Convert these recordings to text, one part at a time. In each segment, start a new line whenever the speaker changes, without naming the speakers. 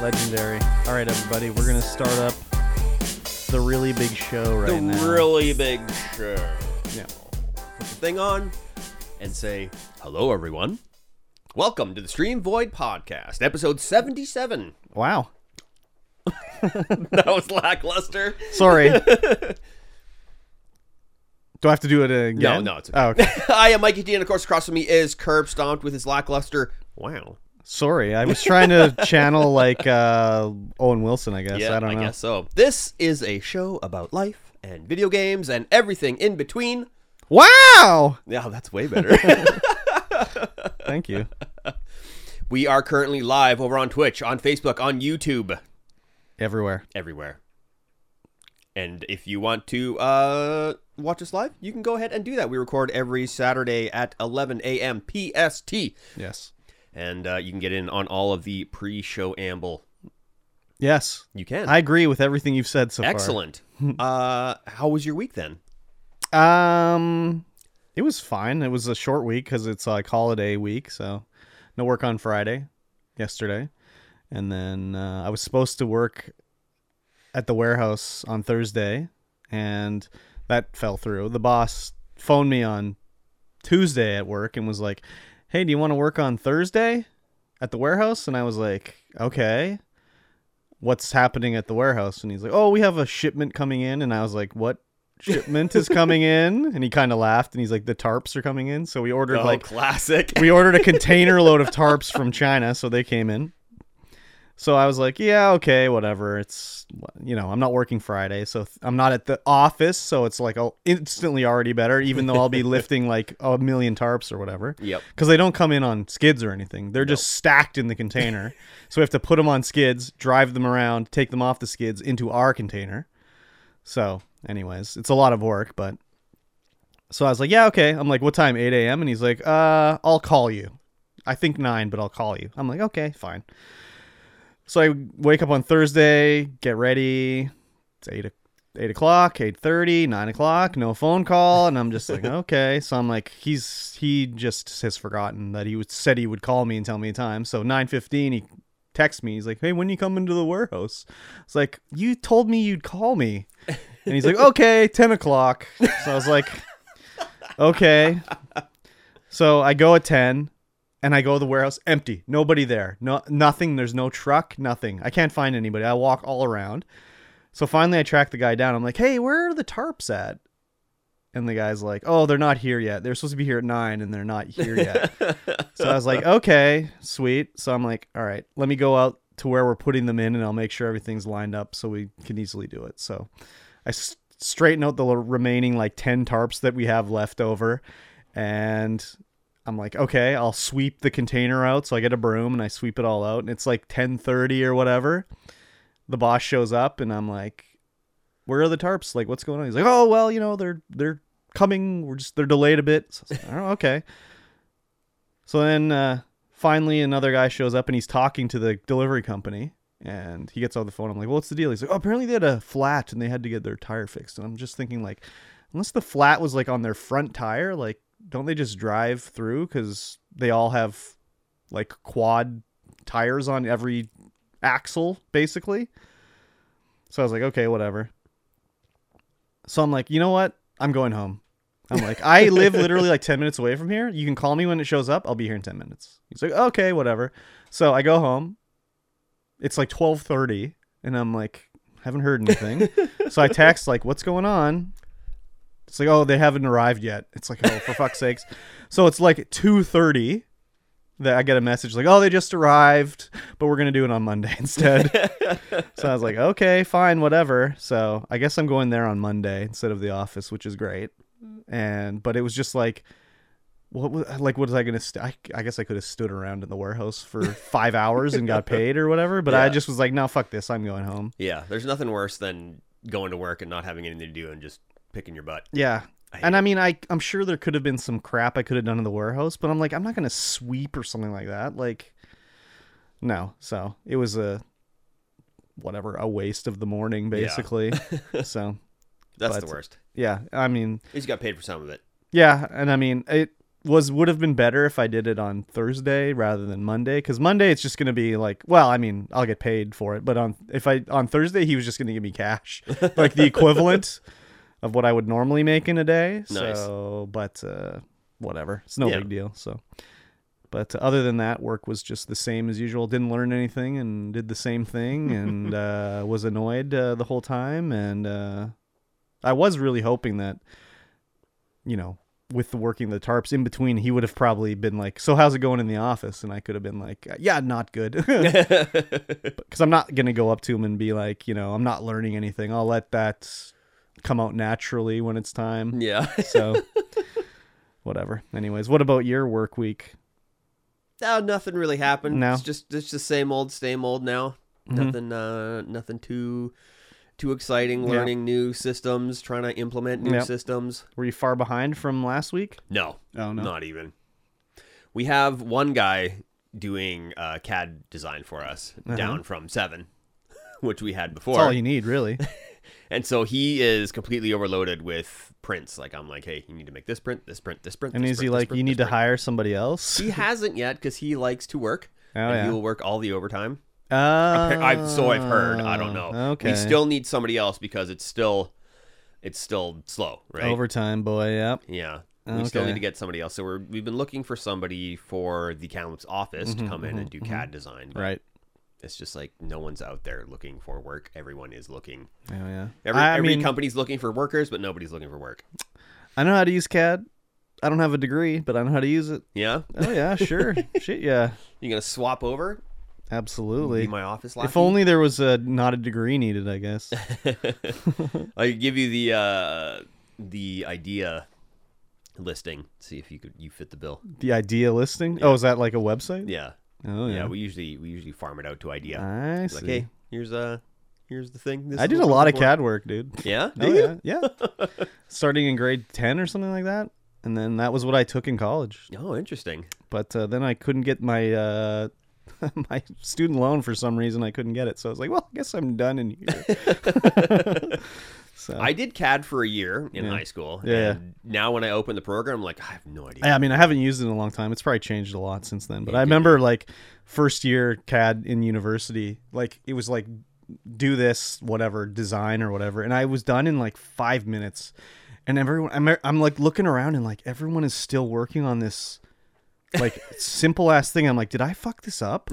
legendary. All right, everybody, we're gonna start up the really big show right
the
now.
really big show.
yeah.
Put the thing on and say, hello, everyone. Welcome to the Stream Void Podcast, episode 77.
Wow.
That was lackluster.
Sorry. do I have to do it again?
no, it's okay.
Oh, okay.
I am Mikey D, and of course, across from me is Curb Stomped with his lackluster. Wow.
Sorry, I was trying to channel like uh, Owen Wilson. I guess
Yeah,
I don't know.
guess so. This is a show about life and video games and everything in between.
Wow.
Yeah, that's way better.
Thank you.
we are currently live over on Twitch, on Facebook, on YouTube.
Everywhere.
everywhere. And if you want to uh, watch us live, you can go ahead and do that. We record every Saturday at 11 a.m. PST,
Yes.
and uh, you can get in on all of the pre-show amble.
Yes.
You can.
I agree with everything you've said so
Excellent. uh, how was your week then?
far. Um, it was fine. It was a short week because it's like holiday week, so no work on Friday, yesterday, and then uh, I was supposed to work at the warehouse on Thursday, and that fell through. The boss phoned me on Tuesday at work and was like, "Hey, do you want to work on Thursday at the warehouse?" And I was like, "Okay." What's happening at the warehouse? And he's like, "Oh, we have a shipment coming in." And I was like, "What shipment is coming in?" And he kind of laughed and he's like, "The tarps are coming in." So we ordered
Oh,
like
classic.
we ordered a container load of tarps from China, so they came in. So I was like, yeah, okay, whatever. It's you know, I'm not working Friday, so th- I'm not at the office, so it's like I'll instantly already better, even though I'll be lifting like a million tarps or whatever.
Yep.
Because they don't come in on skids or anything; they're just stacked in the container. so we have to put them on skids, drive them around, take them off the skids into our container. So, anyways, it's a lot of work, but so I was like, yeah, okay. I'm like, what time? 8 a.m. And he's like, uh, I'll call you. I think nine, but I'll call you. I'm like, okay, fine. So I wake up on Thursday, get ready. It's eight, o- eight o'clock, 8.30, 9 o'clock, no phone call. And I'm just like, okay. So I'm like, he's, he just has forgotten that he would, said he would call me and tell me a time. So 9.15, he texts me. He's like, hey, when you come into the warehouse? It's like, you told me you'd call me. And he's like, okay, 10 o'clock. So I was like, okay. So I go at 10 and I go to the warehouse empty. Nobody there. No nothing. There's no truck, nothing. I can't find anybody. I walk all around. So finally I track the guy down. I'm like, "Hey, where are the tarps at?" And the guy's like, "Oh, they're not here yet. They're supposed to be here at 9 and they're not here yet." so I was like, "Okay, sweet." So I'm like, "All right, let me go out to where we're putting them in and I'll make sure everything's lined up so we can easily do it." So I s- straighten out the l- remaining like 10 tarps that we have left over. And I'm like, okay, I'll sweep the container out. So I get a broom and I sweep it all out. And it's like 1030 or whatever. The boss shows up and I'm like, where are the tarps? Like, what's going on? He's like, oh, well, you know, they're, they're coming. We're just, they're delayed a bit. So I was like, oh, okay. So then uh, finally another guy shows up and he's talking to the delivery company and he gets on the phone. I'm like, well, what's the deal? He's like, oh, apparently they had a flat and they had to get their tire fixed. And I'm just thinking like, unless the flat was like on their front tire, like don't they just drive through because they all have like quad tires on every axle basically? So I was like, okay, whatever. So I'm like, you know what? I'm going home. I'm like, I live literally like 10 minutes away from here. You can call me when it shows up. I'll be here in 10 minutes. He's like, okay, whatever. So I go home. It's like 1230 and I'm like, haven't heard anything. so I text like, what's going on? It's like, oh, they haven't arrived yet. It's like, oh, for fuck's sakes. So it's like 2.30 that I get a message like, oh, they just arrived, but we're going to do it on Monday instead. so I was like, okay, fine, whatever. So I guess I'm going there on Monday instead of the office, which is great. And, but it was just like, what was, like, what was I going to, st- I, I guess I could have stood around in the warehouse for five hours and got paid or whatever, but I
Yeah.
just was like, no, fuck this. I'm going home.
yeah, there's nothing worse than going to work and not having anything to do and just picking your butt.
Yeah.
I hate
and I mean, I I'm sure there could have been some crap I could have done in the warehouse, but I'm like, I'm not gonna sweep or something like that. Like, no. So it was a whatever, a waste of the morning, basically. so
That's
But-
the worst.
yeah, I mean,
He's got paid for some of it.
yeah, and I mean, it was would have been better if I did it on Thursday rather than Monday because Monday it's just gonna be like well I mean I'll get paid for it but on if I on Thursday he was just gonna give me cash like the equivalent of what I would normally make in a day
Nice.
so but uh, whatever it's no
Yeah.
big deal so but other than that work was just the same as usual didn't learn anything and did the same thing and uh, was annoyed uh, the whole time and uh, I was really hoping that you know, with the working the tarps in between, he would have probably been like, "So how's it going in the office?" And I could have been like, "Yeah, not good," because I'm not gonna go up to him and be like, you know, I'm not learning anything. I'll let that come out naturally when it's time.
yeah.
So, whatever. Anyways, what about your work week?
No, nothing really happened.
No. Mm-hmm.
It's just it's the same old, same old now. Nothing uh nothing too too exciting.
Yeah.
Learning new systems, trying to implement new
Yep.
systems.
Were you far behind from last week?
No.
Oh
Not even. We have one guy doing uh, CAD design for us, down from seven, which we had before.
That's Uh-huh. all you need, really.
And so he is completely overloaded with prints. Like I'm like, hey, you need to make this print, this print, this print.
And
this
is he
print, this
like,
print,
you
this
need to
print."
hire somebody else?
He hasn't yet because he likes to work.
Oh,
and
yeah.
He will work all the overtime.
Oh,
I, so I've heard. I don't know.
Uh, Okay.
We still need somebody else because it's still, it's still slow, right?
overtime, boy. Yep.
Yeah. We still
Okay.
need to get somebody else. So we're, we've been looking for somebody for the Calip's office to come in and do CAD design. But
Mm-hmm, Right.
It's just like no one's out there looking for work. Everyone is looking.
Oh yeah.
Every,
I
every
mean,
company's looking for workers, but nobody's looking for work.
I know how to use CAD. I don't have a degree, but I know how to use it.
Yeah.
Oh yeah, sure. Shit, yeah.
You gonna swap over? Be
Absolutely.
my office lackey?
If only there was a not a degree needed, I guess.
I could give you the uh, the idea listing. See if you could you fit the bill.
the idea listing. Oh, is that like a website?
Yeah.
Oh
Yeah.
yeah.
we usually we usually farm it out to idea.
I see.
like hey, here's uh here's the thing. This
I
is
did a
what we're
lot of
looking
CAD work, dude.
for. Yeah.
Oh, yeah. Yeah. Starting in grade 10 or something like that. And then that was what I took in college.
Oh, interesting.
But uh, then I couldn't get my uh, my student loan for some reason. I couldn't get it. So I was like, well, I guess I'm done in here. so
I did CAD for a year in high school.
Oh. Yeah.
And now when I open the program, I'm like, I have no idea.
Yeah, I mean, I haven't used it in a long time. It's probably changed a lot since then. But I remember like first year CAD in university, like it was like do this whatever design or whatever, and I was done in like five minutes. And everyone, I'm, I'm like looking around and like everyone is still working on this like simple ass thing. I'm like, did I fuck this up?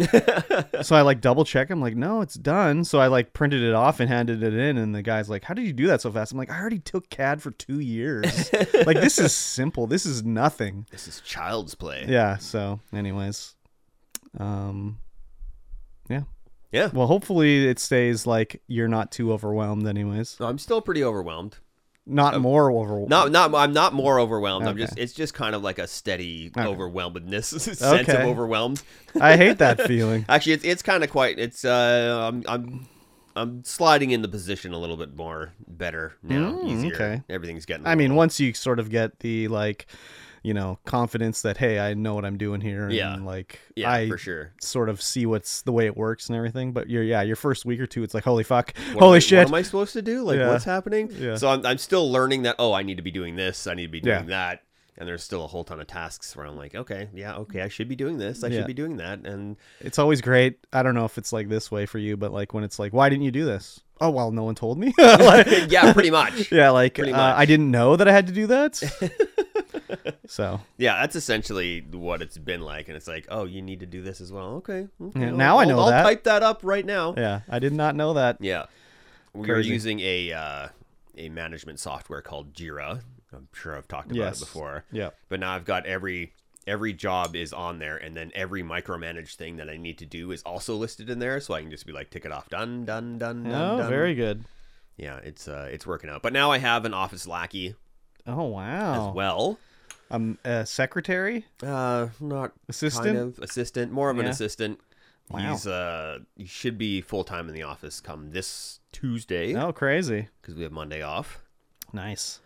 so I like double check. I'm like, no, it's done. So I like printed it off and handed it in, and the guy's like, how did you do that so fast? I'm like, I already took CAD for two years. like this is simple. This is nothing
This is child's play.
yeah so anyways um
Yeah.
well hopefully it stays like you're not too overwhelmed anyways
No, I'm still pretty overwhelmed.
not more overwhelmed
Not not I'm not more overwhelmed. I'm
Okay.
just it's just kind of like a steady overwhelmedness sense
Okay.
of overwhelmed.
i hate that feeling
Actually, it's it's kind of quite it's uh I'm I'm I'm sliding in the position a little bit more better now.
Mm,
easier.
okay.
Everything's getting a
i mean
little-
once you sort of get the like you know confidence that hey i know what i'm doing here and
Yeah.
like
yeah,
i
for sure.
sort of see what's the way it works and everything but you're yeah your first week or two it's like holy fuck
What am I-
holy shit
What am I supposed to do? Like,
Yeah.
what's happening?
Yeah.
So I'm, I'm still learning that, oh, I need to be doing this. I need to be doing
Yeah.
that. And there's still a whole ton of tasks where I'm like, okay, yeah, okay, I should be doing this. I
Yeah.
should be doing that. And
It's always great. I don't know if it's like this way for you, but like when it's like, why didn't you do this? Oh well, no one told me. Like-
yeah, pretty much.
yeah, like uh,
Pretty much.
I didn't know that I had to do that. so
Yeah, that's essentially what it's been like. And it's like, oh, you need to do this as well. Okay. okay,
Yeah,
I'll-
now I
I'll-
know
I'll
that.
type that up right now.
yeah, I did not know that.
Yeah. We are
Crazy.
using a uh, a management software called Jira. I'm sure I've talked about
Yes.
it before.
Yeah.
But now I've got every every job is on there and then every micromanaged thing that I need to do is also listed in there so I can just be like tick it off done done done done.
Oh,
done.
very good.
Yeah, it's uh it's working out. But now I have an office lackey
Oh wow.
as well.
Um, a secretary
Uh not
assistant.
kind of assistant, more of an
Yeah.
assistant.
Wow.
He's uh he should be full time in the office come this Tuesday
Oh, crazy.
because we have Monday off.
Nice.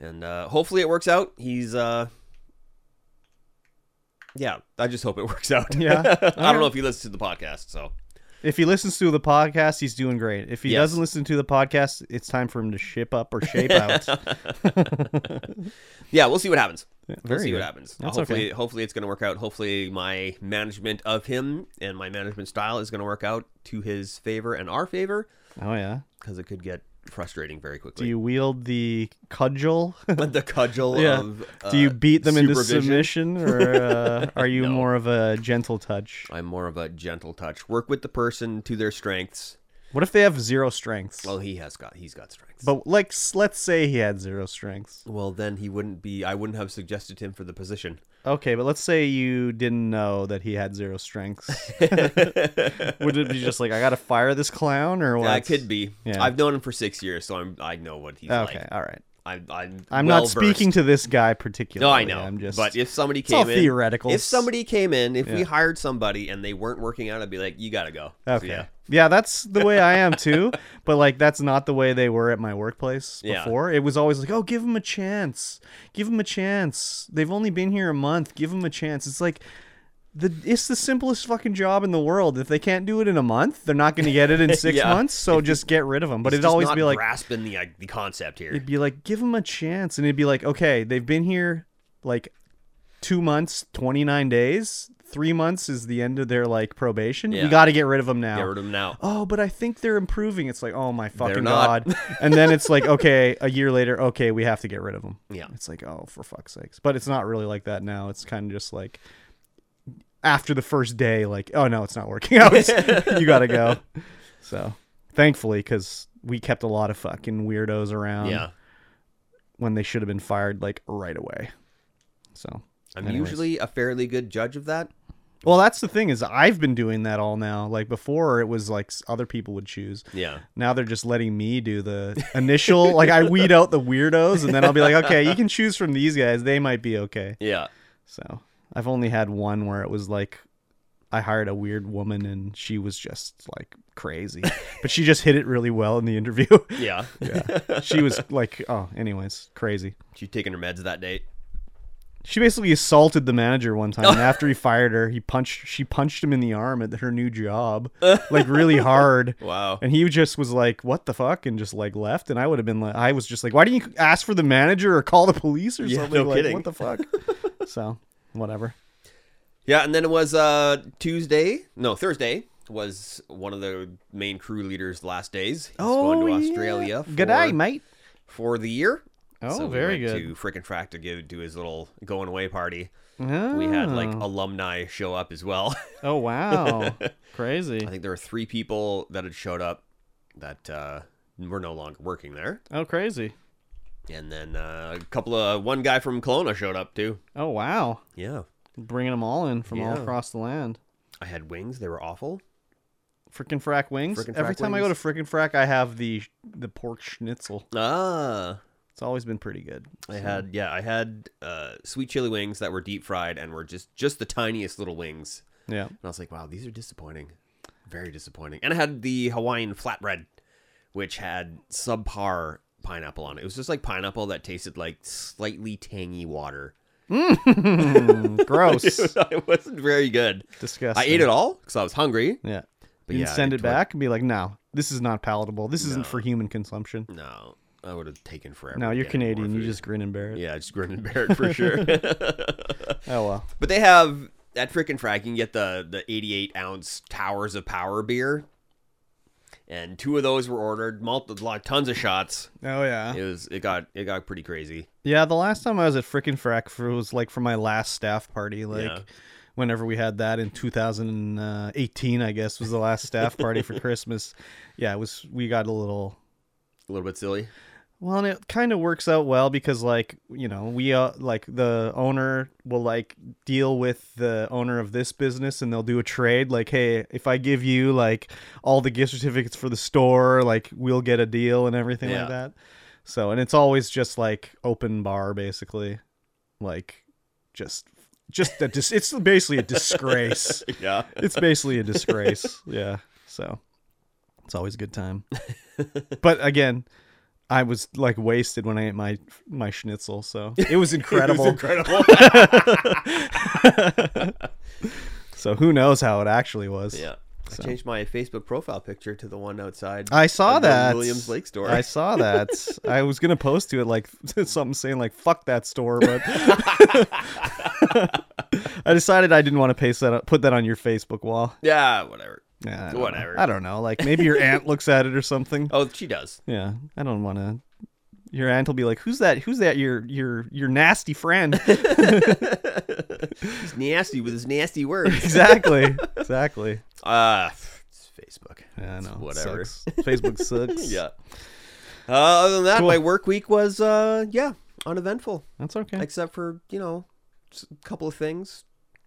and uh, hopefully it works out. He's uh, yeah, I just hope it works out.
Yeah.
I don't
Okay.
know if he listens to the podcast, so
If he listens to the podcast, he's doing great. If he
Yes.
doesn't listen to the podcast, it's time for him to ship up or shape out.
Yeah, we'll see what happens.
very
we'll see
good.
what happens.
That's
hopefully, hopefully it's going to work out. Hopefully, my management of him and my management style is going to work out to his favor and our favor
Oh yeah.
because it could get frustrating very quickly.
Do you wield the cudgel?
the cudgel
Yeah.
of uh,
Do you beat them into submission,
supervision.
or uh, are you more of a gentle touch?
I'm more of a gentle touch. Work with the person to their strengths.
What if they have zero strengths?
Well, he has got he's got strengths.
but like, s- let's say he had zero strengths.
well, then he wouldn't be. I wouldn't have suggested him for the position.
Okay, but let's say you didn't know that he had zero strengths. Would it be just like I gotta fire this clown, or what?
That could be.
yeah.
I've known him for six years, so I'm. I know what he's
Okay,
like.
all right.
I, I'm.
I'm not
well-versed.
speaking to this guy
No,
particularly.
I know.
I'm just.
But if somebody came
all
in,
theoretical.
If somebody came in, if we
Yeah.
hired somebody and they weren't working out, I'd be like, "You gotta go." So,
Okay.
yeah.
yeah. that's the way I am too. but like, that's not the way they were at my workplace
Yeah.
before. It was always like, "Oh, give them a chance. Give them a chance. They've only been here a month. Give them a chance." It's like the it's the simplest fucking job in the world. If they can't do it in a month, they're not going to get it in six
Yeah.
months. So just get rid of them. But
It's
it'd
just
always
not
be like,
grasping the like, the concept here.
it'd be like, "Give them a chance," and it'd be like, "Okay, they've been here like two months, twenty nine days." Three months is the end of their like probation.
Yeah.
You got to get rid of them now
Get rid of him now.
oh, but I think they're improving. It's like, oh my fucking
not.
god. and then it's like, okay, a year later, okay, we have to get rid of them.
Yeah.
It's like, oh, for fuck's sakes. But it's not really like that now. It's kind of just like after the first day, like, oh no, it's not working out. you gotta go. So thankfully, because we kept a lot of fucking weirdos around
yeah.
when they should have been fired like right away. So
I'm
anyways.
usually a fairly good judge of that.
well, that's the thing is I've been doing that all now. Like before, it was like s- other people would choose.
Yeah.
Now they're just letting me do the initial. like I weed out the weirdos, and then I'll be like, okay, you can choose from these guys. They might be okay.
Yeah.
So I've only had one where it was like, I hired a weird woman, and she was just like crazy, but she just hit it really well in the interview.
Yeah.
she was like, oh, anyways, crazy.
She taking her meds that date.
She basically assaulted the manager one time. and after he fired her, he punched. She punched him in the arm at her new job, like really hard.
Wow.
And he just was like, "What the fuck?" and just like left. And I would have been like, I was just like, "Why didn't you ask for the manager or call the police or
Yeah,
something?"
no
like,
kidding.
What the fuck? so, whatever.
Yeah, and then it was uh Tuesday. No, Thursday was one of the main crew leaders' last days. He's going to Australia. For,
Oh, Good day, mate.
for the year.
Oh,
so we
very
went
good.
To frickin' frack to give do his little going away party. We had like alumni show up as well.
Ah. oh wow, crazy.
I think there were three people that had showed up that uh, were no longer working there,
Oh crazy.
and then uh, a couple of one guy from Kelowna showed up too.
Oh wow,
Yeah,
bringing them all in from all
Yeah.
across the land.
I had wings. They were awful.
Frickin' frack wings.
Frickin'
Every
frack
time I go to frickin' frack, I have the the pork schnitzel.
Ah,
It's always been pretty good.
I had yeah, I had uh, sweet chili wings that were deep fried and were just just the tiniest little wings.
Yeah.
And I was like, wow, these are disappointing, very disappointing. And I had the Hawaiian flatbread, which had subpar pineapple on it. It was just like pineapple that tasted like slightly tangy water.
Hmm, Gross.
it wasn't very good.
Disgusting.
I ate it all because I was hungry.
Yeah.
But
you
yeah,
can send
it
it back and be like, no, this is not palatable. This isn't for human consumption.
No, I would have taken forever.
No,
to
you're
get any more
Canadian. You
food.
just grin and bear it.
yeah, just grin and bear it for sure.
Oh well.
but they have at frickin' frack. You can get the the 88 ounce towers of power beer, and two of those were ordered. Multi, lot, tons of shots.
Oh yeah.
It was it got it got pretty crazy.
Yeah. The last time I was at frickin' frack for it was like for my last staff party, like.
Yeah.
Whenever we had that in 2018, I guess was the last staff party for Christmas. Yeah, it was. We got a little
A little bit silly.
Well, and it kind of works out well because, like, you know, we uh, like the owner will like deal with the owner of this business, and they'll do a trade. Like, hey, if I give you like all the gift certificates for the store, like we'll get a deal and everything
Yeah.
like that. So, and it's always just like open bar, basically, like just just a dis- it's basically a disgrace.
Yeah.
It's basically a disgrace. yeah. So it's always a good time. but again, I was like wasted when I ate my my schnitzel, so it was incredible.
incredible.
so who knows how it actually was?
yeah.
So.
I changed my Facebook profile picture to the one outside.
I saw
of the
that
Williams Lake store.
I saw that. I was gonna post to it like something saying like "fuck that store," but I decided I didn't want to paste that up, put that on your Facebook wall.
yeah, whatever.
Yeah, I don't know.
Whatever.
I don't know. Like maybe your aunt looks at it or something.
Oh, she does.
Yeah, I don't want to. Your aunt will be like, "Who's that? Who's that? Your your your nasty friend."
He's nasty with his nasty words.
exactly. Exactly.
Ah, it's Facebook.
Yeah, I
It's
know. it
whatever.
sucks. Facebook sucks.
Yeah. Uh, other than that,
Cool.
my work week was uh, yeah, uneventful,
that's okay.
except for you know, just a couple of things.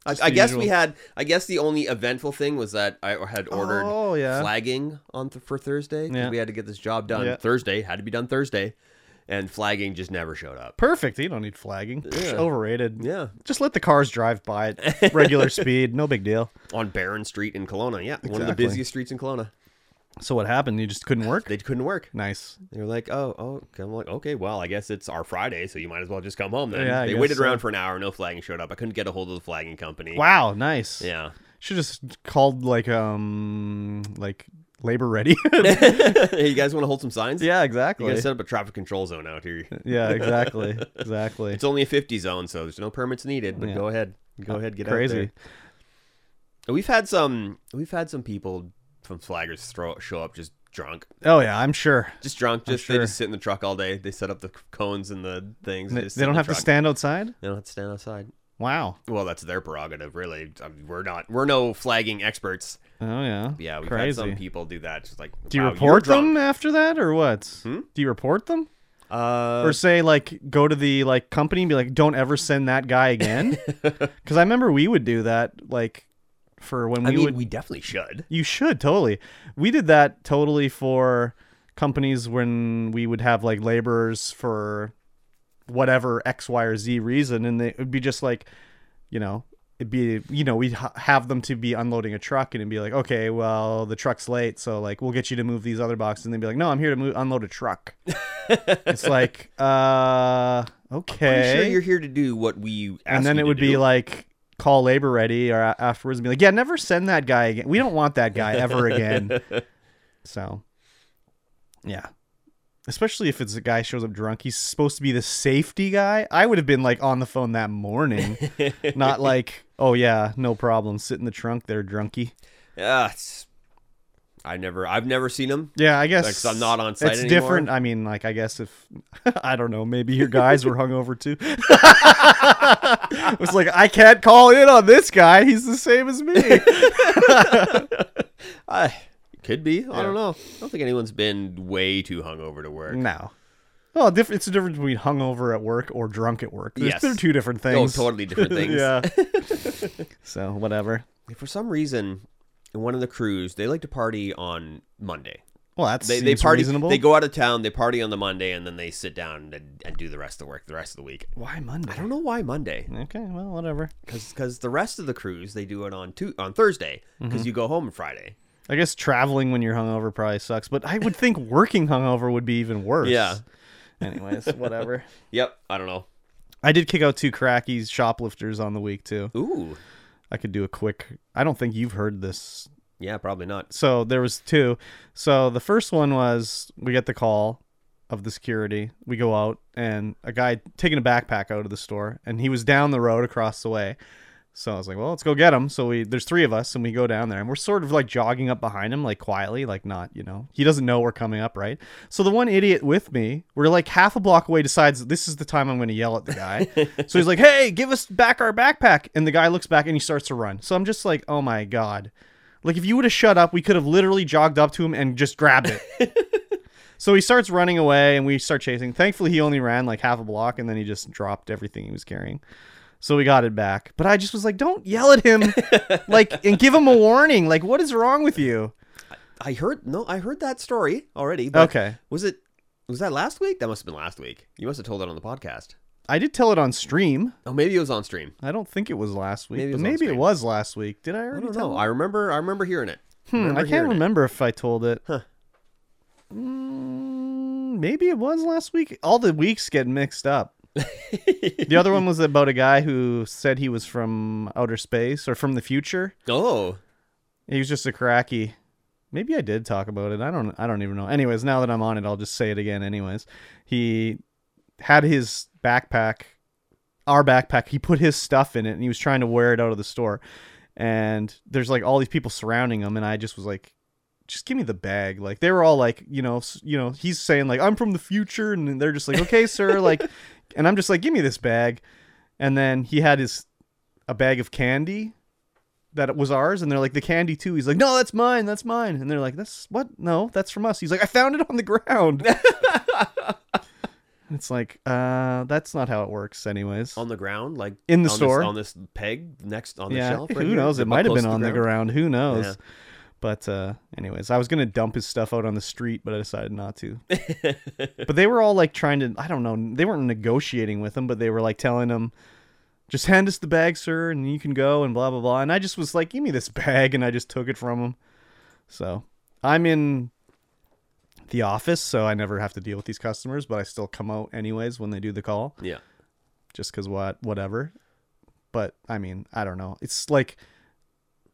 I,
Just
I
the
guess we
usual.
had. I guess the only eventful thing was that I had ordered
Oh yeah.
flagging on th- for Thursday. 'cause
Yeah.
We had to get this job done
Yeah.
Thursday. Had to be done Thursday, and flagging just never showed up.
Perfect. You don't need flagging. Psh,
Yeah.
Overrated.
Yeah,
Just let the cars drive by at regular speed. No big deal.
on Barron Street in Kelowna. Yeah, one of the
Exactly.
busiest streets in Kelowna.
So what happened? You just couldn't work.
They couldn't work.
Nice.
They were like, "Oh, oh." okay." I'm like, "Okay, well, I guess it's our Friday, so you might as well just come home." Then
Yeah, I
they
guess
waited
so.
around for an hour. No flagging showed up. I couldn't get a hold of the flagging company.
Wow. Nice.
Yeah,
Should just called like um like labor ready.
Hey, you guys want to hold some signs?
yeah.
you
Exactly.
gotta set up a traffic control zone out here.
Yeah. Exactly. Exactly.
It's only a 50 zone, so there's no permits needed. But
Yeah. Uh,
go ahead, go ahead, get out
Crazy.
there. And We've had some, we've had some people from flaggers throw show up just drunk,
Oh yeah. I'm sure.
just drunk. Just they
sure.
just sit in the truck all day. They set up the c- cones and the things. and
They,
just
they
sit in
don't
the
have to
truck.
stand outside.
They don't have to stand outside.
Wow.
Well, that's their prerogative, really. I mean, we're not, we're no flagging experts.
Oh yeah.
Yeah, we've had
Crazy.
some people do that. Just like,
Do you
"Wow, you're
report them
drunk."
after that or what?
Hmm?
Do you report them?
Uh,
or say like go to the like company and be like don't ever send that guy again? Cuz I remember we would do that like for when we
I mean,
would
we definitely should.
You should totally. We did that totally for companies when we would have like laborers for whatever X, Y, or Z reason, and they, it would be just like, you know, it'd be you know we'd ha- have them to be unloading a truck, and it'd be like, okay, well the truck's late, so like we'll get you to move these other boxes, and they'd be like, no, I'm here to move, unload a truck. it's like, uh, okay
Pretty sure you're here to do what we asked
and then
you
it
to
would be
do.
like call labor ready or a- afterwards and be like yeah never send that guy again we don't want that guy ever again so yeah especially if it's a guy shows up drunk he's supposed to be the safety guy i would have been like on the phone that morning not like oh yeah no problem sit in the trunk there drunky
Yeah, it's- I never, I've never seen him.
yeah i guess
Like, 'cause I'm not on site
it's
anymore?
different i mean like i guess if i don't know maybe your guys were hungover too it's like i can't call in on this guy he's the same as me
I could be. I don't know. I don't think anyone's been way too hungover to work.
No. Well, diff- it's a difference between hungover at work or drunk at work. There's,
Yes.
They're two different
Oh,
things.
totally different things.
yeah. so whatever.
For some reason, in one of the crews, they like to party on Monday.
Well, that's
They, they party.
reasonable.
They go out of town. They party on the Monday, and then they sit down and, and do the rest of the work the rest of the week.
Why Monday?
I don't know why Monday,
Okay. Well, whatever.
because the rest of the crews they do it on two, on Thursday, because
Mm-hmm.
you go home Friday.
I guess traveling when you're hungover probably sucks, but I would think working hungover would be even worse.
Yeah.
Anyways, whatever.
Yep. I don't know.
I did kick out two crackies shoplifters on the week too.
Ooh.
I could do a quick. I don't think you've heard this
Yeah. Probably not.
so there was two so the first one was we get the call of the security we go out and a guy taking a backpack out of the store and he was down the road across the way so i was like well let's go get him so we there's three of us and we go down there and we're sort of like jogging up behind him like quietly like not you know he doesn't know we're coming up right so the one idiot with me we're like half a block away decides this is the time i'm going to yell at the guy so he's like hey give us back our backpack and the guy looks back and he starts to run so i'm just like oh my god like if you would have shut up, we could have literally jogged up to him and just grabbed it. so he starts running away and we start chasing. Thankfully he only ran like half a block and then he just dropped everything he was carrying. So we got it back. But I just was like, don't yell at him like and give him a warning. Like what is wrong with you?
I heard no. I heard that story already. But
Okay.
Was it? Was that last week? That must have been last week. You must have told it on the podcast.
I did tell it on stream.
Oh, maybe it was on stream.
I don't think it was last week,
Maybe it
but
was on
maybe it
stream.
was last week. Did I
I
already
don't
tell?
know. I remember. I remember hearing it.
Hmm, I
hearing
can't
it.
remember if I told it.
Huh.
Mm, maybe it was last week. All the weeks get mixed up. the other one was about a guy who said he was from outer space or from the future,
Oh,
He was just a cracky. Maybe I did talk about it. I don't. I don't even know. Anyways, now that I'm on it, I'll just say it again. Anyways, he had his backpack, our backpack. He put his stuff in it, and he was trying to wear it out of the store. And there's like all these people surrounding him, and I just was like, just give me the bag. Like they were all like, you know, s- you know, he's saying like I'm from the future, and they're just like, okay, sir, like, and I'm just like, give me this bag. And then he had his a bag of candy that was ours, and they're like, the candy too. He's like, no, that's mine, that's mine. And they're like, that's what? No, that's from us. He's like, I found it on the ground. And it's like, uh, that's not how it works, anyways.
on the ground, like
In the
on this-
store.
on this peg next on the
yeah,
shelf. right
who
here,
knows?
like,
It might have
close
been
to
on the ground. Who knows?
Yeah.
But uh, anyways, I was gonna dump his stuff out on the street, but I decided not to. but they were all like trying to, I don't know, they weren't negotiating with him, but they were like telling him, "Just hand us the bag, sir, and you can go," and blah blah blah. And I just was like, "Give me this bag," and I just took it from him. So I'm in the office, so I never have to deal with these customers, but I still come out anyways when they do the call
Yeah,
just because what whatever but i mean i don't know it's like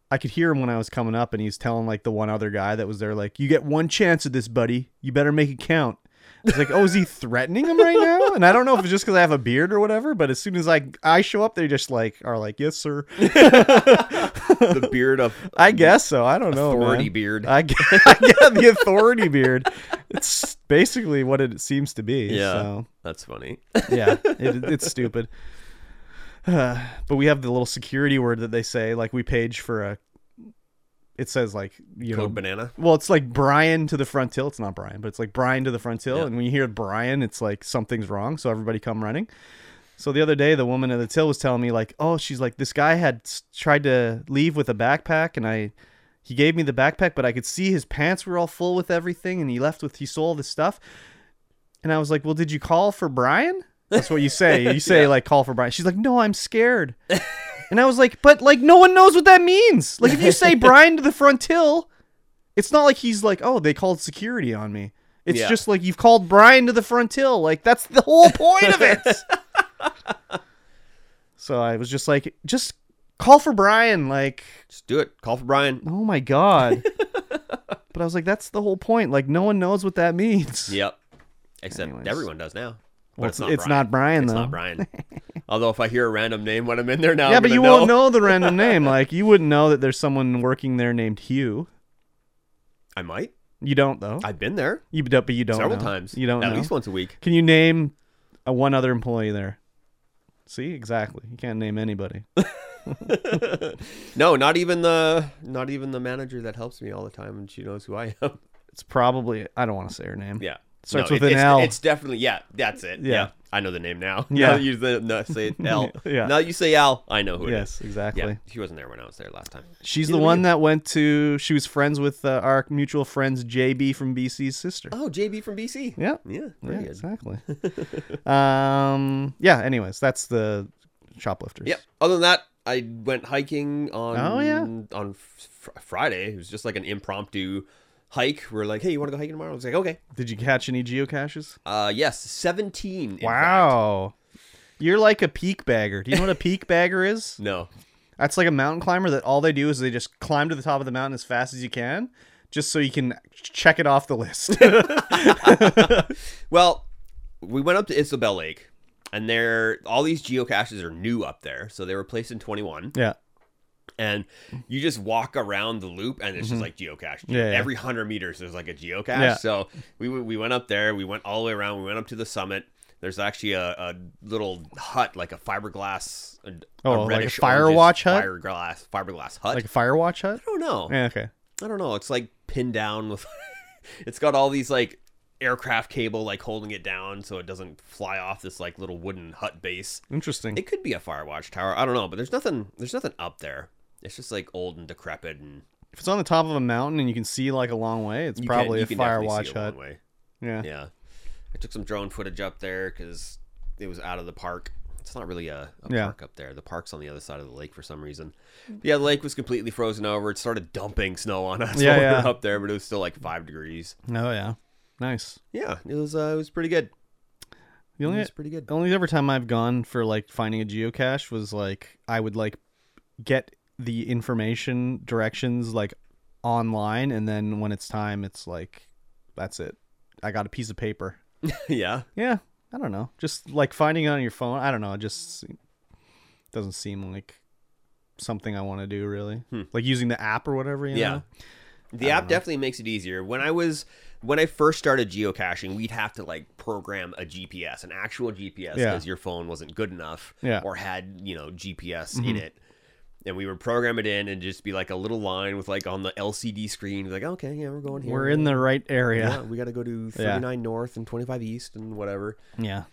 i could hear him when i was coming up and he's telling like the one other guy that was there like you get one chance at this buddy you better make it count I was like, oh, is he threatening him right now? And I don't know if it's just because I have a beard or whatever, but as soon as I I show up, they just like are like, yes, sir.
the beard of
I guess so. I don't know.
authority
man.
beard.
I get, I get the authority beard. It's basically what it seems to be.
Yeah.
So.
That's funny.
yeah, it, it's stupid. Uh, but we have the little security word that they say, like we page for a. It says like you know,
Code banana.
well, it's like Brian to the front till. It's not Brian, but it's like Brian to the front till.
Yeah.
And when you hear Brian, it's like something's wrong. So everybody come running. So the other day, the woman at the till was telling me like, oh, she's like, this guy had s- tried to leave with a backpack, and I, he gave me the backpack, but I could see his pants were all full with everything, and he left with he sold all this stuff. And I was like, well, did you call for Brian? That's what you say. You say like call for Brian. She's like, no, I'm scared. and I was like, but like no one knows what that means. Like if you say Brian to the front till, it's not like he's like, oh, they called security on me. It's
Yeah.
just like you've called Brian to the front till. Like that's the whole point of it. so I was just like, just call for Brian. Like,
Just do it. Call for Brian.
oh my god. but I was like, that's the whole point. Like no one knows what that means.
Yep. Except
Anyways.
everyone does now. But
Well,
it's not.
it's
Brian.
not Brian
It's
though.
not Brian. Although if I hear a random name when I'm in there now,
yeah,
I'm
but you
gonna
won't know the random name. Like you wouldn't know that there's someone working there named Hugh.
I might.
You don't though.
I've been there
you don't, but you don't.
several
know.
times.
You don't.
At
know.
least once a week.
Can you name a one other employee there? See, exactly. You can't name anybody.
No, not even the not even the manager that helps me all the time, and she knows who I am.
It's probably I don't want to say her name.
Yeah.
Starts
No,
with an
it- it's,
L.
It's definitely yeah. That's it. Yeah.
Yeah.
I know the name now.
Yeah.
Now that you say- no, say it, L.
Yeah.
Now you say Al. I know who it is.
Yes, exactly.
Yeah. She wasn't there when I was there last time.
She's
Neither
the
were
one
you.
that went to. She was friends with uh, our mutual friends JB from BC's sister.
Oh, JB from BC.
Yeah.
Yeah.
Yeah,
Very good.
exactly. um. Yeah. Anyways, that's the shoplifters.
Yep. Other than that, I went hiking on
Oh, yeah.
on fr- Friday. It was just like an impromptu hike. We're like, hey, you want to go hiking tomorrow? I was like, okay.
Did you catch any geocaches?
Uh, yes, seventeen. in fact.
Wow. You're like a peak bagger. Do you know what a peak bagger is?
No.
That's like a mountain climber that all they do is they just climb to the top of the mountain as fast as you can, just so you can check it off the list.
Well, we went up to Isabel Lake, and there all these geocaches are new up there, so they were placed in twenty one.
yeah.
and you just walk around the loop and it's just like geocache
Mm-hmm. Yeah, yeah.
every 100 meters there's like a geocache
Yeah.
so we, w- we went up there we went all the way around we went up to the summit there's actually a, a little hut like a fiberglass a,
Oh,
a
like a
reddish
fire
orangish
watch hut?
fiberglass fiberglass hut
Like a firewatch hut?
i don't know
Yeah, okay.
i don't know it's like pinned down with it's got all these like aircraft cable like holding it down so it doesn't fly off this like little wooden hut base
Interesting.
it could be a Firewatch tower. I don't know, but there's nothing. There's nothing up there. It's just like old and decrepit, and
if it's on the top of a mountain and you can see like a long way, it's
you can-
probably
you
a
can definitely see
firewatch
it a long
hut.
way.
Yeah.
Yeah, I took some drone footage up there because it was out of the park. It's not really a, a
Yeah.
park up there. The park's on the other side of the lake for some reason. But yeah, the lake was completely frozen over. It started dumping snow on us
Yeah,
when we were
yeah.
up there, but it was still like five degrees.
Oh yeah. Nice.
Yeah, it was. Uh, it was pretty good.
The
It
only
was pretty good.
only ever time I've gone for like finding a geocache was like I would like get the information directions like online, and then when it's time, it's like, that's it. I got a piece of paper.
yeah.
Yeah, I don't know. Just like finding it on your phone. I don't know. It just se- doesn't seem like something I want to do really. Like using the app or whatever. You
Yeah.
know?
The app definitely makes it easier. When I was when I first started geocaching, we'd have to like program a GPS, an actual GPS, because
Yeah.
your phone wasn't good enough
Yeah. Mm-hmm.
or had you know GPS in it. And we would program it in and just be like a little line with like on the LCD screen, like okay, yeah, we're going here.
We're in the right
Yeah,
area.
we got to go to
Yeah.
39 north and 25 east and whatever.
Yeah.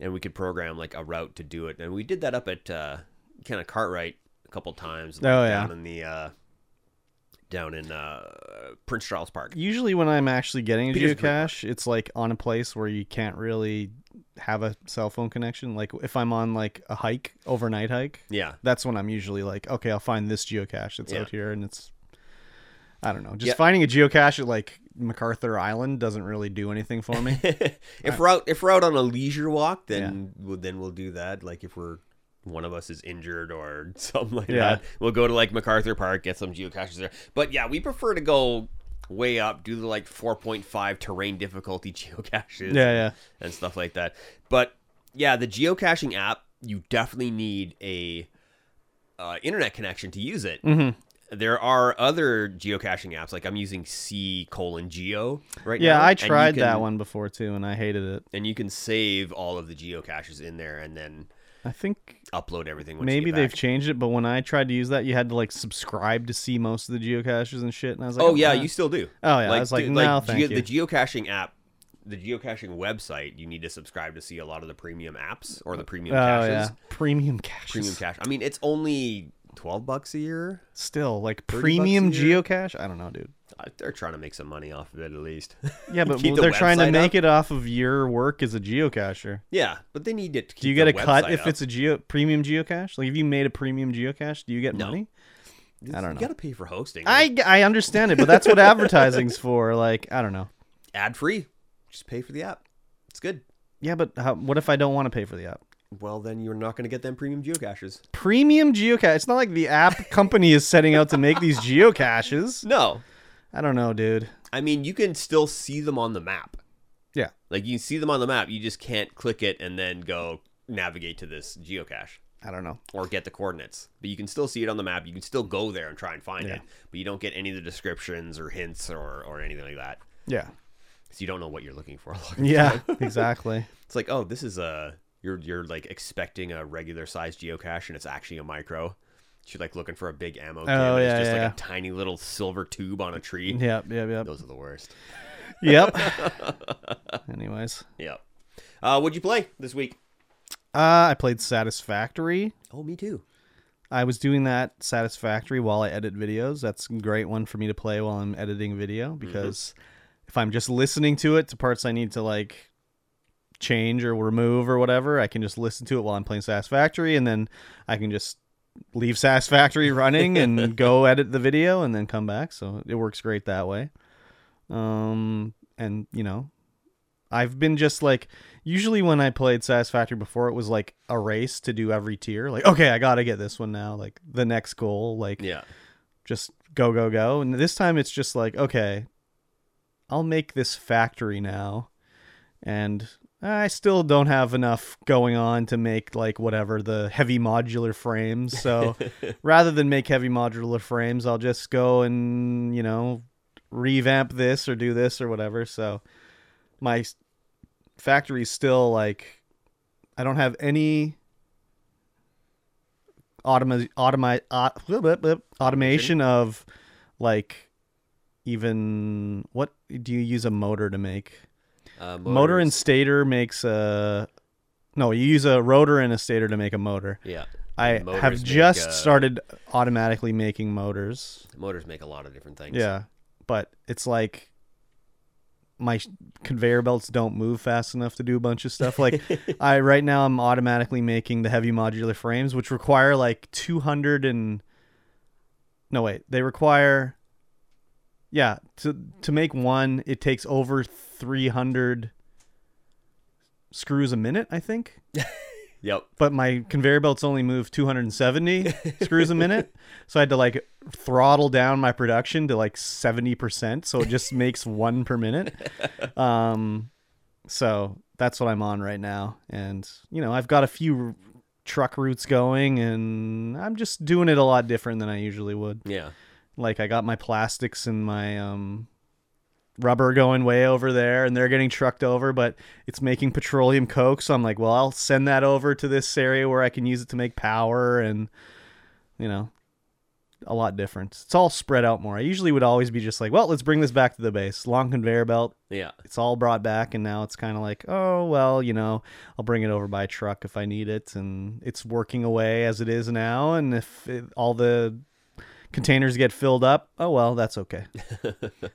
And we could program like a route to do it. And we did that up at uh, kind of Cartwright a couple times. like,
Oh, yeah.
down in the uh, down in uh, Prince Charles Park.
Usually when I'm actually getting a
Petersburg.
geocache, it's like on a place where you can't really have a cell phone connection. Like if I'm on like a hike, overnight hike,
Yeah.
that's when I'm usually like, okay, I'll find this geocache that's
Yeah.
out here, and it's, I don't know, just
Yeah.
finding a geocache at like MacArthur Island doesn't really do anything for me.
if we're out if we're out on a leisure walk, then we'll, then we'll do that. Like if we're one of us is injured or something like
Yeah.
that, we'll go to like MacArthur Park, get some geocaches there. But yeah, we prefer to go way up, do the like 4.5 terrain difficulty geocaches,
yeah, yeah,
and stuff like that. But yeah, the geocaching app, you definitely need a uh, internet connection to use it.
Mm-hmm.
There are other geocaching apps, like I'm using C colon geo right now.
yeah. I
and you
tried that
can-
one before too, and I hated it.
and you can save all of the geocaches in there and then
I think
upload everything. Once
maybe
you get
they've
back.
changed it, but when I tried to use that, you had to like subscribe to see most of the geocaches and shit, and I was like,
Oh yeah,
nah.
you still do.
Oh, yeah, I was like,
dude,
no, thank
the geocaching app, the geocaching website, you need to subscribe to see a lot of the premium apps or the premium
oh
caches.
yeah, premium caches,
Premium cache. I mean, it's only twelve bucks a year.
still like
bucks a
premium
year?
geocache. I don't know, dude.
Uh, They're trying to make some money off of it at least.
Yeah, but
Keep the
they're trying
website
to
up?
make it off of your work as a geocacher.
yeah, but they need it. To keep
Do you get a
their
cut
website
if
up.
it's a geo premium geocache? Like if you made a premium geocache, do you get
No.
money? I don't
You
know.
gotta pay for hosting.
I, g- I understand it, but that's what advertising's for. Like I don't know.
ad free. Just pay for the app. It's good.
Yeah, but how, what if I don't want to pay for the app?
Well, then you're not gonna get them premium geocaches.
Premium geocache. It's not like the app company is setting out to make these geocaches.
No,
I don't know, dude.
I mean, you can still see them on the map.
Yeah.
Like you can see them on the map, you just can't click it and then go navigate to this geocache
I don't know.
or get the coordinates. But you can still see it on the map. You can still go there and try and find
Yeah.
it, but you don't get any of the descriptions or hints or or anything like that.
Yeah.
So you don't know what you're looking for.
Yeah. Exactly.
It's like, oh, this is a you're you're like expecting a regular sized geocache and it's actually a micro. You're like looking for a big ammo can.
Oh,
and
yeah,
it's just
yeah.
like a tiny little silver tube on a tree.
Yep. Yep. Yep.
Those are the worst.
Yep. Anyways,
Yeah. Uh, what'd you play this week?
uh, I played Satisfactory.
Oh, me too.
I was doing that satisfactory while I edit videos. That's a great one for me to play while I'm editing video because if I'm just listening to it to parts I need to like change or remove or whatever, I can just listen to it while I'm playing Satisfactory and then I can just leave Satisfactory running and go edit the video and then come back. So it works great that way. Um and you know, I've been just like usually when I played Satisfactory before, it was like a race to do every tier. Like, okay, I gotta get this one now. Like the next goal, like
Yeah.
just go go go. And this time it's just like, okay, I'll make this factory now, and I still don't have enough going on to make like whatever the heavy modular frames. So rather than make heavy modular frames, I'll just go and you know revamp this or do this or whatever. So my s- factory's still like I don't have any automa- automi- aut- blip, blip, blip, automation of like even what do you use a motor to make?
Uh,
Motor and
motors.
stator makes a no, you use a rotor and a stator to make a motor.
yeah,
I
Motors
have
make,
just
uh,
started automatically making motors.
motors make a lot of different things.
Yeah, but it's like my sh- conveyor belts don't move fast enough to do a bunch of stuff. Like I right now, I'm automatically making the heavy modular frames, which require like 200 and no wait, they require yeah to to make one, it takes over 300 screws a minute, I think.
Yep.
but my conveyor belts only move 270 screws a minute. So I had to like throttle down my production to like 70%. So it just makes one per minute. Um, so that's what I'm on right now. And, you know, I've got a few truck routes going and I'm just doing it a lot different than I usually would.
Yeah.
Like I got my plastics and my, um, rubber going way over there and they're getting trucked over but it's making petroleum coke so i'm like well i'll send that over to this area where i can use it to make power and you know a lot different it's all spread out more i usually would always be just like well let's bring this back to the base long conveyor belt
Yeah.
it's all brought back and now it's kind of like oh well you know i'll bring it over by truck if i need it and it's working away as it is now and if it, all the containers get filled up oh well that's okay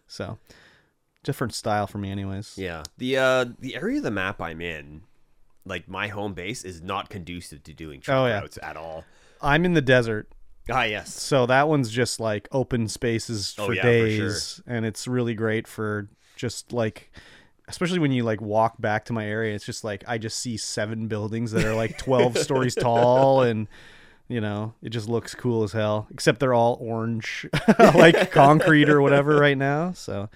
so different style for me anyways
Yeah. The uh the area of the map I'm in, like my home base is not conducive to doing truck
Oh, yeah.
routes at all.
i'm in the desert
Ah yes.
so that one's just like open spaces
Oh,
for
yeah, for sure.
days and it's really great for just like especially when you like walk back to my area it's just like i just see seven buildings that are like 12 stories tall and you know it just looks cool as hell except they're all orange like concrete or whatever right now so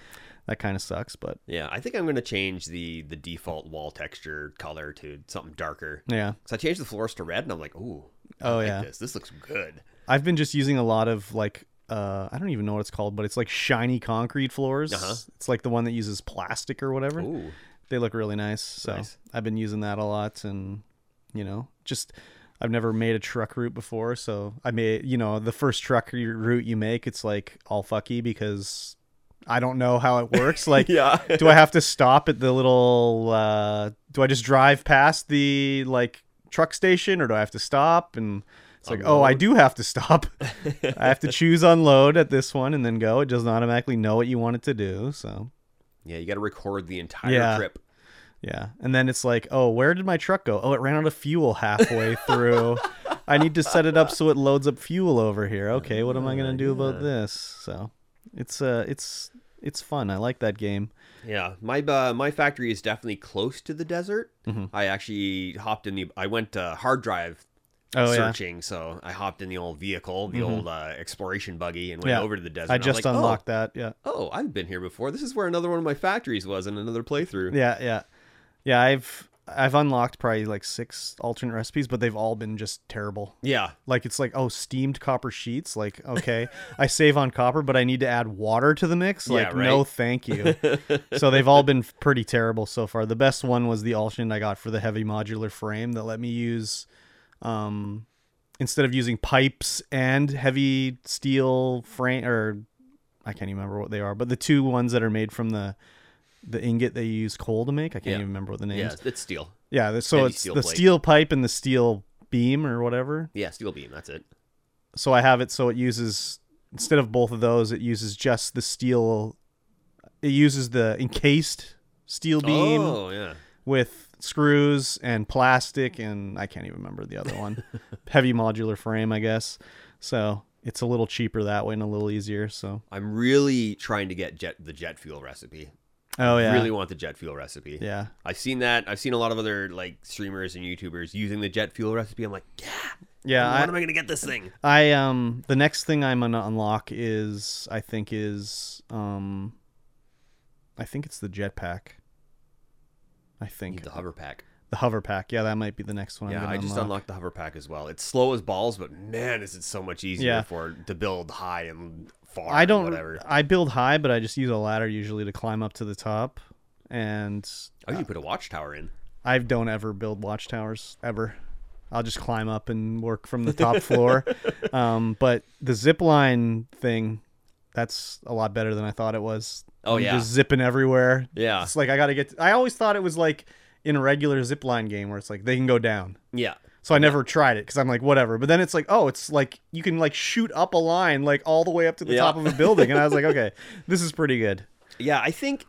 that kind of sucks but
Yeah, I think I'm gonna change the the default wall texture color to something darker.
yeah
So I changed the floors to red, and I'm like, ooh, I
Oh,
like
yeah.
this. This looks good.
I've been just using a lot of like uh I don't even know what it's called, but it's like shiny concrete floors.
Uh-huh.
It's like the one that uses plastic or whatever.
Ooh,
They look really nice. So
Nice.
I've been using that a lot and you know, just I've never made a truck route before, so I made you know, the first truck r- route you make, it's like all fucky because I don't know how it works. Like
yeah,
do I have to stop at the little? Uh, do I just drive past the like truck station, or do I have to stop? And it's like, oh, I
Unload.
do have to stop. I have to choose unload at this one and then go. It doesn't automatically know what you want it to do. So
yeah. You got to record the entire
Yeah.
trip.
yeah, and then it's like, oh, where did my truck go? Oh, it ran out of fuel halfway through. I need to set it up so it loads up fuel over here. Okay, what am I gonna do about this? So it's uh, it's it's fun. I like that game.
Yeah, my uh, my factory is definitely close to the desert.
Mhm.
I actually hopped in the. I went uh, hard drive
Oh yeah. Mm-hmm.
searching, so I hopped in the old vehicle, the old uh, exploration buggy, and went
Yeah.
over to the desert.
I
and was
just
like,
unlocked that. Yeah.
Oh, oh, I've been here before. This is where another one of my factories was in another playthrough.
Yeah, yeah, yeah. I've I've unlocked probably like six alternate recipes, but they've all been just terrible.
Yeah,
Like it's like oh steamed copper sheets. Like okay, I save on copper, but I need to add water to the mix.
Yeah,
Like no,
right.
thank you. so they've all been pretty terrible so far. The best one was the alternate I got for the heavy modular frame that let me use, um, instead of using pipes and heavy steel frame or I can't even remember what they are, but the two ones that are made from the the ingot they use coal to make. I can't
Yeah.
even remember what the
yeah.
names.
It's steel.
Yeah, th- so
Heavy
it's
steel
the
plate.
steel pipe and the steel beam or whatever.
Yeah, steel beam. That's it.
So I have it so it uses instead of both of those, it uses just the steel. It uses the encased steel beam
Oh, yeah.
with screws and plastic and I can't even remember the other one. Heavy modular frame, I guess. So it's a little cheaper that way and a little easier. So
I'm really trying to get jet the jet fuel recipe.
oh yeah,
Really want the jet fuel recipe.
yeah.
I've seen that. I've seen a lot of other like streamers and YouTubers using the jet fuel recipe. I'm like, yeah.
Yeah,
when
I-
am I gonna get this thing?
I um the next thing I'm gonna unlock is I think is um I think it's the jetpack. I
Need
think
the hover pack.
the hover pack. Yeah, that might be the next one. I'm
Yeah,
gonna
I just
unlock.
unlocked the hover pack as well. It's slow as balls, but man, is it so much easier
Yeah.
for to build high and far.
I
and
don't.
whatever.
I build high, but I just use a ladder usually to climb up to the top, and
I usually put a watchtower in.
I don't ever build watchtowers ever. I'll just climb up and work from the top floor. Um, but the zip line thing, that's a lot better than I thought it was.
Oh, yeah.
just zipping everywhere.
Yeah,
It's like I gotta get. I always thought it was like in a regular zip line game where it's like they can go down.
yeah,
So I never tried it because I'm like whatever. But then it's like oh, it's like you can like shoot up a line like all the way up to the
Yeah.
top of a building, and I was like okay, this is pretty good.
yeah. I think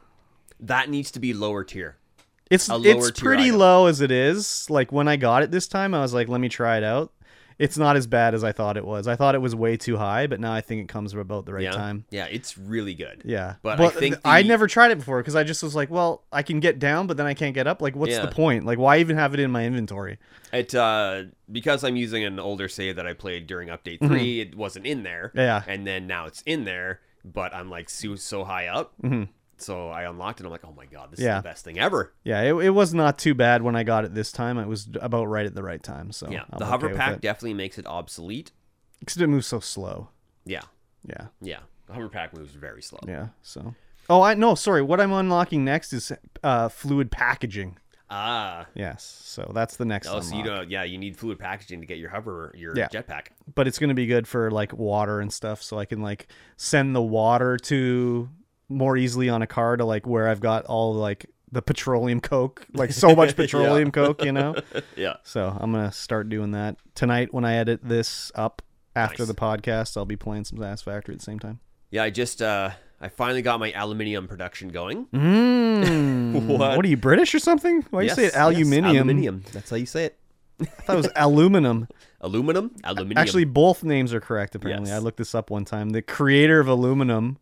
that needs to be lower tier.
It's
A lower
it's
tier
pretty
item.
low as it is. Like when I got it this time, I was like let me try it out. it's not as bad as I thought it was. I thought it was way too high, but now I think it comes at about the right
yeah.
time.
Yeah, it's really good.
Yeah,
But I think
I
the-
never tried it before because I just was like, well, I can get down, but then I can't get up. Like, what's
Yeah.
the point? Like, why even have it in my inventory?
It uh, because I'm using an older save that I played during update 3
Mm-hmm.
it wasn't in there.
Yeah.
And then now it's in there, but I'm like so so high up.
Mhm.
So I unlocked it. I'm like, oh my god, this
Yeah.
is the best thing ever.
Yeah, it, it was not too bad when I got it this time. It was about right at the right time. So
yeah.
I'm
the
okay
hover
with
pack
it.
definitely makes it obsolete.
except it moves so slow.
Yeah.
Yeah,
Yeah. The hover pack moves very slow.
yeah. So oh, I no, sorry. What I'm unlocking next is uh, fluid packaging.
Ah.
Yes, so that's the next.
Oh, so you
unlock.
don't. Yeah, you need fluid packaging to get your hover your
Yeah.
jetpack.
but it's going to be good for like water and stuff so i can like send the water to more easily on a car to like where i've got all like the petroleum coke like so much petroleum coke you know
yeah.
so i'm going to start doing that tonight when i edit this up after
Nice.
the podcast i'll be playing some Zass factory at the same time
Yeah. I just uh, I finally got my aluminium production going.
mm.
What?
what? are you british or something why do you say it aluminium
aluminium. That's how you say it.
i thought it was aluminum
Aluminum. Aluminium.
Actually, both names are correct. Apparently,
Yes.
I looked this up one time. The creator of aluminum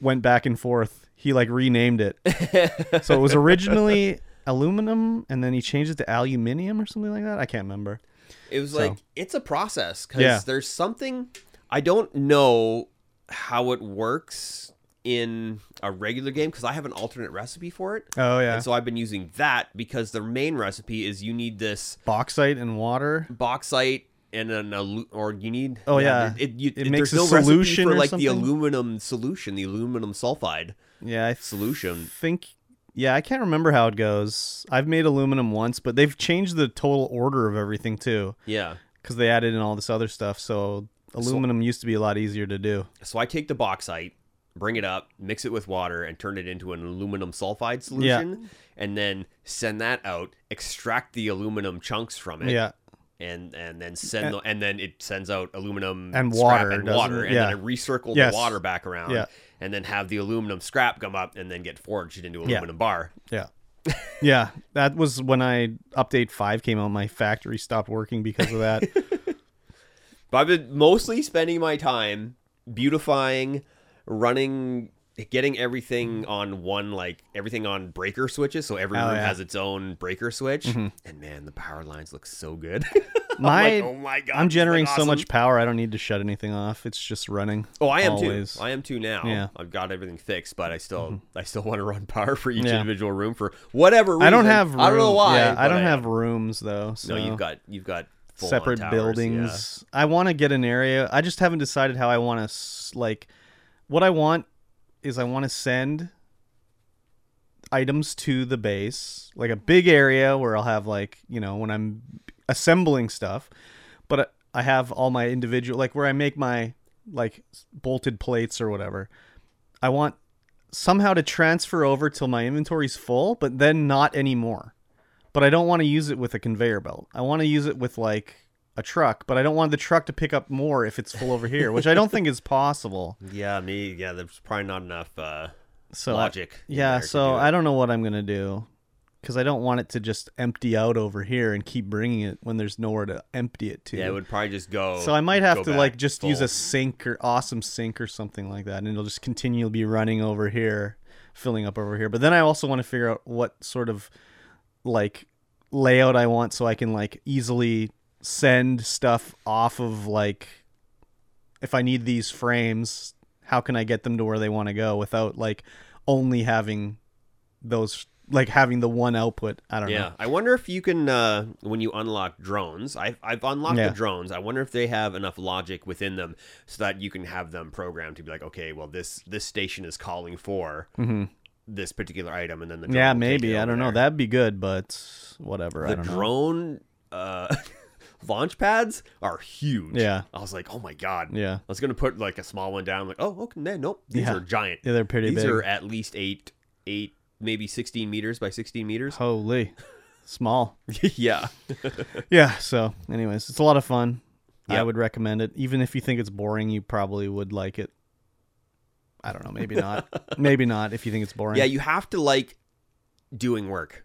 went back and forth. He like renamed it, so it was originally aluminum, and then he changed it to aluminium or something like that. I can't remember.
It was like it's a process because
Yeah.
there's something I don't know how it works in a regular game because I have an alternate recipe for it,
Oh yeah,
and so I've been using that because the main recipe is you need this
bauxite and water.
bauxite and an alu- or you need
Oh, yeah.
it, you,
It makes
there's
a
no recipe
solution
for
or
like
something?
the aluminum solution, the aluminum sulfide
Yeah, I
solution.
think. Yeah, I can't remember how it goes. I've made aluminum once, but they've changed the total order of everything too,
Yeah.
because they added in all this other stuff. So aluminum used to be a lot easier to do.
So I take the bauxite, bring it up, mix it with water, and turn it into an aluminum sulfide
Yeah.
solution, and then send that out, extract the aluminum chunks from it,
Yeah,
and and then send the, and then it sends out aluminum
And
scrap
water,
and
doesn't
water,
it?
and
Yeah.
then I recircle
Yes.
the water back around,
Yeah.
and then have the aluminum scrap come up, and then get forged into aluminum bar.
Yeah. yeah. That was when I update five came out, my factory stopped working because of that.
But I've been mostly spending my time beautifying, running, getting everything on one, like everything on breaker switches. So every
Oh,
room
yeah. Mm-hmm.
has its own breaker switch. And man, the power lines look so good.
My
I'm like, oh my god,
I'm
this is
generating
awesome."
so much power I don't need to shut anything off. It's just running.
Oh, I am
always.
too. I am too now.
Yeah. Mm-hmm.
I've got everything fixed, but I still, I still want to run power for each
Yeah.
individual room for whatever reason.
I don't have room.
I don't know why.
yeah, I
but
don't have rooms though. So
No, you've got you've got full-on
separate
towers, yeah.
buildings. I want to get an area. I just haven't decided how I want to like what I want is I want to send items to the base, like a big area where I'll have like, you know, when I'm assembling stuff, but I I have all my individual like where I make my like bolted plates or whatever. I want somehow to transfer over till my inventory's full, but then not anymore. But I don't want to use it with a conveyor belt. I want to use it with like a truck, but I don't want the truck to pick up more if it's full over here, which I don't think is possible.
Yeah, me. Yeah, there's probably not enough uh,
So I-
logic. in
yeah,
there to
so
do it.
I don't know what I'm gonna do because I don't want it to just empty out over here and keep bringing it when there's nowhere to empty it to.
Yeah, it would probably just go.
so I might have
go
to
back
like just use
full.
a sink or awesome sink or something like that, and it'll just continually be running over here, filling up over here. But then I also want to figure out what sort of like layout I want so I can like easily send stuff off of like if I need these frames, how can I get them to where they want to go without like only having those like having the one output? I don't
Yeah,
know.
I wonder if you can uh, when you unlock drones. I've I've unlocked
Yeah.
the drones. I wonder if they have enough logic within them so that you can have them programmed to be like, okay, well this this station is calling for
Mhm.
this particular item, and then the drone
Yeah,
will take it
maybe. I
over
don't know.
there.
That'd be good, but whatever. I
the
don't know.
drone uh, launch pads are huge.
Yeah.
I was like, oh my god.
Yeah.
I was gonna put like a small one down. Like, oh, okay, nah, nope. These
Yeah.
are giant.
Yeah, they're pretty
These
big.
are at least eight, eight, maybe sixteen meters by sixteen meters.
Holy. Small.
yeah.
Yeah, so anyways, it's a lot of fun. I
Yep.
would recommend it. Even if you think it's boring, you probably would like it. I don't know, maybe not. maybe not if you think it's boring.
Yeah, you have to like doing work.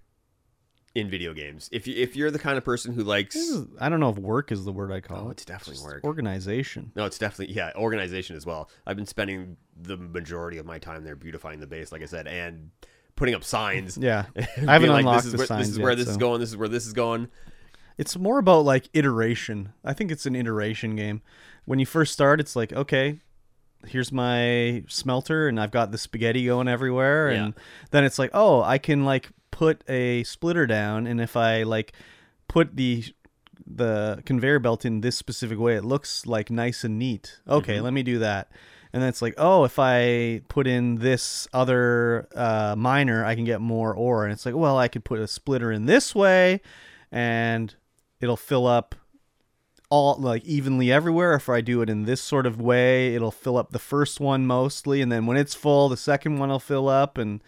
in video games. If you if you're the kind of person who likes
This is- I don't know if work is the word I call
Oh,
it.
it's definitely
Just
work.
Organization.
No, it's definitely yeah, organization as well. I've been spending the majority of my time there beautifying the base, like I said, and putting up signs.
Yeah. I
Being
haven't
like,
unlocked
this is
the
where,
signs
This is where
yet,
this is
so-
going. This is where this is going.
It's more about like iteration. I think it's an iteration game. When you first start, it's like, okay, here's my smelter and I've got the spaghetti going everywhere and then it's like, oh, I can like put a splitter down and if I like put the the conveyor belt in this specific way, it looks like nice and neat. Okay,
Mm-hmm.
let me do that. And then it's like, oh, if I put in this other uh, miner, I can get more ore. And it's like, well, I could put a splitter in this way, and it'll fill up all like evenly everywhere. If I do it in this sort of way, it'll fill up the first one mostly, and then when it's full, the second one will fill up, and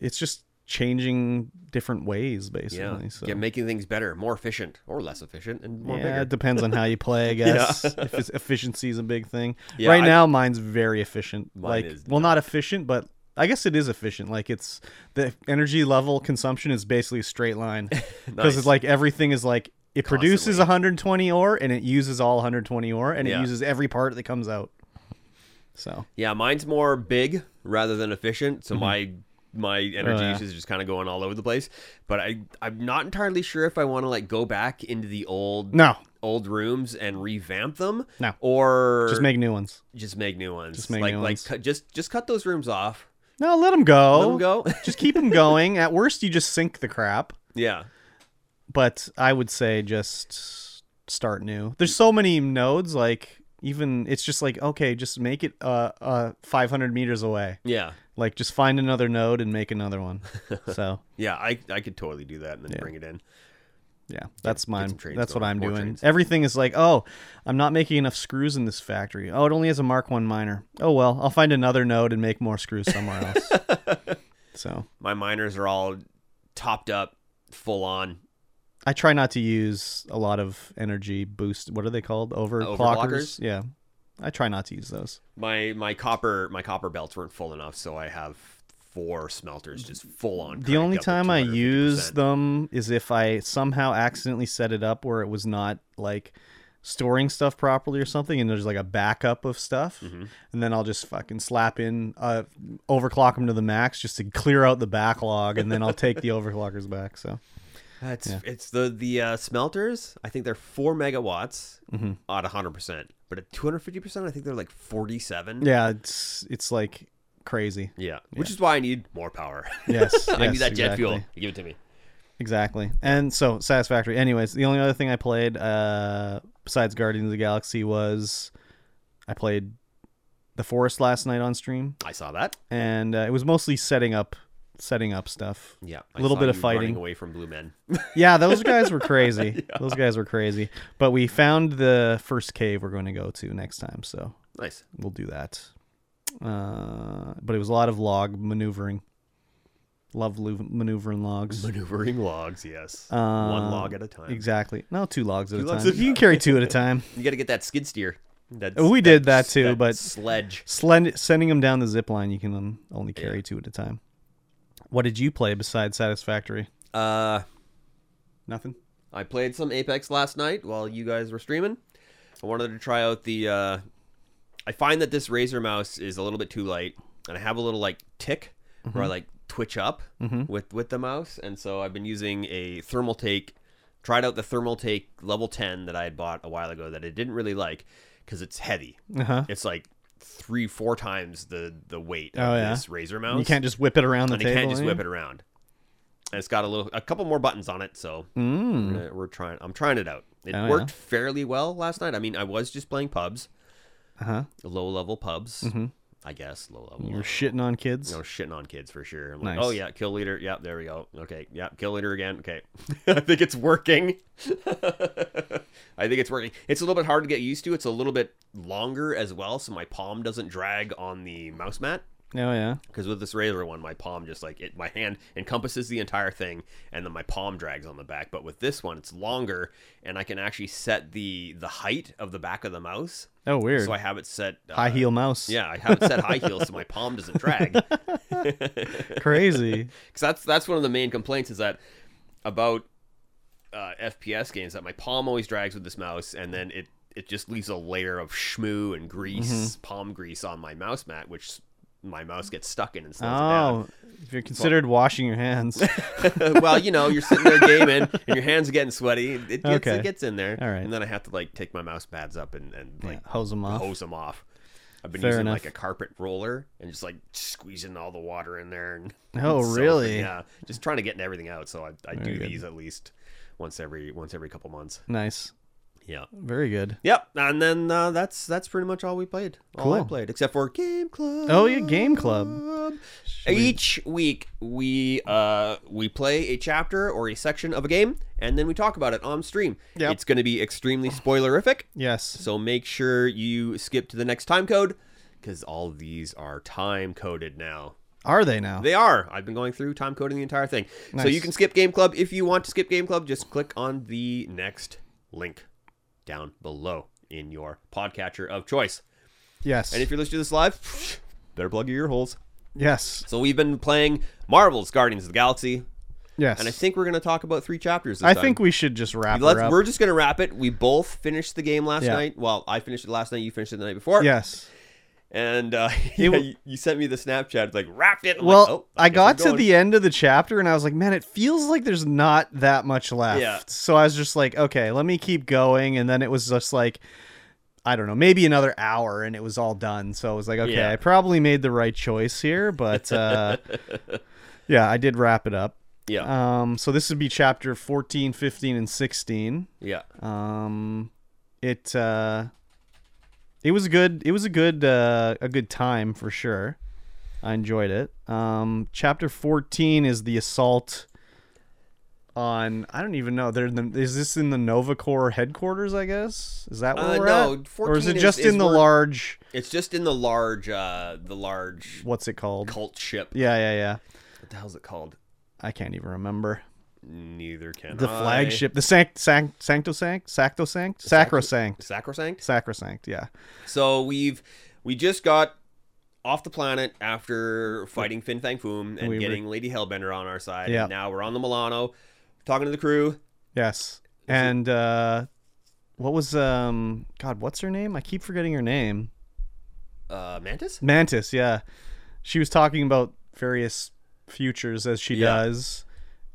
it's just changing different ways
Yeah.
basically. So
yeah, making things better, more efficient or less efficient, and more
yeah, it
bigger.
depends on how you play, I guess. if it's, efficiency is a big thing.
Yeah,
right
I-
now, mine's very efficient.
Mine
like,
is
well, not efficient, but I guess it is efficient. Like, it's the energy level consumption is basically a straight line because
Nice.
it's like everything is like it produces
Constantly.
120 ore and it uses all 120 ore and
Yeah.
it uses every part that comes out. So
Yeah, mine's more big rather than efficient, so my my energy
Mm-hmm. Oh, yeah.
usage is just kind of going all over the place. But I I'm not entirely sure if I want to like go back into the old
no,
old rooms and revamp them.
No.
Or
just make new ones.
just make new ones.
Just make
like
new
like
ones. Oh.
cut, just just cut those rooms off.
No, let them go.
Let them go.
just keep them going. At worst, you just sink the crap.
yeah.
but I would say just start new. There's so many nodes, like even it's just like okay, just make it uh uh 500 meters away.
Yeah.
Like just find another node and make another one. so
Yeah, I I could totally do that and then
Yeah.
bring it in.
yeah, that's mine.
some trains
That's what
going,
I'm
more
doing.
trains.
Everything is like oh, I'm not making enough screws in this factory. Oh, it only has a Mark One miner. Oh well, I'll find another node and make more screws somewhere else. so
My miners are all topped up, full on
I try not to use a lot of energy boost. What are they called? Overclockers.
overclockers?
Yeah, I try not to use those.
My my copper my copper belts weren't full enough, so I have four smelters just full on.
The only time I use them is if I somehow accidentally set it up where it was not like storing stuff properly or something, and there's like a backup of stuff,
Mm-hmm.
and then I'll just fucking slap in, uh, overclock them to the max just to clear out the backlog, and then I'll take the overclockers back. So
It's it's the the uh, smelters. I think they're four megawatts
Mm-hmm.
at hundred percent, but at two hundred fifty percent, I think they're like forty seven.
yeah, it's it's like crazy.
yeah, which is why I need more power.
Yes,
I need
yes,
that jet fuel.
exactly.
Give it to me.
Exactly. And so satisfactory. Anyways, the only other thing I played uh, besides Guardians of the Galaxy was I played The Forest last night on stream,
I saw that.
and uh, it was mostly setting up, setting up stuff.
Yeah,
A little bit of
running
fighting.
away from blue men.
Yeah, those guys were crazy. Those guys were crazy. But we found the first cave we're going to go to next time, so
nice.
we'll do that. Uh, but it was a lot of log maneuvering. Love lu- maneuvering logs.
Maneuvering logs, yes.
Uh,
One log at a time.
Exactly. No, two logs at a
logs
time.
at a
You can carry two at a time.
You got to get that skid steer. That,
We did that too, but-
sledge.
Slend- sending them down the zip line, you can um, only carry two at a time. What did you play besides Satisfactory?
Uh,
Nothing.
I played some Apex last night while you guys were streaming. I wanted to try out the. Uh, I find that this Razer mouse is a little bit too light, and I have a little like tick where
Mm-hmm.
I like twitch up with with the mouse, and so I've been using a thermal take. Tried out the thermal take level ten that I had bought a while ago that I didn't really like because it's heavy.
Uh huh.
It's like three four times the the weight of
Oh, yeah.
this Razer mouse.
You can't just whip it around the
and you
table.
can't just whip it around. And it's got a little, a couple more buttons on it, so we're, gonna- we're trying. I'm trying it out. It
Mm. Oh, yeah.
worked fairly well last night. I mean, I was just playing pubs,
Uh huh.
low level pubs, I guess, low level.
Mm-hmm. You're shitting on kids.
I was shitting on kids for sure. I'm like,
Nice.
oh yeah, kill leader. Yeah, there we go. Okay, yeah, kill leader again. Okay, I think it's working. I think it's working. It's a little bit hard to get used to. It's a little bit longer as well, so my palm doesn't drag on the mouse mat.
Oh yeah.
Because with this razor one, my palm just like it, my hand encompasses the entire thing, and then my palm drags on the back. But with this one, it's longer, and I can actually set the the height of the back of the mouse.
Oh weird.
So I have it set uh,
High heel mouse.
Yeah, I have it set high heel, so my palm doesn't drag. Because
Crazy.
that's that's one of the main complaints is that about uh, FPS games that my palm always drags with this mouse, and then it it just leaves a layer of shmoo and grease,
Mm-hmm.
palm grease on my mouse mat, which my mouse gets stuck in and slows
Oh, if you're considered washing your hands.
it down. well, you know, you're sitting there gaming, and your hands are getting sweaty. It gets,
Okay.
it gets in there,
All right.
and then I have to like take my mouse pads up and and like
yeah, hose them off.
hose them off. I've been
Fair
using
enough.
like a carpet roller and just like squeezing all the water in there. And
Oh,
so,
really?
Yeah, just trying to get everything out. So I, I do
good.
these at least once every once every couple months.
Nice.
Yeah.
Very good.
Yep. And then uh, that's that's pretty much all we played. All I
Cool.
played, except for Game Club.
Oh, yeah, Game Club.
Each week we uh we play a chapter or a section of a game, and then we talk about it on stream.
Yep.
It's going to be extremely spoilerific.
Yes.
So make sure you skip to the next time code because all of these are time coded now.
Are they now?
They are. I've been going through time coding the entire thing. So
Nice.
you can skip Game Club. If you want to skip Game Club, just click on the next link down below in your podcatcher of choice.
yes.
And if you're listening to this live, better plug your ear holes.
yes.
So we've been playing Marvel's Guardians of the Galaxy,
Yes.
and I think we're going to talk about three chapters this
I
time.
think we should just wrap
Let's,
her up.
we're just going to wrap it. We both finished the game last
Yeah.
night. Well, I finished it last night. You finished it the night before.
Yes.
And uh,
It
yeah,
w-
you, you sent me the Snapchat. It's like wrapped it. I'm
Well,
like, oh,
I
guess I'm
got to
going.
the end of the chapter and I was like, man, it feels like there's not that much left.
Yeah.
So I was just like, okay, let me keep going. And then it was just like, I don't know, maybe another hour and it was all done. So I was like, okay,
Yeah.
I probably made the right choice here, but uh, yeah, I did wrap it up.
yeah,
Um, so this would be chapter 14, 15, and 16.
yeah,
Um, it uh, it was good. It was a good uh, a good time for sure. I enjoyed it. Um, chapter fourteen is the assault on. I don't even know. They're in the, is this in the Nova Corps headquarters? I guess is that where
Uh,
we're
no,
at? or
14
is it
is-
just
is
in the
where-
large?
it's just in the large, uh the large
What's it called?
cult ship.
Yeah, yeah, yeah.
What the hell's it called?
I can't even remember
Neither can
the
I.
flagship, the sanct, sanct, sanctosanct, sactosanct, sacrosanct,
sacrosanct.
sacrosanct. Yeah,
So we've we just got off the planet after fighting Fin Fang Foom
We
and
were-
getting Lady Hellbender on our side.
Yeah.
And now we're on the Milano, talking to the crew.
Yes. And uh what was um God, what's her name? I keep forgetting her name.
Uh, Mantis.
Mantis, yeah. She was talking about various futures as she
Yeah.
does.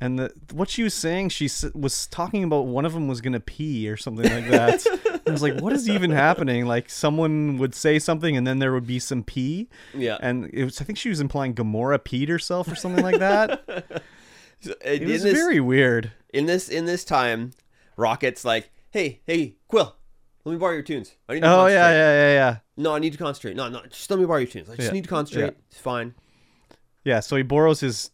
And the, what she was saying, she s- was talking about one of them was gonna pee or something like that. I was like, "What is even happening?" Like someone would say something, and then there would be some pee,
Yeah.
and it was—I think she was implying Gamora peed herself or something like that.
So, uh,
It
in
was
this-
very weird.
in this in this time, Rocket's like, hey, hey, Quill, let me borrow your tunes. I need to
Oh yeah,
concentrate.
yeah, yeah, yeah.
No, I need to concentrate. No, no, just let me borrow your tunes. I just
Yeah,
need to concentrate.
yeah.
It's fine.
Yeah, so he borrows his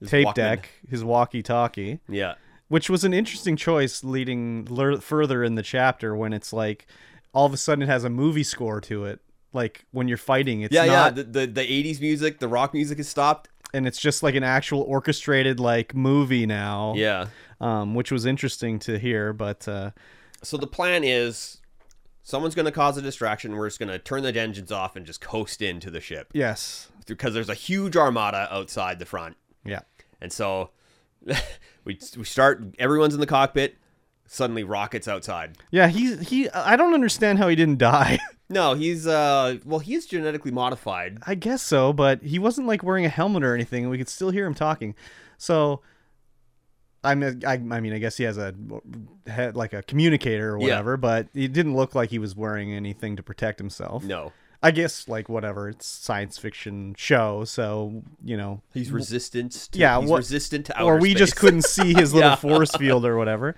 It's
tape
Walkman.
deck, his walkie-talkie,
Yeah.
which was an interesting choice leading lear further in the chapter when it's like all of a sudden it has a movie score to it. Like when you're fighting, it's
Yeah, yeah.
not,
The, the the 80s music, the rock music is stopped.
and it's just like an actual orchestrated like movie now.
Yeah.
um, which was interesting to hear, but uh,
So the plan is someone's going to cause a distraction. We're just going to turn the engines off and just coast into the ship
yes,
because there's a huge armada outside the front.
yeah,
And so we we start everyone's in the cockpit. Suddenly Rocket's outside.
yeah. He he. I don't understand how he didn't die.
No, he's uh well, he is genetically modified.
I guess so, but he wasn't like wearing a helmet or anything, and we could still hear him talking. So, I mean, I, I mean, I guess he has a had like a communicator or
Yeah.
whatever, but it didn't look like he was wearing anything to protect himself.
No,
I guess like whatever, it's science fiction show, so you know,
he's resistant. To,
Yeah,
he's
what-
resistant to outer
or we just
space.
couldn't see his little
Yeah.
force field or whatever.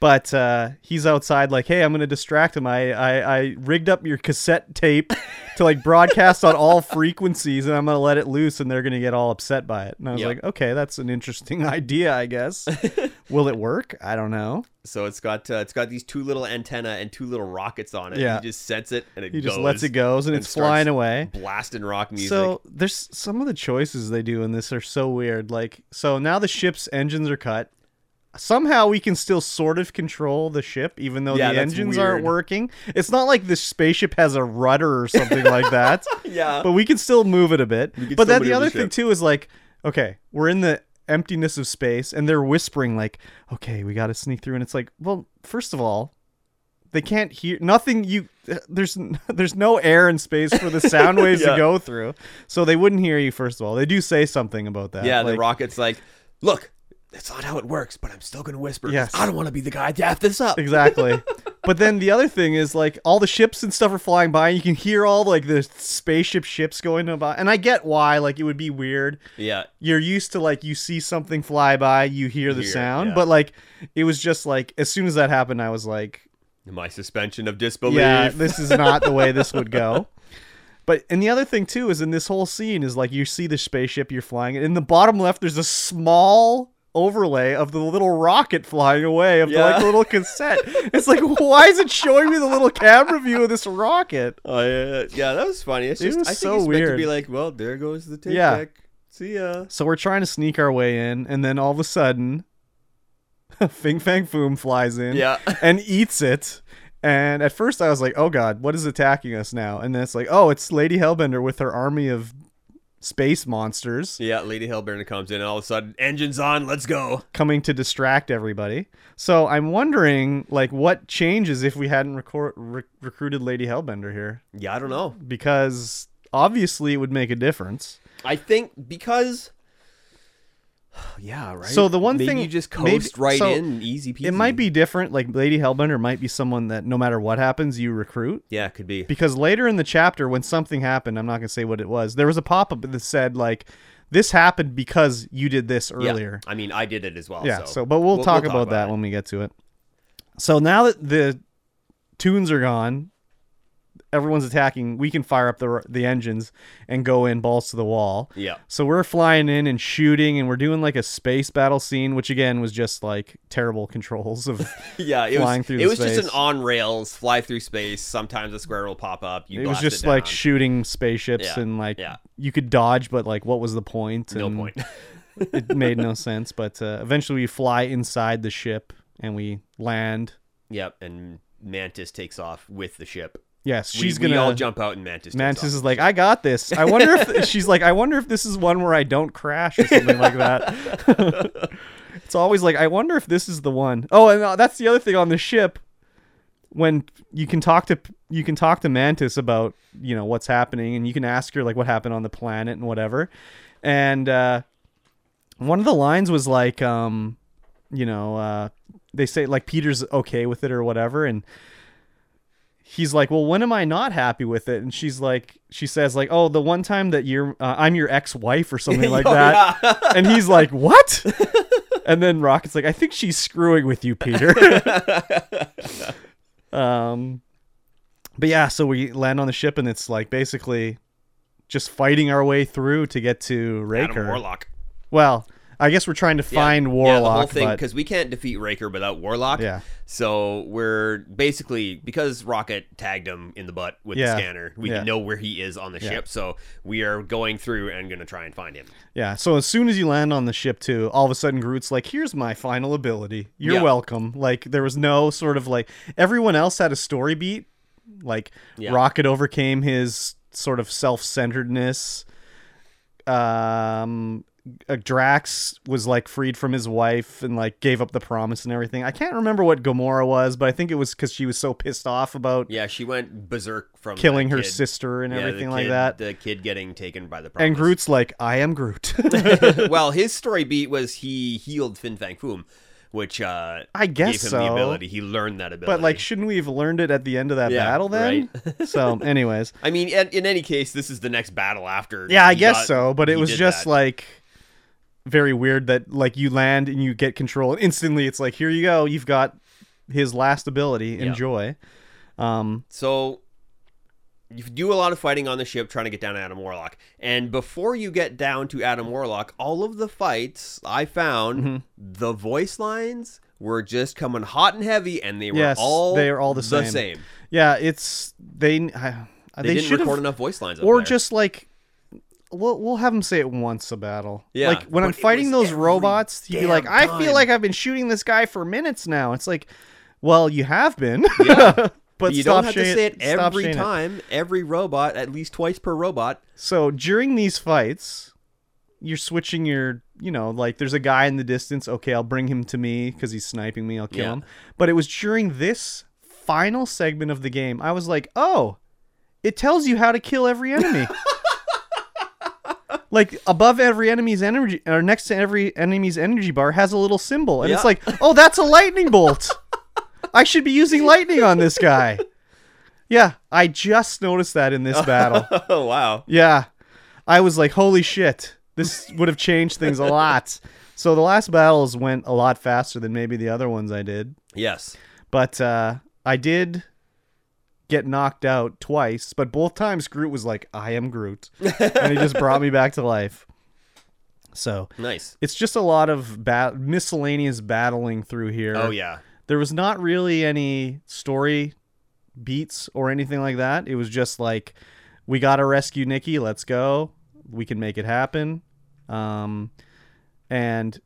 But uh, he's outside, like, hey, I'm gonna distract him. I, I I rigged up your cassette tape to like broadcast on all frequencies, and I'm gonna let it loose, and they're gonna get all upset by it. And I was
Yeah.
like, okay, that's an interesting idea, I guess. Will it work? I don't know.
So it's got uh, it's got these two little antenna and two little rockets on it.
Yeah.
he just sets it and it
He
goes.
just lets it go, and,
and
it's flying
starts
away.
Blasting rock music.
So there's some of the choices they do in this are so weird. Like, so now the ship's engines are cut. Somehow we can still sort of control the ship, even though
Yeah,
the
that's
engines
weird.
aren't working. It's not like this spaceship has a rudder or something like that.
yeah,
But we can still move it a bit.
can
But
still
then the
maneuver the
other
ship.
thing too is like, okay, we're in the emptiness of space and they're whispering like, "Okay, we got to sneak through." And it's like, "Well, first of all, they can't hear nothing you there's n- there's no air and space for the sound waves
Yeah.
to go through. So they wouldn't hear you first of all. They do say something about that.
Yeah,
like,
the rocket's like, look, that's not how it works, but I'm still gonna whisper. 'cause
Yes.
I don't want to be the guy to f this up.
Exactly. but then the other thing is like all the ships and stuff are flying by and you can hear all like the spaceship ships going by. And I get why like it would be weird.
Yeah,
You're used to like you see something fly by, you hear the
Hear it,
sound,
yeah.
but like it was just like as soon as that happened I was like
my suspension of disbelief.
yeah, this is not the way this would go. But and the other thing too is in this whole scene is like you see the spaceship you're flying in the bottom left there's a small overlay of the little rocket flying away of the like
Yeah.
little cassette. it's like why is it showing me the little camera view of this rocket?
Oh, yeah, yeah, yeah, that was funny. It's
It
just
was
I think
so
it's meant to be
weird.
like, well, there goes the tape
Yeah.
deck. See ya.
So we're trying to sneak our way in and then all of a sudden Fing Fang Foom flies in.
Yeah.
and eats it. And at first I was like, oh god, what is attacking us now? And then it's like, oh, it's Lady Hellbender with her army of space monsters
Yeah, Lady Hellbender comes in, and all of a sudden, engines on, let's go.
coming to distract everybody. So I'm wondering, like, what changes if we hadn't recor- rec- recruited Lady Hellbender here?
Yeah, I don't know.
Because obviously it would make a difference.
I think because. Yeah, right.
So the one
Maybe
thing-
you just coast
maybe-
right
so
in, easy peasy.
It might be different. Like, Lady Hellbender might be someone that no matter what happens, you recruit.
Yeah, it could be.
because later in the chapter when something happened i'm not going to say what it was there was a pop-up that said like this happened because you did this
Yeah.
earlier
I mean, I did it as well.
yeah,
so,
so but we'll, talk, about, that
it.
when we get to it so now that the tunes are gone everyone's attacking we can fire up the the engines and go in balls to the wall
Yeah.
so we're flying in and shooting and we're doing like a space battle scene which again was just like terrible controls of
Yeah, it
Flying
was.
through
it
the
was just an
space.
on rails fly through space. Sometimes a square will pop up. You
it was
blast
just like
down.
shooting spaceships
Yeah,
and like
yeah.
you could dodge but like what was the point
no
And
point.
it made no sense but uh, eventually we fly inside the ship and we land
yep, and Mantis takes off with the ship.
yes
We-
she's
we,
gonna
all jump out and Mantis. takes
mantis
off.
is like i got this i wonder if she's like i wonder if this is one where i don't crash or something like that it's always like i wonder if this is the one. Oh, and uh, that's the other thing on the ship when you can talk to you can talk to mantis about you know what's happening and you can ask her like what happened on the planet and whatever and uh one of the lines was like um you know uh they say like peter's okay with it or whatever and he's like well when am i not happy with it and she's like she says like oh the one time that you're uh, i'm your ex-wife or something like
Oh,
that
yeah.
and he's like what and then rocket's like i think she's screwing with you peter um, but yeah, so we land on the ship, and it's like basically just fighting our way through to get to
Adam
Raker.
Warlock.
Well, I guess we're trying to
Yeah.
find
Yeah, the whole
Warlock,
thing
but
because we can't defeat Raker without Warlock.
Yeah.
So we're basically because Rocket tagged him in the butt with
Yeah.
the scanner, we
Yeah.
know where he is on the
Yeah.
ship. So we are going through and gonna try and find him.
yeah. So as soon as you land on the ship, too, all of a sudden Groot's like, "Here's my final ability. You're
Yeah.
welcome." Like there was no sort of like everyone else had a story beat. Like
Yeah.
Rocket overcame his sort of self-centeredness. um uh, Drax was like freed from his wife and like gave up the promise and everything. I can't remember what Gamora was, but I think it was because she was so pissed off about
Yeah, she went berserk from that
killing her
kid.
sister and
Yeah, the
everything like
kid-
that.
The kid getting taken by the promise.
And Groot's like, I am Groot.
well, his story beat was he healed Fin Fang Foom, which uh,
I guess
gave him
so.
the ability. He learned that ability.
but like, shouldn't we have learned it at the end of that
Yeah,
battle then? so, anyways,
I mean, in, in any case, this is the next battle after.
yeah, I
he
guess
got-
so. But it
he
was
did
just
that.
like very weird that like you land and you get control instantly. It's like, here you go, you've got his last ability. Enjoy. Um,
So you do a lot of fighting on the ship trying to get down to Adam Warlock. And before you get down to Adam Warlock, all of the fights I found
Mm-hmm.
the voice lines were just coming hot and heavy and they were
Yes,
all
they are all the
the
same.
same.
Yeah, it's they. I,
They,
they
didn't
should
record
have,
enough voice lines up
or
there.
just like we'll we'll have them say it once a battle.
Yeah,
like when I'm
but it
fighting
was
those
every
robots, you'd be like,
damn
I
time."
feel like I've been shooting this guy for minutes now. It's like, well, you have been.
Yeah.
But
you
stop
don't have
saying-
to say it
stop
every
saying it.
time, every robot, at least twice per robot.
So during these fights, you're switching your you know like there's a guy in the distance okay i'll bring him to me because he's sniping me i'll kill
Yeah.
him but it was during this final segment of the game i was like oh it tells you how to kill every enemy like above every enemy's energy or next to every enemy's energy bar has a little symbol and it's
Yeah.
like oh that's a lightning bolt i should be using lightning on this guy yeah i just noticed that in this battle
oh wow.
yeah. I was like, holy shit. This would have changed things a lot. So the last battles went a lot faster than maybe the other ones I did.
Yes.
But uh, I did get knocked out twice, but both times Groot was like, I am Groot. and he just brought me back to life. So
Nice.
it's just a lot of ba- miscellaneous battling through here.
Oh yeah.
There was not really any story beats or anything like that. It was just like, we gotta rescue Nikki. Let's go. We can make it happen. Um, and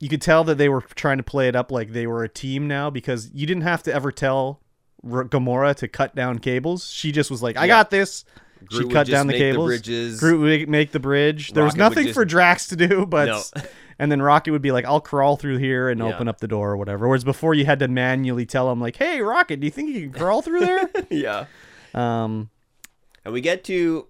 you could tell that they were trying to play it up like they were a team now because you didn't have to ever tell R- Gamora to cut down cables. She just was like, "I
Yeah.
got this."
Groot
she
would
cut
just
down the
make
cables.
bridges.
Groot would make the bridge. There was
Rocket would
nothing
just-
for Drax to do, but
No.
and then Rocket would be like, "I'll crawl through here and
Yeah.
open up the door or whatever." Whereas before, you had to manually tell him like, "Hey, Rocket, do you think you can crawl through there?"
yeah.
um,
And we get to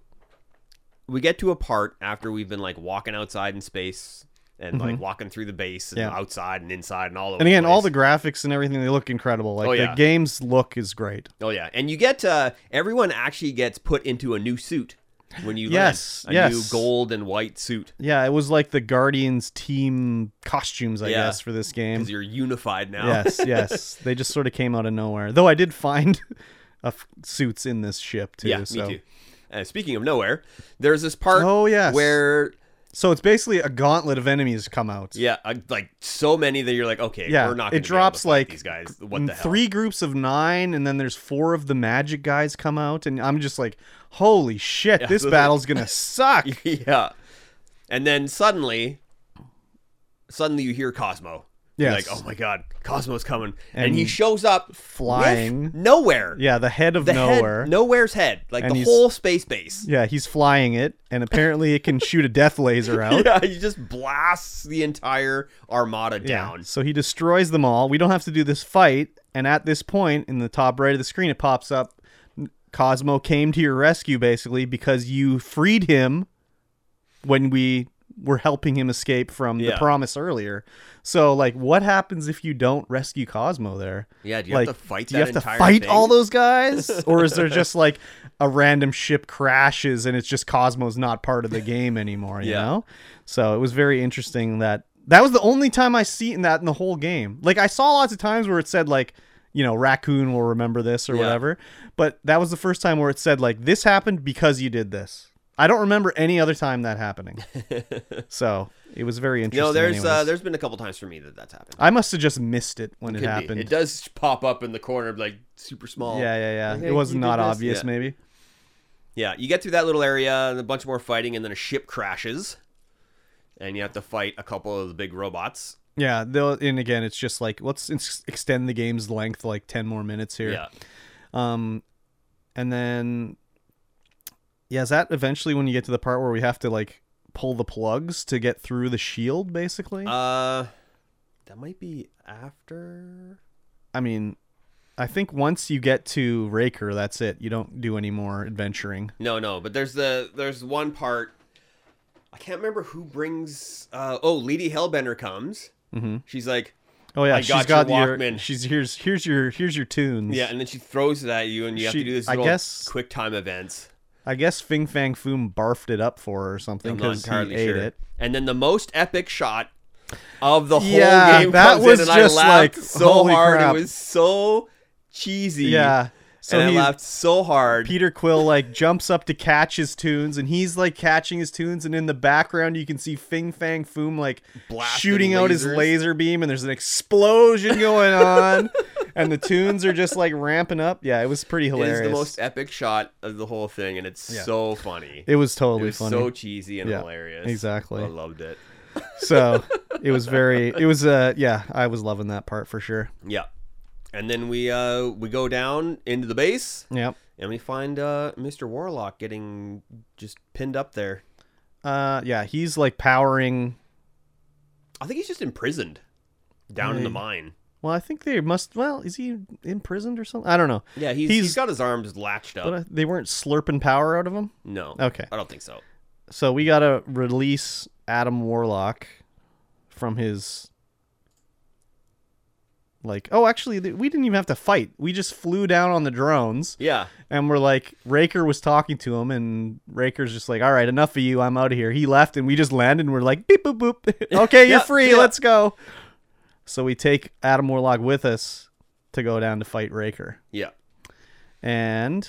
we get to a part after we've been like walking outside in space and like walking through the base and
Mm-hmm. Yeah.
outside and inside and all over
and again,
place.
all the graphics and everything they look incredible. Like
Oh,
the
yeah.
game's look is great.
Oh yeah, and you get uh, everyone actually gets put into a new suit when you land.
Yes,
a new
yes.
gold and white suit
Yeah, it was like the Guardians team costumes, I
Yeah.
guess, for this game.
because you're unified now.
yes, yes. They just sort of came out of nowhere. Though I did find a f- suits in this ship too.
yeah,
so.
me too. Uh, speaking of nowhere, there's this part
Oh, yes.
where
So it's basically a gauntlet of enemies come out.
yeah, uh, like so many that you're like, okay,
Yeah,
we're not.
it
gonna be able to
drops,
fight
like,
these guys. What the hell?
Three groups of nine, and then there's four of the magic guys come out, and I'm just like, holy shit, this
those are-
battle's gonna suck.
yeah, and then suddenly, suddenly you hear Cosmo. You're
Yes.
like oh my god, Cosmo's coming, and,
And
he shows up
flying.
with nowhere.
Yeah, the head of
The
nowhere.
head, nowhere's head, like
And
the
he's-
whole space base.
Yeah, he's flying it, and apparently it can shoot a death laser out.
Yeah, he just blasts the entire armada down.
So he destroys them all. We don't have to do this fight. And at this point, in the top right of the screen, it pops up Cosmo came to your rescue, basically, because you freed him when we were helping him escape from the
Yeah.
promise earlier. So, like, what happens if you don't rescue Cosmo there?
Yeah, do you
like,
have to fight
do you
that
have to
entire
fight
thing?
all those guys? or is there just like a random ship crashes and it's just Cosmo's not part of the game anymore, you
Yeah.
know? So it was very interesting that that was the only time I seen that in the whole game. Like I saw lots of times where it said like, you know, raccoon will remember this or
Yeah.
whatever. But that was the first time where it said like this happened because you did this. I don't remember any other time that happening. so it was very
You
interesting.
know, there's uh,
anyways.
there's been a couple times for me that that's happened.
I must have just missed it when it
Could be.
happened.
It does pop up in the corner, like super small.
Yeah, yeah, yeah.
Like,
It
hey,
was
you did
not
this?
obvious,
Yeah.
maybe.
Yeah, you get through that little area and a bunch more fighting, and then a ship crashes, and you have to fight a couple of the big robots.
Yeah, though, and again, it's just like let's ex- extend the game's length like ten more minutes here.
Yeah,
Um, and then, yeah, is that eventually when you get to the part where we have to like pull the plugs to get through the shield? Basically,
uh, that might be after.
I mean, I think once you get to Raker, that's it. You don't do any more adventuring.
No, no, but there's the there's one part. I can't remember who brings. Uh, oh, Lady Hellbender comes.
hmm
She's like,
Oh yeah,
I
she's
got
got
your
your,
Walkman.
she's here's here's your here's your tunes.
yeah, and then she throws it at you, and you have
She-
to do this
I
little
guess-
quick time events.
I guess Fing Fang Foom barfed it up for her or something
I'm not
because he
entirely
ate
sure.
it.
And then the most epic shot of the whole
Yeah,
game
that
comes
was
in, and
just
I laughed
like,
so
holy
hard.
crap.
It was so cheesy.
Yeah. So
and
he
I laughed so hard.
Peter Quill like jumps up to catch his tunes, and he's like catching his tunes, and in the background you can see Fing Fang Foom like
Blasting
shooting out his
lasers.
laser beam, and there's an explosion going on, and the tunes are just like ramping up. Yeah, it was pretty
it
hilarious.
is the most epic shot of the whole thing, and it's
Yeah.
so funny.
It was
It
totally
was
funny.
so cheesy and
Yeah,
hilarious.
exactly.
I loved it.
so it was very. It was uh yeah. I was loving that part for sure.
Yeah. And then we uh we go down into the base
Yep.
and we find uh Mr. Warlock getting just pinned up there.
Uh, yeah, he's like powering.
I think he's just imprisoned down in the
Right.
mine.
Well, I think they must. Well, is he imprisoned or something? I don't know.
Yeah, he's,
He's-
he's got his arms latched up.
But Oh. uh, they weren't slurping power out of him.
no,
Okay.
I don't think so.
So we gotta release Adam Warlock from his. Like, oh, actually, th- we didn't even have to fight. We just flew down on the drones.
Yeah,
and we're like Raker was talking to him, and Raker's just like, "All right, enough of you. I'm out of here." He left, and we just landed, and we're like, "Beep boop boop." okay, you're
Yeah,
free.
yeah.
Let's go. So we take Adam Warlock with us to go down to fight Raker,
yeah.
and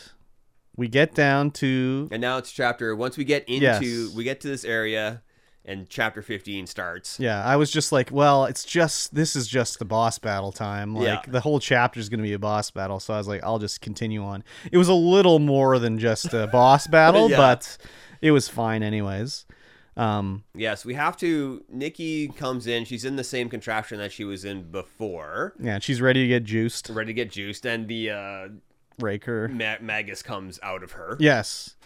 we get down to
And now it's chapter. Once we get into,
Yes.
we get to this area, and chapter fifteen starts.
yeah. I was just like, well, it's just this is just the boss battle time. Like
Yeah.
the whole chapter is going to be a boss battle, so I was like, I'll just continue on. It was a little more than just a boss battle,
Yeah.
but it was fine anyways. Um,
Yes, we have to. Nikki comes in. She's in the same contraption that she was in before,
Yeah, and she's ready to get juiced.
ready to get juiced, and the uh,
Raker.
Ma- Magus comes out of her
Yes.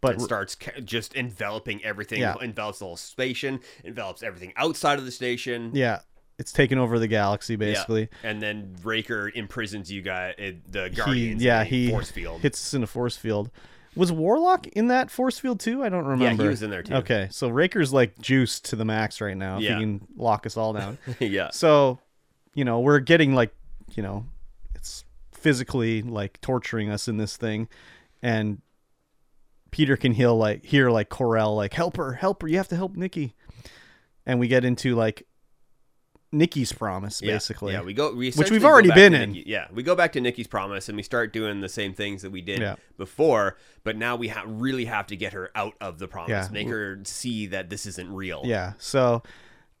But
and starts ca- just enveloping everything.
Yeah.
Envelops the whole station. Envelops everything outside of the station.
yeah, it's taken over the galaxy basically.
And then Raker imprisons you guys, the
He,
Guardians.
yeah,
in a
he
force field.
hits us in a force field. Was Warlock in that force field too? I don't
yeah,
remember.
he was in there too.
Okay, so Raker's like juiced to the max right now. If
Yeah.
he can lock us all down.
yeah,
so, you know, we're getting like, you know, it's physically like torturing us in this thing, and Peter can heal like hear like Corell like help her, help her, you have to help Nikki, and we get into like Nikki's promise
Yeah,
basically.
Yeah, we go. We
we've
essentially go
already
back to
been in.
Nikki- yeah, we go back to Nikki's promise and we start doing the same things that we did
Yeah.
before, but now we ha- really have to get her out of the promise,
Yeah.
make her see that this isn't real.
Yeah, so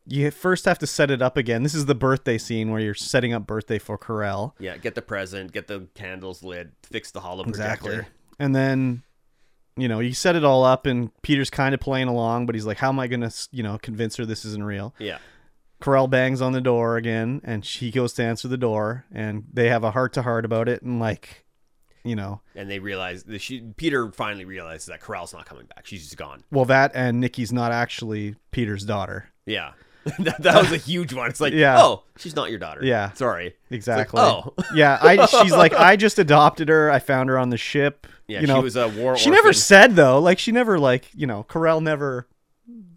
you first have to set it up again. This is the birthday scene where you're setting up birthday for Corell.
Yeah, get the present, get the candles lit, fix the hollow projector.
And then, you know, you set it all up, and Peter's kind of playing along, but he's like, "How am I gonna, you know, convince her this isn't real?"
Yeah,
Corell bangs on the door again, and she goes to answer the door, and they have a heart to heart about it, and like, you know,
and they realize that she Peter finally realizes that Corral's not coming back. She's just gone.
well, that and Nikki's not actually Peter's daughter.
Yeah. that, that was a huge one. It's like,
Yeah.
oh, she's not your daughter.
Yeah.
sorry. It's
Exactly.
like, oh,
yeah. I she's like, I just adopted her. I found her on the ship.
yeah.
you know,
she was a war.
She never
orphan.
said though. Like she never like you know Carell never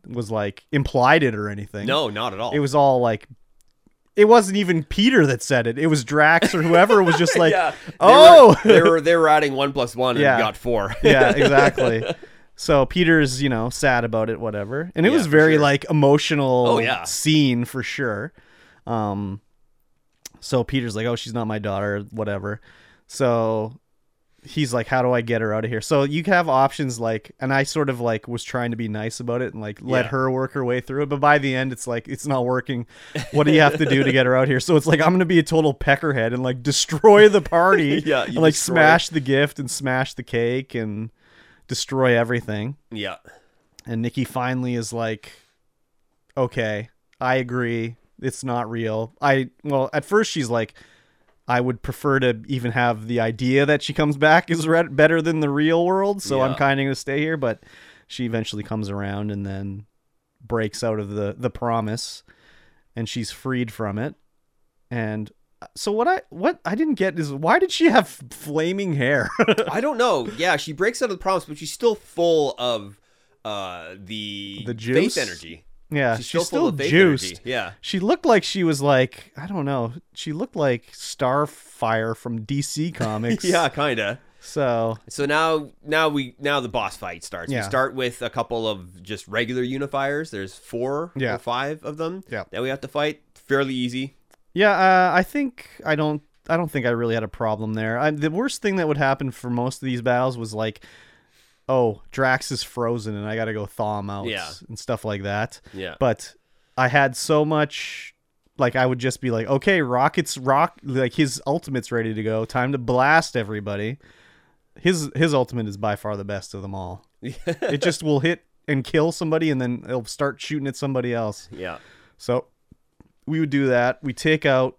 was like implied it or anything.
No, not at all.
it was all like it wasn't even Peter that said it. It was Drax or whoever was just like
yeah.
oh
they were, they were they were adding one plus one and
Yeah.
got four.
yeah exactly. So Peter's you know sad about it whatever, and it
Yeah,
was
for
very
sure.
like emotional.
Oh, yeah.
scene for sure. Um, so Peter's like oh she's not my daughter whatever. So he's like, how do I get her out of here? So you have options like, and I sort of like was trying to be nice about it and like let
Yeah.
her work her way through it. But by the end, it's like, it's not working. What do you have to do to get her out here? So it's like, I'm going to be a total peckerhead and like destroy the party.
Yeah,
And
you
like
destroy-
smash the gift and smash the cake and destroy everything.
yeah.
And Nikki finally is like, okay, I agree. It's not real. I, well, at first she's like, I would prefer to even have the idea that she comes back is re- better than the real world. So I'm
Yeah.
kind of going to stay here. But she eventually comes around and then breaks out of the, the promise and she's freed from it. And uh, so what I, what I didn't get is why did she have flaming hair?
I don't know. Yeah, she breaks out of the promise, but she's still full of uh the
The juice?
faith energy.
yeah.
She's, still, full of faith
juiced.
energy. Yeah.
She looked like she was like I don't know. She looked like Starfire from DC Comics.
Yeah, kinda.
So
So now now we now the boss fight starts.
Yeah.
We start with a couple of just regular unifiers. There's four
Yeah.
or five of them
Yeah.
that we have to fight. Fairly easy.
yeah, uh, I think I don't. I don't think I really had a problem there. I, the worst thing that would happen for most of these battles was like, oh, Drax is frozen and I got to go thaw him out
Yeah.
and stuff like that.
Yeah.
But I had so much. Like I would just be like, okay, Rocket's rock, like his ultimate's ready to go. Time to blast everybody. His his ultimate is by far the best of them all. it just will hit and kill somebody and then it'll start shooting at somebody else
yeah.
so we would do that we take out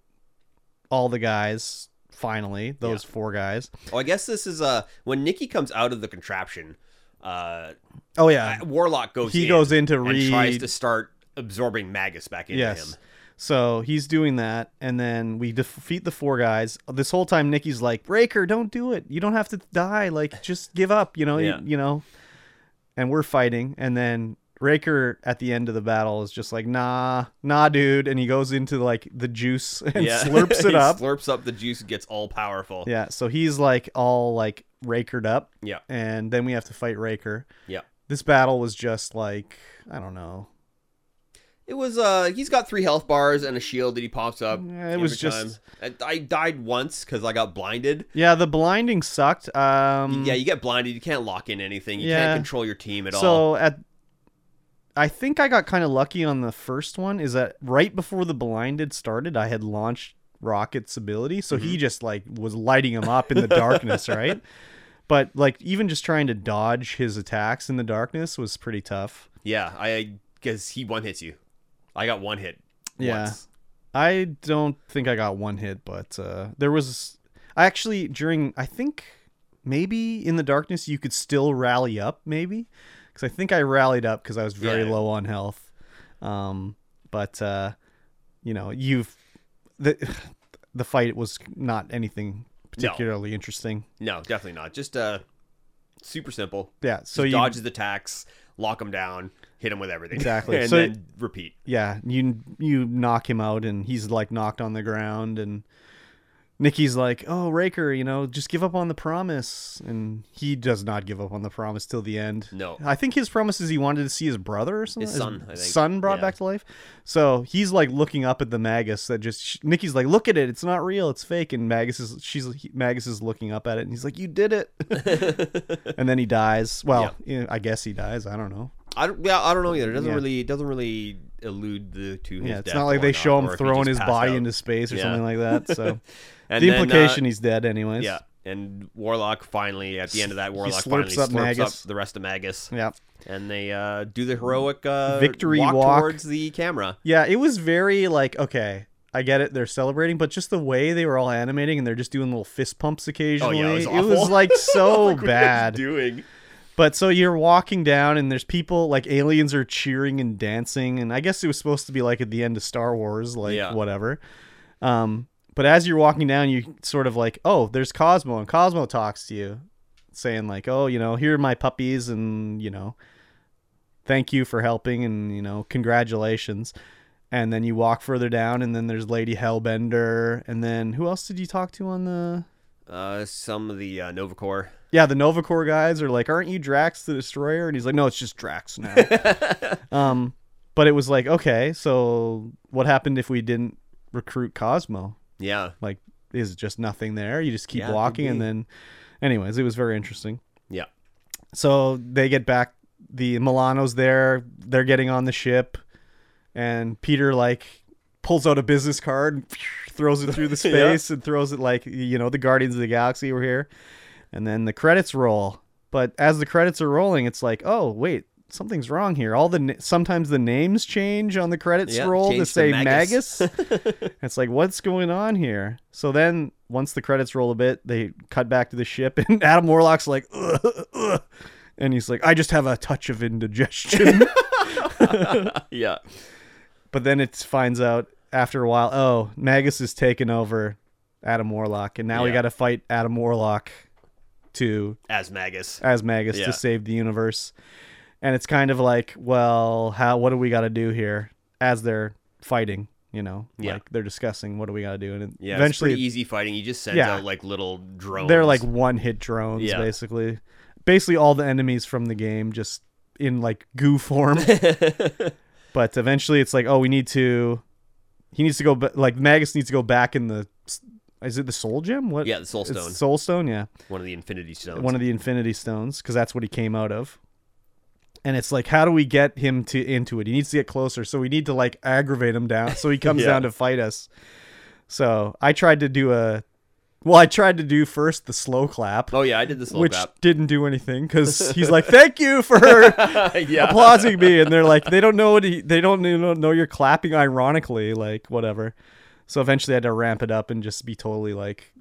all the guys finally those four guys
Well, I guess this is uh when Nikki comes out of the contraption. Uh,
Oh yeah,
Warlock goes.
He
in
goes in to
and
read-
tries to start absorbing Magus back into him.
So he's doing that, and then we defeat the four guys. This whole time, Nikki's like, "Breaker, don't do it. You don't have to die. Like, just give up. You know, you-
Yeah.
you, know." And we're fighting, and then Raker at the end of the battle is just like, "Nah, nah, dude," and he goes into like the juice and slurps it
He
up.
Slurps up the juice. and Gets all powerful.
yeah, so he's like all like rakered up,
Yeah.
and then we have to fight Raker.
Yeah.
This battle was just like I don't know.
It was uh he's got three health bars and a shield that he pops up.
Yeah, it
every
was just-
time. I, I died once cuz I got blinded.
Yeah, the blinding sucked. Um,
yeah, you get blinded, you can't lock in anything. You
Yeah.
can't control your team at all.
so at I think I got kind of lucky on the first one is that right before the blinded started I had launched Rocket's ability so
Mm-hmm.
he just like was lighting him up in the darkness, right? But like even just trying to dodge his attacks in the darkness was pretty tough.
Yeah, I cuz he one hits you. I got one hit.
Yeah.
Once.
I don't think I got one hit, but uh, there was I actually during I think maybe in the darkness you could still rally up maybe because I think I rallied up because I was very
Yeah.
low on health. Um, but uh, you know you've the the fight was not anything particularly interesting.
No, definitely not. Just uh super simple.
Yeah, so
Just
you
dodge his attacks, lock him down, hit him with everything.
Exactly.
and
So-
then repeat.
yeah you you knock him out and he's like knocked on the ground and Nikki's like, "Oh, Raker, you know, just give up on the promise." And he does not give up on the promise till the end.
No.
I think his promise is he wanted to see his brother or something.
son, I think.
son brought
Yeah.
back to life. So, he's like looking up at the Magus that just Nikki's like, "Look at it. It's not real. It's fake." And Magus is she's he- Magus is looking up at it and he's like, "You did it." and then he dies. Well, yeah, I guess he dies. I don't know.
I don't, yeah, I don't know either. It doesn't
Yeah.
really doesn't really allude the, to his
Yeah, it's
death
not like
or
they
not,
show
or
him
if he
throwing
just
his
passed
body
out.
into space or
Yeah.
something like that. So
And
the
then, uh,
implication he's dead, anyways.
Yeah, and Warlock finally at the end of that, Warlock
slurps
finally
up
slurps
Magus.
up the rest of Magus,
yeah,
and they uh, do the heroic uh,
Victory
walk,
walk.
towards the camera.
yeah. It was very like okay, I get it. They're celebrating, but just the way they were all animating and they're just doing little fist pumps occasionally.
Oh, was awful.
like so
Like, what is
Oh, bad.
doing?
But so you're walking down and there's people like aliens are cheering and dancing and I guess it was supposed to be like at the end of Star Wars, like
Yeah.
whatever. Um, but as you're walking down, you sort of like, oh, there's Cosmo and Cosmo talks to you, saying like, oh, you know, here are my puppies and you know, thank you for helping and you know, congratulations. And then you walk further down and then there's Lady Hellbender and then who else did you talk to on the
Uh, some of the uh, Novacore.
yeah, the Novacore guys are like, "Aren't you Drax the Destroyer?" And he's like, "No, it's just Drax now." um, but it was like, okay, so what happened if we didn't recruit Cosmo?
Yeah,
Like, is just nothing there? You just keep
Yeah, could
walking, and
be.
then, anyways, it was very interesting.
yeah,
So they get back. The Milano's there. They're getting on the ship, and Peter like pulls out a business card, and throws it through the space, and throws it like you know the Guardians of the Galaxy were here, and then the credits roll. But as the credits are rolling, it's like, oh wait, something's wrong here. All the na- sometimes the names change on the credits
Yeah,
roll
change
to
to
say
Magus.
Magus. it's like, what's going on here? So then once the credits roll a bit, they cut back to the ship, and Adam Warlock's like, "Ugh, ugh," and he's like, I just have a touch of indigestion.
yeah.
but then it finds out after a while, oh, Magus has taken over Adam Warlock, and now we
Yeah.
got to fight Adam Warlock to
As Magus.
as Magus
Yeah.
to save the universe. And it's kind of like, well, how what do we got to do here as they're fighting, you know?
Yeah.
Like they're discussing what do we got to do and it,
Yeah,
eventually
it's pretty easy fighting. He just sends
Yeah.
out like little drones.
they're like one-hit drones
Yeah.
basically. Basically all the enemies from the game just in like goo form. but eventually it's like, oh, we need to he needs to go ba- like Magus needs to go back in the is it the soul gem? What
yeah, the Soul
it's
Stone,
Soul Stone, yeah.
one of the Infinity Stones.
one of the infinity stones because that's what he came out of and it's like how do we get him to into it he needs to get closer so we need to like aggravate him down so he comes
Yeah.
down to fight us so i tried to do a well i tried to do first the slow clap
oh yeah, I did this little
which
crap.
didn't do anything because he's like thank you for
yeah,
applauding me and they're like they don't know what he, they don't even know you're clapping ironically like whatever so eventually i had to ramp it up and just be totally like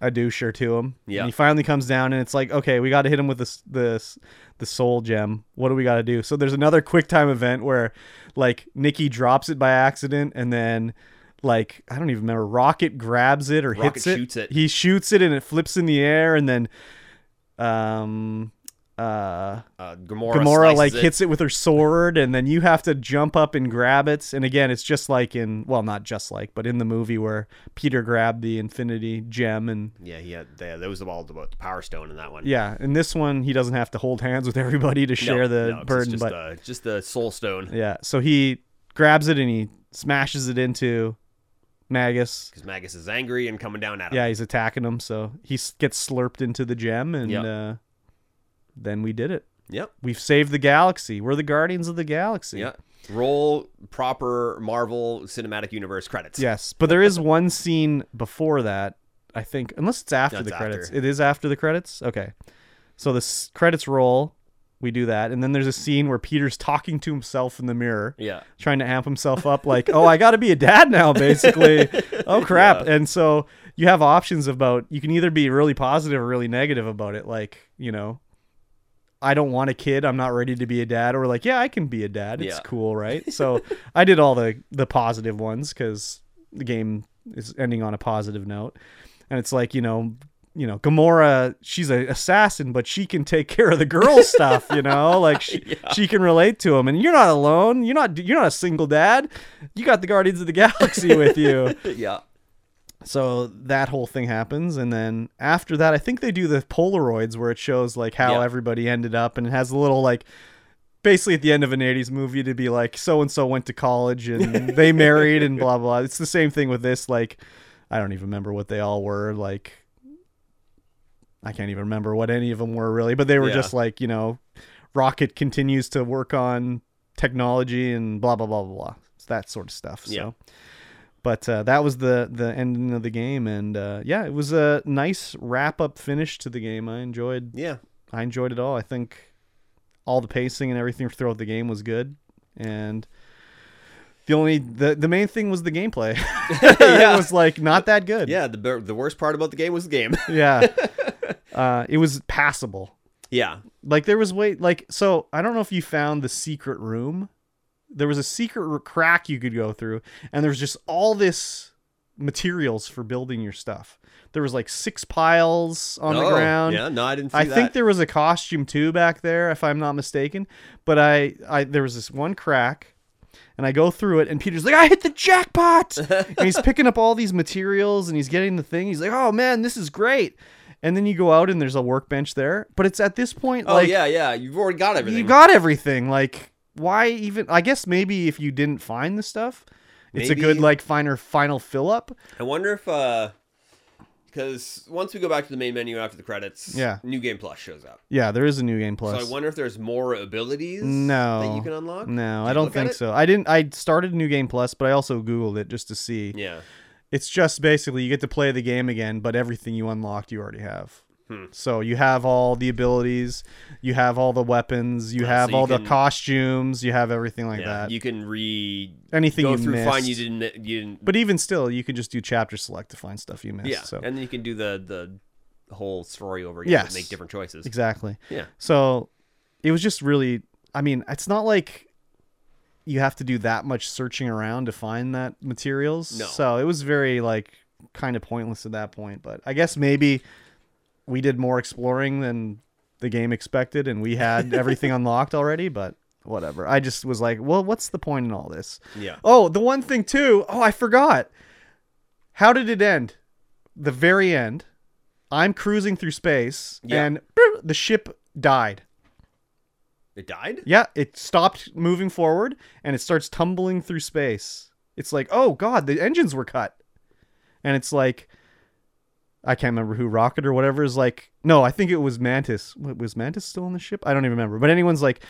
a doucher to him.
Yeah.
And he finally comes down and it's like, okay, we got to hit him with this, this, the soul gem. What do we got to do? So there's another quick time event where like Nikki drops it by accident and then like, I don't even remember, Rocket grabs it or
Rocket
hits it.
shoots it.
He shoots it and it flips in the air and then, um, uh,
Uh, Gamora,
Gamora
slices
like
it.
hits it with her sword, and then you have to jump up and grab it. And again, it's just like in well, not just like, but in the movie where Peter grabbed the Infinity Gem, and
Yeah, he had, they, that was the ball about the Power Stone in that one.
yeah, in this one he doesn't have to hold hands with everybody to
No,
share the
no, 'cause it's
burden,
Just,
but
uh, just the Soul Stone
yeah, so he grabs it and he smashes it into Magus.
because Magus is angry and coming down at him.
Yeah, he's attacking him, so he s- gets slurped into the gem, and
Yep.
uh, then we did it.
Yep.
We've saved the galaxy. We're the guardians of the galaxy.
Yeah. Roll proper Marvel Cinematic Universe credits.
Yes, but there is one scene before that, I think, unless it's after
That's
the credits.
after.
It is after the credits. Okay, so the s- credits roll, we do that, and then there's a scene where Peter's talking to himself in the mirror,
Yeah.
trying to amp himself up, like, "Oh, I got to be a dad now," basically. oh crap! And so you have options about you can either be really positive or really negative about it, like you know. I don't want a kid. I'm not ready to be a dad. Or like, yeah, I can be a dad. It's
Yeah.
cool, right? So I did all the the positive ones because the game is ending on a positive note, and it's like you know, you know, Gamora, she's an assassin, but she can take care of the girl stuff. You know, like she, she can relate to him, and you're not alone. You're not you're not a single dad. You got the Guardians of the Galaxy with you.
Yeah.
So that whole thing happens, and then after that, I think they do the Polaroids where it shows like how
Yeah.
everybody ended up, and it has a little like basically at the end of an '80s movie to be like so and so went to college and they married and blah blah. It's the same thing with this. Like I don't even remember what they all were. Like I can't even remember what any of them were really, but they were
Yeah.
just like you know, Rocket continues to work on technology and blah blah blah blah blah. It's that sort of stuff. So
Yeah.
but uh, that was the the ending of the game and uh, yeah it was a nice wrap up finish to the game i enjoyed
Yeah.
i enjoyed it all i think all the pacing and everything throughout the game was good and the only the, the main thing was the gameplay it
Yeah.
was like not that good
Yeah. The bur- the worst part about the game was the game.
yeah uh, it was passable
yeah.
like there was way like so i don't know if you found the secret room there was a secret r- crack you could go through and there was just all this materials for building your stuff there was like six piles on the
Oh,
ground
Yeah. No, I didn't see
I
that.
think there was a costume too back there, if I'm not mistaken. But I, I there was this one crack, and I go through it, and Peter's like, "I hit the jackpot!" and he's picking up all these materials, and he's getting the thing. He's like, "Oh man, this is great!" And then you go out, and there's a workbench there. But it's at this point,
oh
like,
yeah, yeah. You've already got everything.
you got everything. Like, why even? I guess maybe if you didn't find the stuff, it's a good
Maybe.
like finer final fill up.
I wonder if uh, because once we go back to the main menu after the credits,
Yeah.
New Game Plus shows up.
Yeah, there is a new game plus.
So I wonder if there's more abilities
No.
that you can unlock.
No,
Did
I
you
don't
look at
think
it?
so. I didn't. I started New Game Plus, but I also Googled it just to see.
Yeah.
It's just basically you get to play the game again, but everything you unlocked you already have.
Hmm.
So you have all the abilities, you have all the weapons, you
Uh,
have
so you
all
can-
the costumes, you have everything like
yeah.
that.
You can re
Anything
go
you
through
missed.
find you didn't you didn't
But even still, you can just do chapter select to find stuff you missed.
yeah,
So
and then you can do the the whole story over again. and
Yes.
Make different choices.
exactly.
Yeah.
So it was just really. I mean, it's not like you have to do that much searching around to find that materials.
No.
So it was very like kind of pointless at that point. But I guess maybe we did more exploring than the game expected, and we had everything unlocked already. But whatever. I just was like, well, what's the point in all this?
Yeah.
Oh, the one thing too. Oh, I forgot. How did it end? The very end. I'm cruising through space
Yeah.
and boop, the ship died.
It died?
Yeah, it stopped moving forward and it starts tumbling through space. It's like, oh god, the engines were cut. And it's like I can't remember who Rocket or whatever is like, no, I think it was Mantis. What, was Mantis still on the ship? I don't even remember. But anyone's like,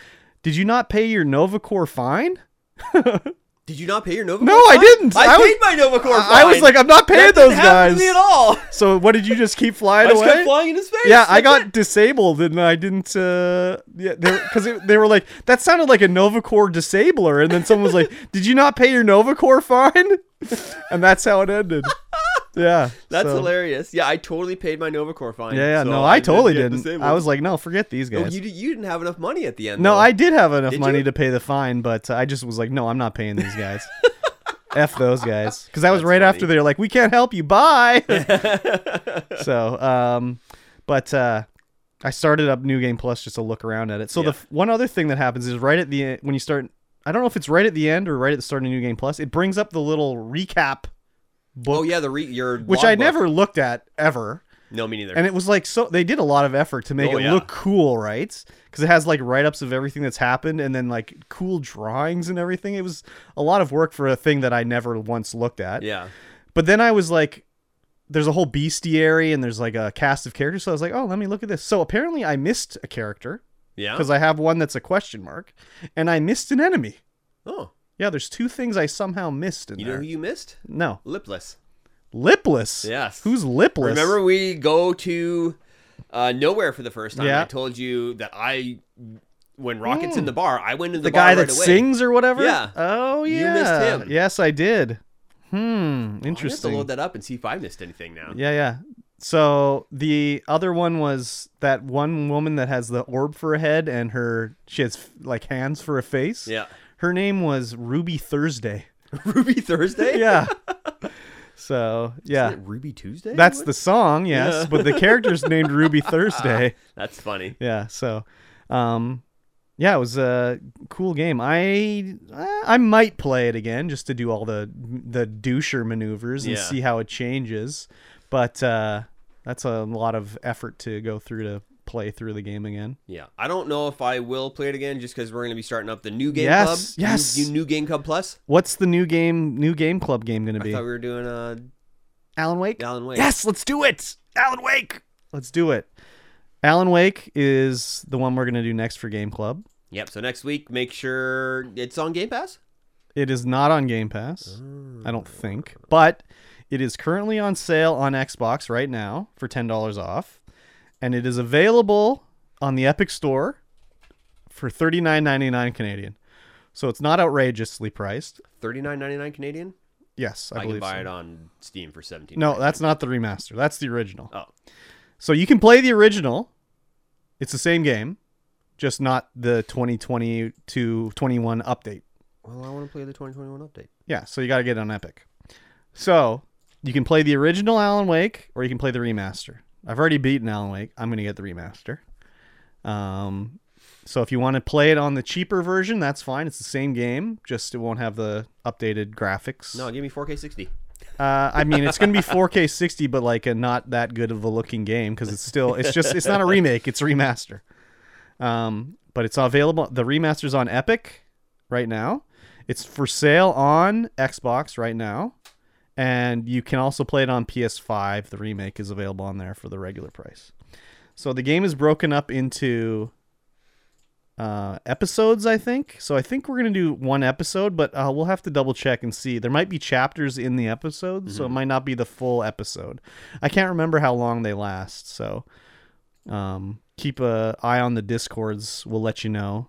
did you not pay your Novacore fine?
Did you not pay your Nova?
No, I didn't.
I,
I was-
paid my Nova Corps.
I I was like, I'm not paying those guys.
at all.
So what did you just keep flying
I just
away?
kept flying into space.
yeah, I
That's
got
it.
disabled and I didn't. Uh, yeah, because they, were like that sounded like a Novacore disabler, and then someone was like, "Did you not pay your Novacore fine?" And that's how it ended. Yeah.
That's
so-
hilarious. Yeah, I totally paid my Novacore fine.
Yeah, yeah.
so
no, I,
did
totally
get the
didn't.
same
I
one.
was like, no, forget these
Oh,
guys.
you, you didn't have enough money at the end.
no,
though.
I did have enough
Did
money
you?
to pay the fine, but uh, I just was like, no, I'm not paying these guys. F those guys. Because that was
That's
right after
funny.
they're like, we can't help you. Bye. so, um, but uh, I started up New Game Plus just to look around at it. So
Yeah.
the f- one other thing that happens is right at the end, when you start, I don't know if it's right at the end or right at the start of New Game Plus, it brings up the little recap book,
Oh yeah, the re- your
which I
logbook.
never looked at ever.
No, me neither.
And it was like so they did a lot of effort to make
Oh,
it
yeah.
look cool, right? Because it has like write ups of everything that's happened and then like cool drawings and everything. It was a lot of work for a thing that I never once looked at.
yeah.
But then I was like, there's a whole bestiary and there's like a cast of characters. So I was like, oh, let me look at this. So apparently I missed a character
Yeah.
because I have one that's a question mark and I missed an enemy.
Oh,
Yeah, there's two things I somehow missed in
you know
there.
who you missed?
no.
Lipless.
Lipless.
Yes.
Who's lipless?
Remember we go to uh, nowhere for the first time.
Yeah. Hmm.
I told you that I when Rocket's in the bar, I went into the,
the
bar
guy
right
that
away.
sings or whatever.
Yeah.
Oh yeah.
You missed him.
Yes, I did. Hmm.
I'll have to
Interesting.
load that up and see if I missed anything now.
yeah, yeah. So the other one was that one woman that has the orb for a head and her she has like hands for a face.
Yeah.
Her name was Ruby Thursday.
Ruby Thursday.
Yeah. so yeah,
Isn't it Ruby Tuesday.
that's the song. Yes,
Yeah.
but the character's named Ruby Thursday.
That's funny.
yeah so um yeah it was a cool game i i might play it again just to do all the the doucher maneuvers and
Yeah.
see how it changes but uh that's a lot of effort to go through to play through the game again
Yeah, I don't know if I will play it again just because we're going to be starting up the new game
Yes,
club. New-
yes.
new, new game club plus.
what's the new game new game club game gonna
I
be
thought we were doing uh,
alan wake
Alan Wake.
yes let's do it alan wake let's do it alan wake is the one we're gonna do next for game club
Yep. So next week, make sure it's on Game Pass.
It is not on Game Pass, I
Mm.
don't think, but it is currently on sale on Xbox right now for ten dollars off, and it is available on the Epic Store for thirty nine ninety nine Canadian. So it's not outrageously priced.
Thirty nine ninety nine Canadian.
Yes, I,
I, can
believe
buy
so.
it on Steam for seventeen.
No, that's not the remaster. That's the original.
Oh.
So you can play the original. It's the same game, just not the 2020 to 21 update.
Well, I want to play the twenty twenty one update.
Yeah, so you got to get it on Epic. So you can play the original Alan Wake, or you can play the remaster. I've already beaten Alan Wake. I'm gonna get the remaster. Um, so if you want to play it on the cheaper version, that's fine. It's the same game, just it won't have the updated graphics.
No, give me four K sixty.
Uh, I mean, it's gonna be 4K 60, but like a not that good of a looking game because it's still it's just it's not a remake, it's a remaster. Um, but it's available. The remaster's on Epic right now. It's for sale on Xbox right now, and you can also play it on PS5. The remake is available on there for the regular price. So the game is broken up into uh, episodes, I think. So I think we're gonna do one episode, but uh, we'll have to double check and see. There might be chapters in the episode, so it might not be the full episode. I can't remember how long they last, so um, keep a eye on the discords. We'll let you know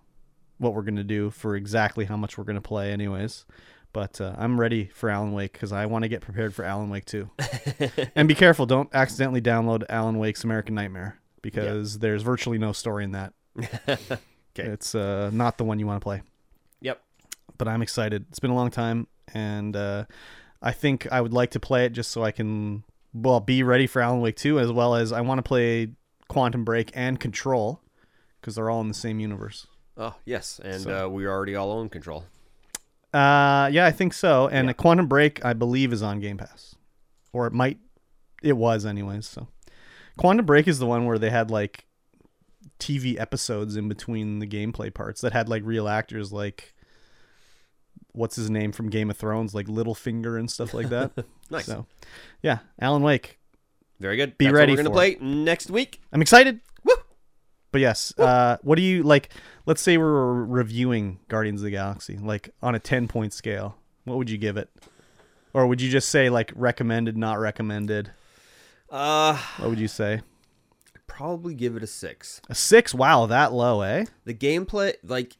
what we're gonna do for exactly how much we're gonna play, anyways. But uh, I'm ready for Alan Wake because I want to get prepared for Alan Wake too. and be careful, don't accidentally download Alan Wake's American Nightmare because there's virtually no story in that.
Okay.
It's uh, not the one you want to play,
Yep.
but I'm excited. It's been a long time, and uh, I think I would like to play it just so I can, well, be ready for Alan Wake 2, as well as I want to play Quantum Break and Control because they're all in the same universe.
Oh yes, and uh, we already all own control.
Uh, yeah, I think so. And Quantum Break, I believe, is on Game Pass, or it might, it was, anyways. So, Quantum Break is the one where they had like TV episodes in between the gameplay parts that had like real actors, like what's his name from Game of Thrones, like Littlefinger and stuff like that.
Nice.
So, yeah, Alan Wake.
Very good.
Be
That's
ready
What we're gonna
for
play next week.
I'm excited.
Woo!
But yes, uh, what do you like? Let's say we're reviewing Guardians of the Galaxy, like on a ten point scale. What would you give it? Or would you just say like recommended, not recommended?
Uh,
What would you say?
probably give it a six.
A six? Wow, that low, eh?
The gameplay, like,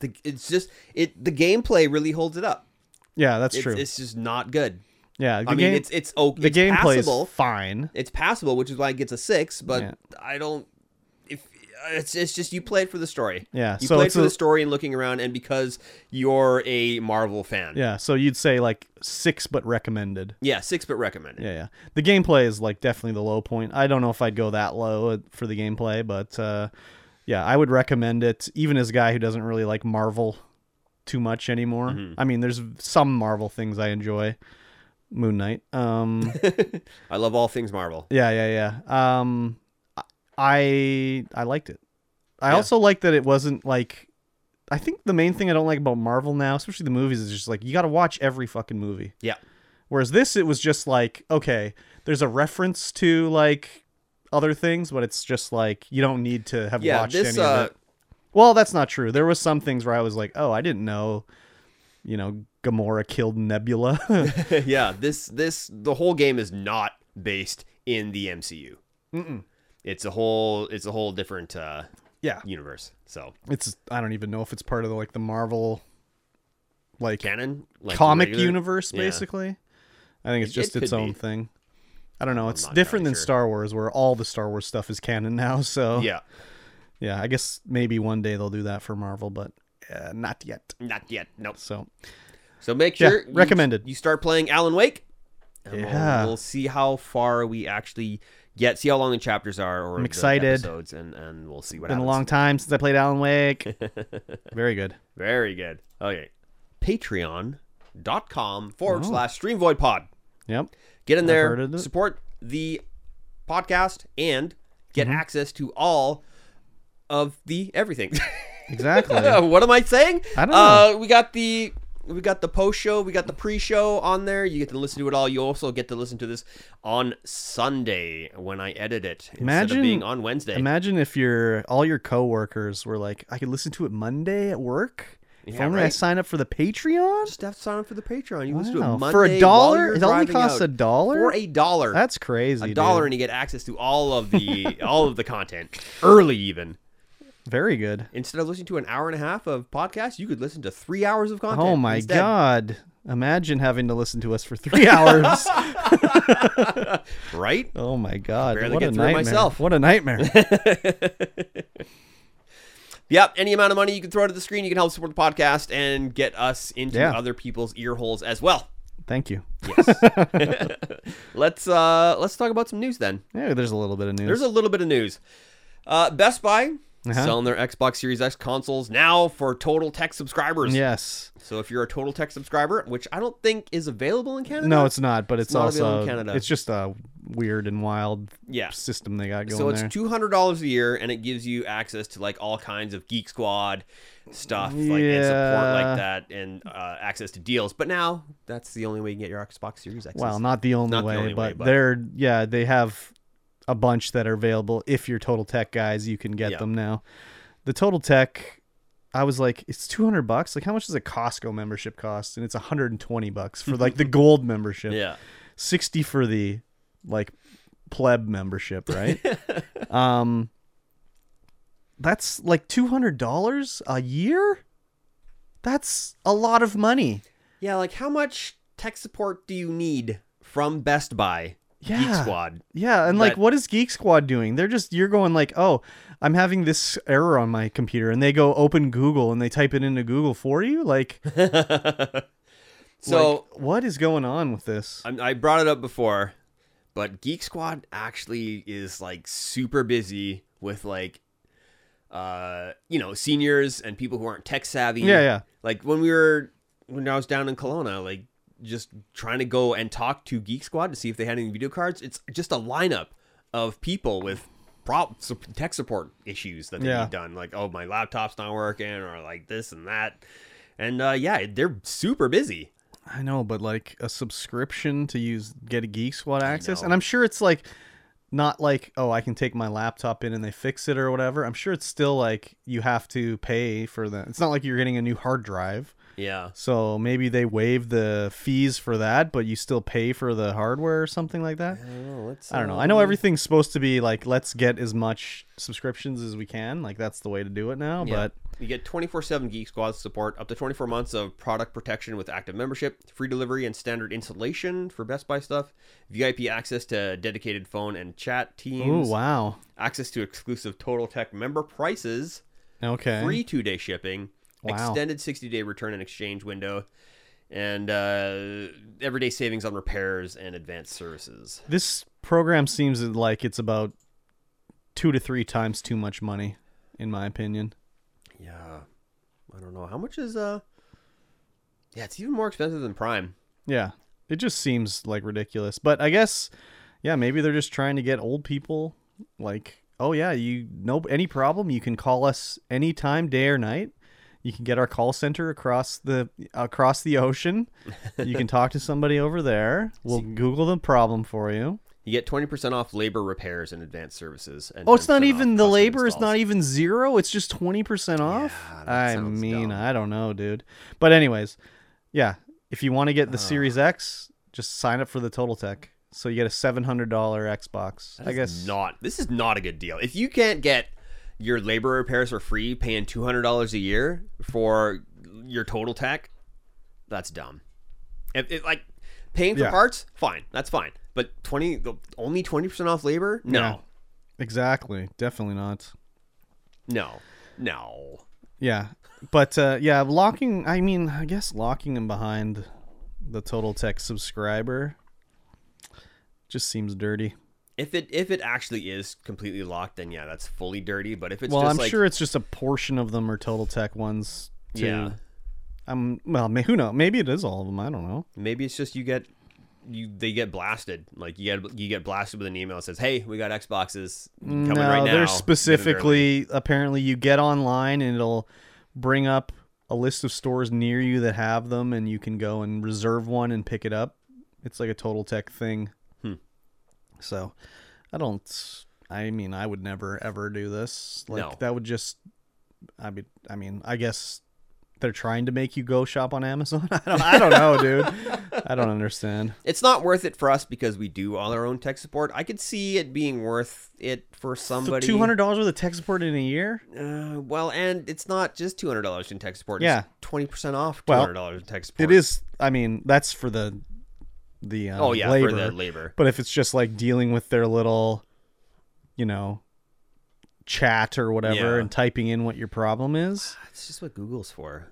the it's just it. The gameplay really holds it up.
Yeah, that's
It's,
true.
it's just not good.
Yeah, the
I mean,
game-
it's it's oh,
The
it's
gameplay
passable.
is fine.
It's passable, which is why it gets a six. But
Yeah.
I don't. If uh, it's it's just you played for the story.
Yeah,
you
so
played
it's
for
a-
the story and looking around, and because you're a Marvel fan.
Yeah, so you'd say like six, but recommended.
Yeah, six, but recommended.
Yeah, yeah. The gameplay is like definitely the low point. I don't know if I'd go that low for the gameplay, but uh, yeah, I would recommend it. Even as a guy who doesn't really like Marvel too much anymore. I mean, there's some Marvel things I enjoy. Moon Knight. Um,
I love all things Marvel.
yeah, yeah, yeah. Um, I I liked it. I
Yeah.
also like that it wasn't like. I think the main thing I don't like about Marvel now, especially the movies, is just like you got to watch every fucking movie.
Yeah,
Whereas this, it was just like, okay, there's a reference to like other things, but it's just like you don't need to have
yeah.
watched
This
any
uh,
of it. Well, that's not true. There was some things where I was like, oh, I didn't know, you know, Gamora killed Nebula.
yeah, this this the whole game is not based in the MCU. Mm-mm. It's a whole it's a whole different uh,
yeah,
universe. So
it's I don't even know if it's part of the, like the Marvel, like
canon, like
comic
regular-
universe,
yeah.
basically. I think it's
It-
just
it
its
could
own
be.
thing. I don't know. It's
not
different than
entirely sure.
Star Wars, where all the Star Wars stuff is canon now. So
Yeah,
yeah i guess maybe one day they'll do that for marvel but uh, not yet
not yet. Nope.
so
So make
Yeah,
sure you-
recommended.
You, start playing Alan Wake. And we'll-
Yeah.
we'll, see how far we actually get. See how long the chapters are, or I'm
excited.
Episodes, and and we'll see what
been a
happens.
long time since i played alan wake very good
Very good. Okay, Patreon.com forward slash Stream Void Pod.
yep
Get in
Oh. heard
there,
of it.
support the podcast, and get
Mm-hmm.
access to all of the everything.
exactly
what am I saying?
I don't
Uh, we got the we got the post show, we got the pre show on there. You get to listen to it all. You also get to listen to this on Sunday when I edit it instead
Imagine-
of being on Wednesday.
imagine if your all your coworkers were like i could listen to it monday at work if
Yeah,
only i
right?
sign up for the patreon
Just have to sign up for the Patreon. You listen to
Wow.
it Monday
For a
while
dollar?
you're
It only
driving
costs
out.
a dollar?
For a dollar.
that's crazy
a
dude.
dollar, and you get access to all of the all of the content early, even.
very good
instead of listening to an hour and a half of podcast, you could listen to three hours of content.
oh my
instead.
god imagine having to listen to us for three hours
Right?
oh my god
Barely
what
get
a
through
nightmare
myself.
what a nightmare
Yep. Any amount of money you can throw to the screen, you can help support the podcast and get us into
Yeah.
other people's ear holes as well.
thank you
Let's uh let's talk about some news then.
yeah there's a little bit of news
There's a little bit of news. Uh, Best Buy
Uh-huh.
selling their Xbox Series X consoles now for Total Tech subscribers.
yes
So if you're a Total Tech subscriber, which I don't think is available in Canada.
No, it's not. But it's,
not available
also
in Canada.
it's just a weird and wild
Yeah.
system they got going
So it's
there.
two hundred dollars a year, and it gives you access to like all kinds of Geek Squad stuff, like and support
Yeah.
like that, and uh, access to deals. But now that's the only way you can get your Xbox Series X.
well, not the only,
not the
way,
only way,
but
but-
they're yeah they have a bunch that are available. If you're Total Tech guys, you can get
Yeah.
them now. The Total Tech, I was like, it's two hundred bucks. Like, how much does a Costco membership cost? And it's hundred and twenty bucks for like the gold membership.
yeah,
sixty for the like pleb membership, right? um, that's like two hundred dollars a year. That's a lot of money.
yeah. Like, how much tech support do you need from Best Buy Geek
Yeah.
Squad?
Yeah, and like,
That-
what is Geek Squad doing? They're just you're going like, oh, I'm having this error on my computer, and they go open Google and they type it into Google for you. Like,
So
like, what is going on with this?
I'm- I brought it up before, but Geek Squad actually is like super busy with like, uh, you know, seniors and people who aren't tech savvy.
Yeah, yeah.
Like when we were when I was down in Kelowna, like just trying to go and talk to Geek Squad to see if they had any video cards. It's just a lineup of people with prop su- tech support issues that they
Yeah.
need done. Like, oh, my laptop's not working, or like this and that. And uh, yeah, they're super busy.
I know, but like a subscription to use get a Geek Squad access,
know.
and I'm sure it's like not like oh I can take my laptop in and they fix it or whatever. I'm sure it's still like you have to pay for the. It's not like you're getting a new hard drive,
Yeah.
so maybe they waive the fees for that, but you still pay for the hardware or something like that.
I don't know. Let's,
I don't know.
uh,
I know everything's supposed to be like let's get as much subscriptions as we can. Like that's the way to do it now.
Yeah.
But
you get 24/7 Geek Squad support, up to 24 months of product protection with active membership, free delivery and standard installation for Best Buy stuff, VIP access to dedicated phone and chat
oh
teams,
wow,
access to exclusive Total Tech member prices,
okay,
free two-day shipping,
Wow.
extended 60-day return and exchange window, and uh, everyday savings on repairs and advanced services.
this program seems like it's about two to three times too much money, in my opinion.
Yeah, I don't know how much is uh. Yeah, it's even more expensive than Prime.
Yeah. It just seems like ridiculous. But I guess yeah, maybe they're just trying to get old people like, "Oh yeah, you no any problem, you can call us anytime day or night. You can get our call center across the across the ocean. You can talk to somebody over there. We'll Google the problem for you.
You get 20% off labor repairs and advanced services. And
Oh, it's not
10%
even
off
the
custom
labor is
installs.
not even zero. It's just twenty percent off.
Yeah, that
I
sounds
mean,
dumb.
I don't know, dude. But anyways, yeah. If you want to
Uh.
get the Series X, just sign up for the Total Tech. So you get a seven hundred dollar Xbox.
That
I
is
guess.
not. This is not a good deal. If you can't get your labor repairs for free, paying $200 a year for your total tech, that's dumb. If it, like paying for
Yeah.
parts, fine, that's fine. But 20, the- only 20% off labor? No,
Yeah. Exactly. Definitely not.
no, no.
Yeah. But uh, yeah, locking. I mean, I guess locking him behind the Total Tech subscriber just seems dirty.
If it if it actually is completely locked, then yeah, that's fully dirty. But if it's
well,
just
I'm
like,
sure it's just a portion of them are Total Tech ones. Too.
yeah,
Um. Well, may, who knows? Maybe it is all of them. I don't know.
Maybe it's just you get you they get blasted. Like you get you get blasted with an email that says, "Hey, we got Xboxes coming
no,
right now."
they're
Literally.
specifically apparently you get online and it'll bring up a list of stores near you that have them, and you can go and reserve one and pick it up. It's like a Total Tech thing.
Hmm.
So, I don't. I mean, I would never ever do this. Like
No.
that would just. I mean, I mean, I guess they're trying to make you go shop on Amazon. I don't. I don't know, dude. I don't understand.
It's not worth it for us because we do all our own tech support. I could see it being worth it for somebody.
Two hundred dollars worth of tech support in a year.
Uh, well, and it's not just two hundred dollars in tech support.
Yeah.
twenty percent off two
Well,
hundred dollars in tech support.
It is. I mean, that's for the the uh,
Oh yeah,
labor.
for the labor.
but if it's just like dealing with their little, you know, chat or whatever,
Yeah.
and typing in what your problem is,
That's just what Google's for.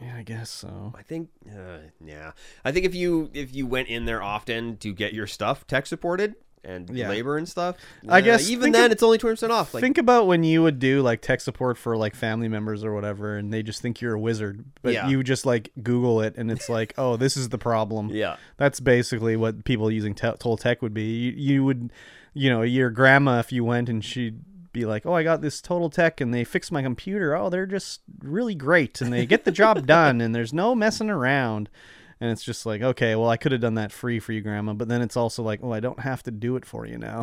yeah, I guess so.
I think, uh, yeah, I think if you if you went in there often to get your stuff tech supported and
Yeah.
labor and stuff,
I
uh,
guess-
even
think
then
of-
it's only twenty percent off. Like,
think about when you would do like tech support for like family members or whatever, and they just think you're a wizard, but
Yeah.
you just like Google it, and it's like, oh, this is the problem.
yeah,
That's basically what people using te- Toltec would be. You, you would, you know, your grandma, if you went and she'd be like, "Oh, I got this Total Tech, and they fixed my computer. Oh, they're just really great, and they get the job done, and there's no messing around." And it's just like, okay, well, I could have done that free for you, grandma, but then it's also like, oh, I don't have to do it for you now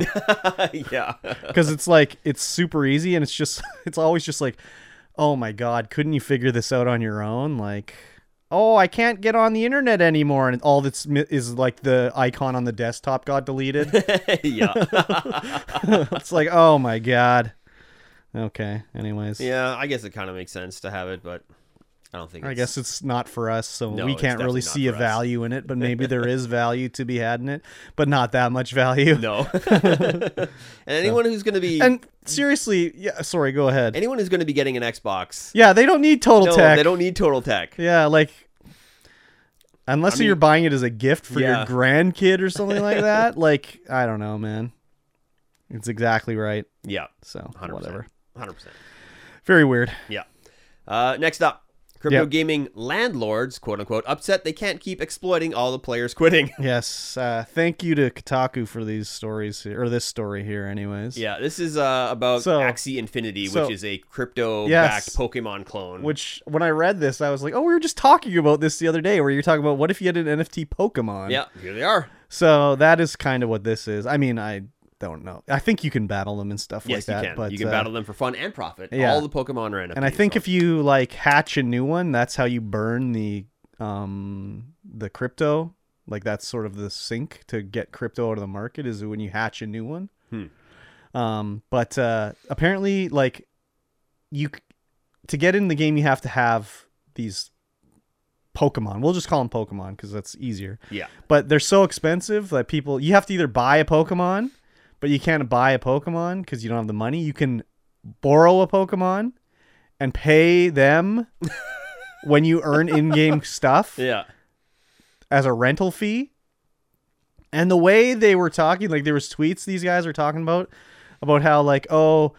yeah,
because it's like it's super easy, and it's just it's always just like, oh my god, couldn't you figure this out on your own? Like, oh, I can't get on the internet anymore, and all that's mi- is like the icon on the desktop got deleted.
yeah,
it's like, oh my god. Okay. Anyways,
yeah. I guess it kind of makes sense to have it, but I don't think.
I
it's-
guess it's not for us, so
No,
we
it's
can't really
definitely not
see a
for us.
value in it. But maybe there is value to be had in it, but not that much value.
no. and anyone who's going to be
And seriously, yeah. Sorry, go ahead.
anyone who's going to be getting an Xbox,
yeah, they don't need Total
no,
Tech.
they don't need Total Tech.
Yeah, like unless
mean-
you're buying it as a gift for
Yeah.
your grandkid or something like that. Like I don't know, man. It's exactly right.
Yeah,
So
100%.
whatever.
hundred percent.
Very weird.
Yeah. Uh, next up, crypto
Yeah.
gaming landlords, quote unquote, upset they can't keep exploiting all the players quitting.
Yes. Uh, thank you to Kotaku for these stories here, or this story here, anyways.
yeah, this is uh, about
So-
Axie Infinity,
so-
which is a crypto-backed
Yes.
Pokemon clone.
Which when I read this, I was like, oh, we were just talking about this the other day, where you're talking about what if you had an NFT Pokemon.
yeah, here they are.
So that is kind of what this is. I mean, I don't know. I think you can battle them and stuff
Yes,
like that.
you can.
But
you can
uh,
battle them for fun and profit.
yeah.
All the Pokemon are NFTs.
And I think if you like hatch a new one, that's how you burn the um the crypto. Like that's sort of the sink to get crypto out of the market is when you hatch a new one. Um, but uh, apparently, like you c- to get in the game, you have to have these Pokemon. We'll just call them Pokemon because that's easier.
Yeah.
But they're so expensive that people you have to either buy a Pokemon, but you can't buy a Pokemon because you don't have the money. You can borrow a Pokemon and pay them when you earn in-game stuff
Yeah.
as a rental fee. And the way they were talking, like there was tweets these guys were talking about about how like oh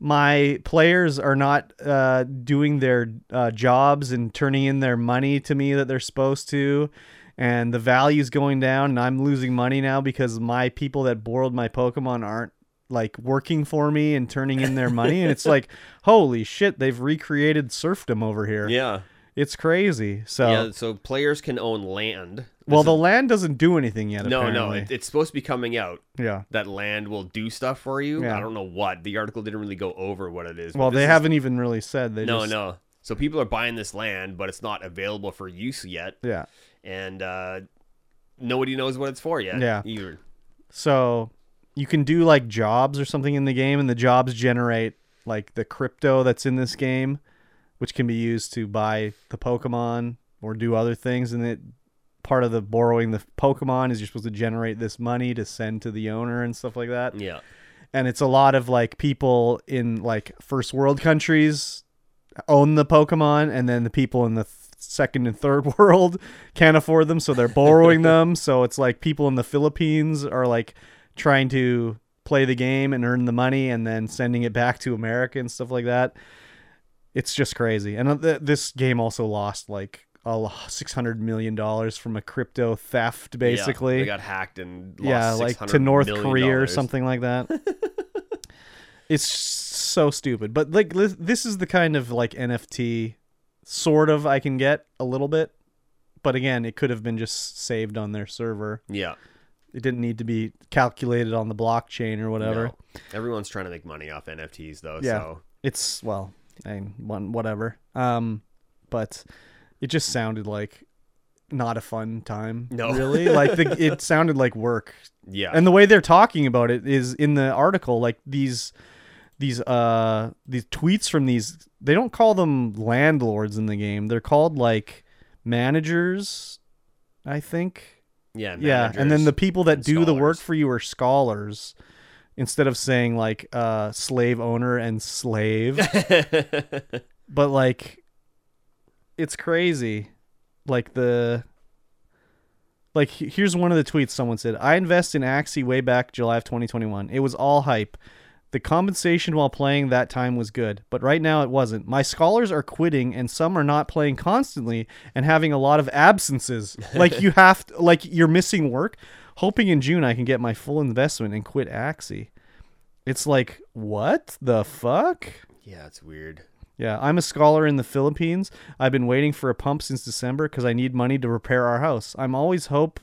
my players are not uh, doing their uh, jobs and turning in their money to me that they're supposed to and the value's going down and i'm losing money now because my people that borrowed my pokemon aren't like working for me and turning in their money and it's like holy shit they've recreated serfdom over here
Yeah.
it's crazy so
Yeah. So players can own land.
well, the land doesn't do anything yet.
no, no,
apparently.
it, it's supposed to be coming out
yeah.
that land will do stuff for you.
Yeah.
I don't know what the article didn't really go over what it is. but
Well,
this
they
is-
haven't even really said. They
no,
just,
no. So people are buying this land, but it's not available for use yet,
Yeah.
and uh, nobody knows what it's for yet.
Yeah.
Either.
So you can do like jobs or something in the game, and the jobs generate like the crypto that's in this game, which can be used to buy the Pokemon or do other things. And it part of the borrowing the Pokemon is you're supposed to generate this money to send to the owner and stuff like that.
Yeah.
and it's a lot of like people in like first world countries own the pokemon and then the people in the th- second and third world can't afford them so they're borrowing them so it's like people in the philippines are like trying to play the game and earn the money and then sending it back to america and stuff like that it's just crazy and th- this game also lost like a lo- 600 million dollars from a crypto theft
Yeah,
basically
they got hacked and lost
yeah, like to
$600
North
million
Korea or
dollars.
something like that. it's so stupid, but like li- this is the kind of like NFT sort of I can get a little bit, but again, it could have been just saved on their server.
Yeah.
It didn't need to be calculated on the blockchain or whatever.
No. Everyone's trying to make money off NFTs though.
Yeah.
So
It's well, I one whatever. Um, but it just sounded like not a fun time.
No.
really, like the, it sounded like work
yeah.
and the way they're talking about it is in the article like these these uh these tweets from these they don't call them landlords in the game they're called like managers i think
yeah.
yeah and then the
managers.
people that do the work
installers.
for you are scholars instead of saying like uh slave owner and slave but like it's crazy like the like he- here's one of the tweets someone said i invest in axie way back july of 2021 it was all hype the compensation while playing that time was good but right now it wasn't my scholars are quitting and some are not playing constantly and having a lot of absences like you have to, like you're missing work hoping in june i can get my full investment and quit axie it's like what the fuck
yeah, it's weird.
yeah, I'm a scholar in the Philippines. I've been waiting for a pump since December because I need money to repair our house. I'm always hope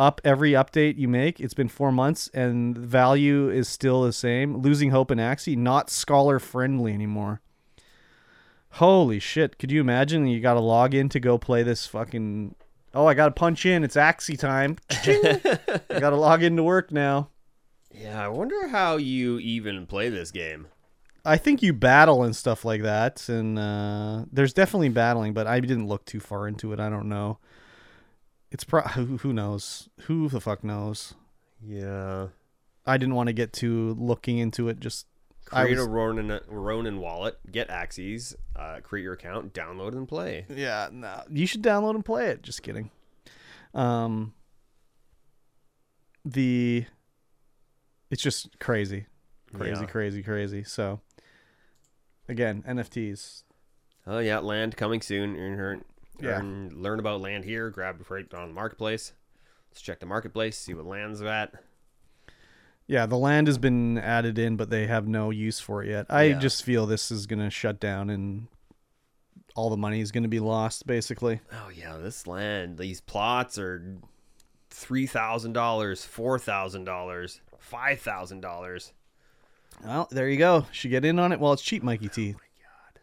up every update you make. It's been four months and the value is still the same. Losing hope in Axie, not scholar friendly anymore. Holy shit! Could you imagine? You got to log in to go play this fucking. Oh, I got to punch in. It's Axie time. I got to log in to work now.
Yeah, I wonder how you even play this game.
I think you battle and stuff like that, and uh, there's definitely battling, but I didn't look too far into it. I don't know. It's pro who, who knows who the fuck knows.
Yeah.
I didn't want to get too looking into it. Just I
Create
was-
a Ronin, Ronin wallet, get Axes, uh, create your account, download and play.
yeah, no. You should download and play it. Just kidding. Um, the it's just crazy, crazy,
Yeah.
crazy, crazy. So again, NFTs.
Oh yeah, land coming soon. Earn, earn,
Yeah.
earn- learn about land here. Grab it right on the marketplace. Let's check the marketplace. See what land's at.
Yeah, the land has been added in, but they have no use for it yet. I
Yeah.
just feel this is going to shut down and all the money is going to be lost, basically.
Oh yeah, this land. These plots are three thousand dollars, four thousand dollars, five thousand dollars.
Well, there you go. Should get in on it while it's cheap, Mikey
Oh
T.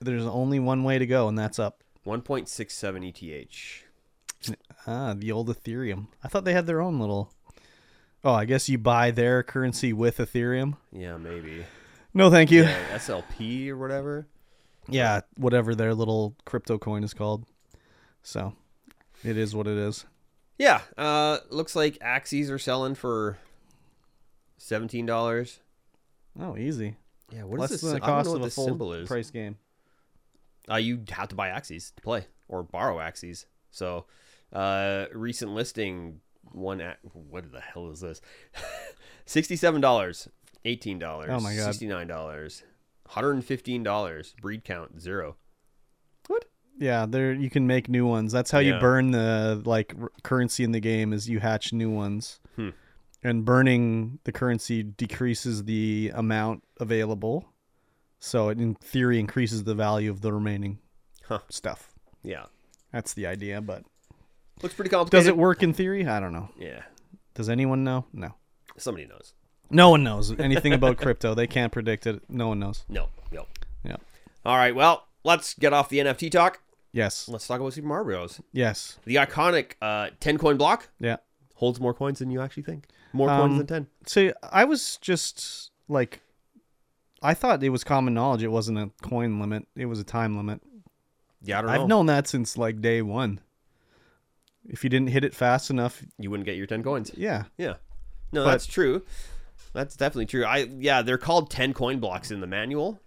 There's only one way to go, and that's up.
One point six seven E ETH.
Ah, the old Ethereum. I thought they had their own little. Oh, I guess you buy their currency with Ethereum.
Yeah, maybe. Uh,
No, thank you. Yeah,
Yeah, SLP or whatever.
whatever their little crypto coin is called. So, it is what it is.
Yeah. Uh, looks like Axes are selling for seventeen dollars.
Oh, easy.
Yeah. What
Less
is
than
this?
the
I don't
cost
know
of
what
a
this
full
symbol is.
price game.
Uh, you have to buy axes to play or borrow axes. So, uh, recent listing one. A- what the hell is this? Sixty-seven dollars, eighteen dollars.
Oh my God.
Sixty-nine dollars, hundred and fifteen dollars. Breed count zero.
Yeah, there you can make new ones. That's how
Yeah.
you burn the like r- currency in the game is you hatch new ones.
Hmm.
And burning the currency decreases the amount available. So it in theory increases the value of the remaining
Huh.
stuff.
Yeah,
That's the idea, but
looks pretty
does
complicated.
it work in theory? I don't know.
Yeah,
Does anyone know? No.
somebody knows.
No one knows anything about crypto. They can't predict it. No one knows.
No, no.
Yeah.
All right. Well, let's get off the NFT talk.
Yes.
Let's talk about Super Mario Bros.
Yes.
The iconic uh, ten coin block
Yeah.
holds more coins than you actually think. More coins
Um,
than ten.
See, I was just like, I thought it was common knowledge. It wasn't a coin limit. It was a time limit.
Yeah, I don't know.
I've known that since like day one. If you didn't hit it fast enough,
You wouldn't get your ten coins.
yeah,
Yeah. No,
But-
that's true. That's definitely true. I yeah, they're called 10 coin blocks in the manual.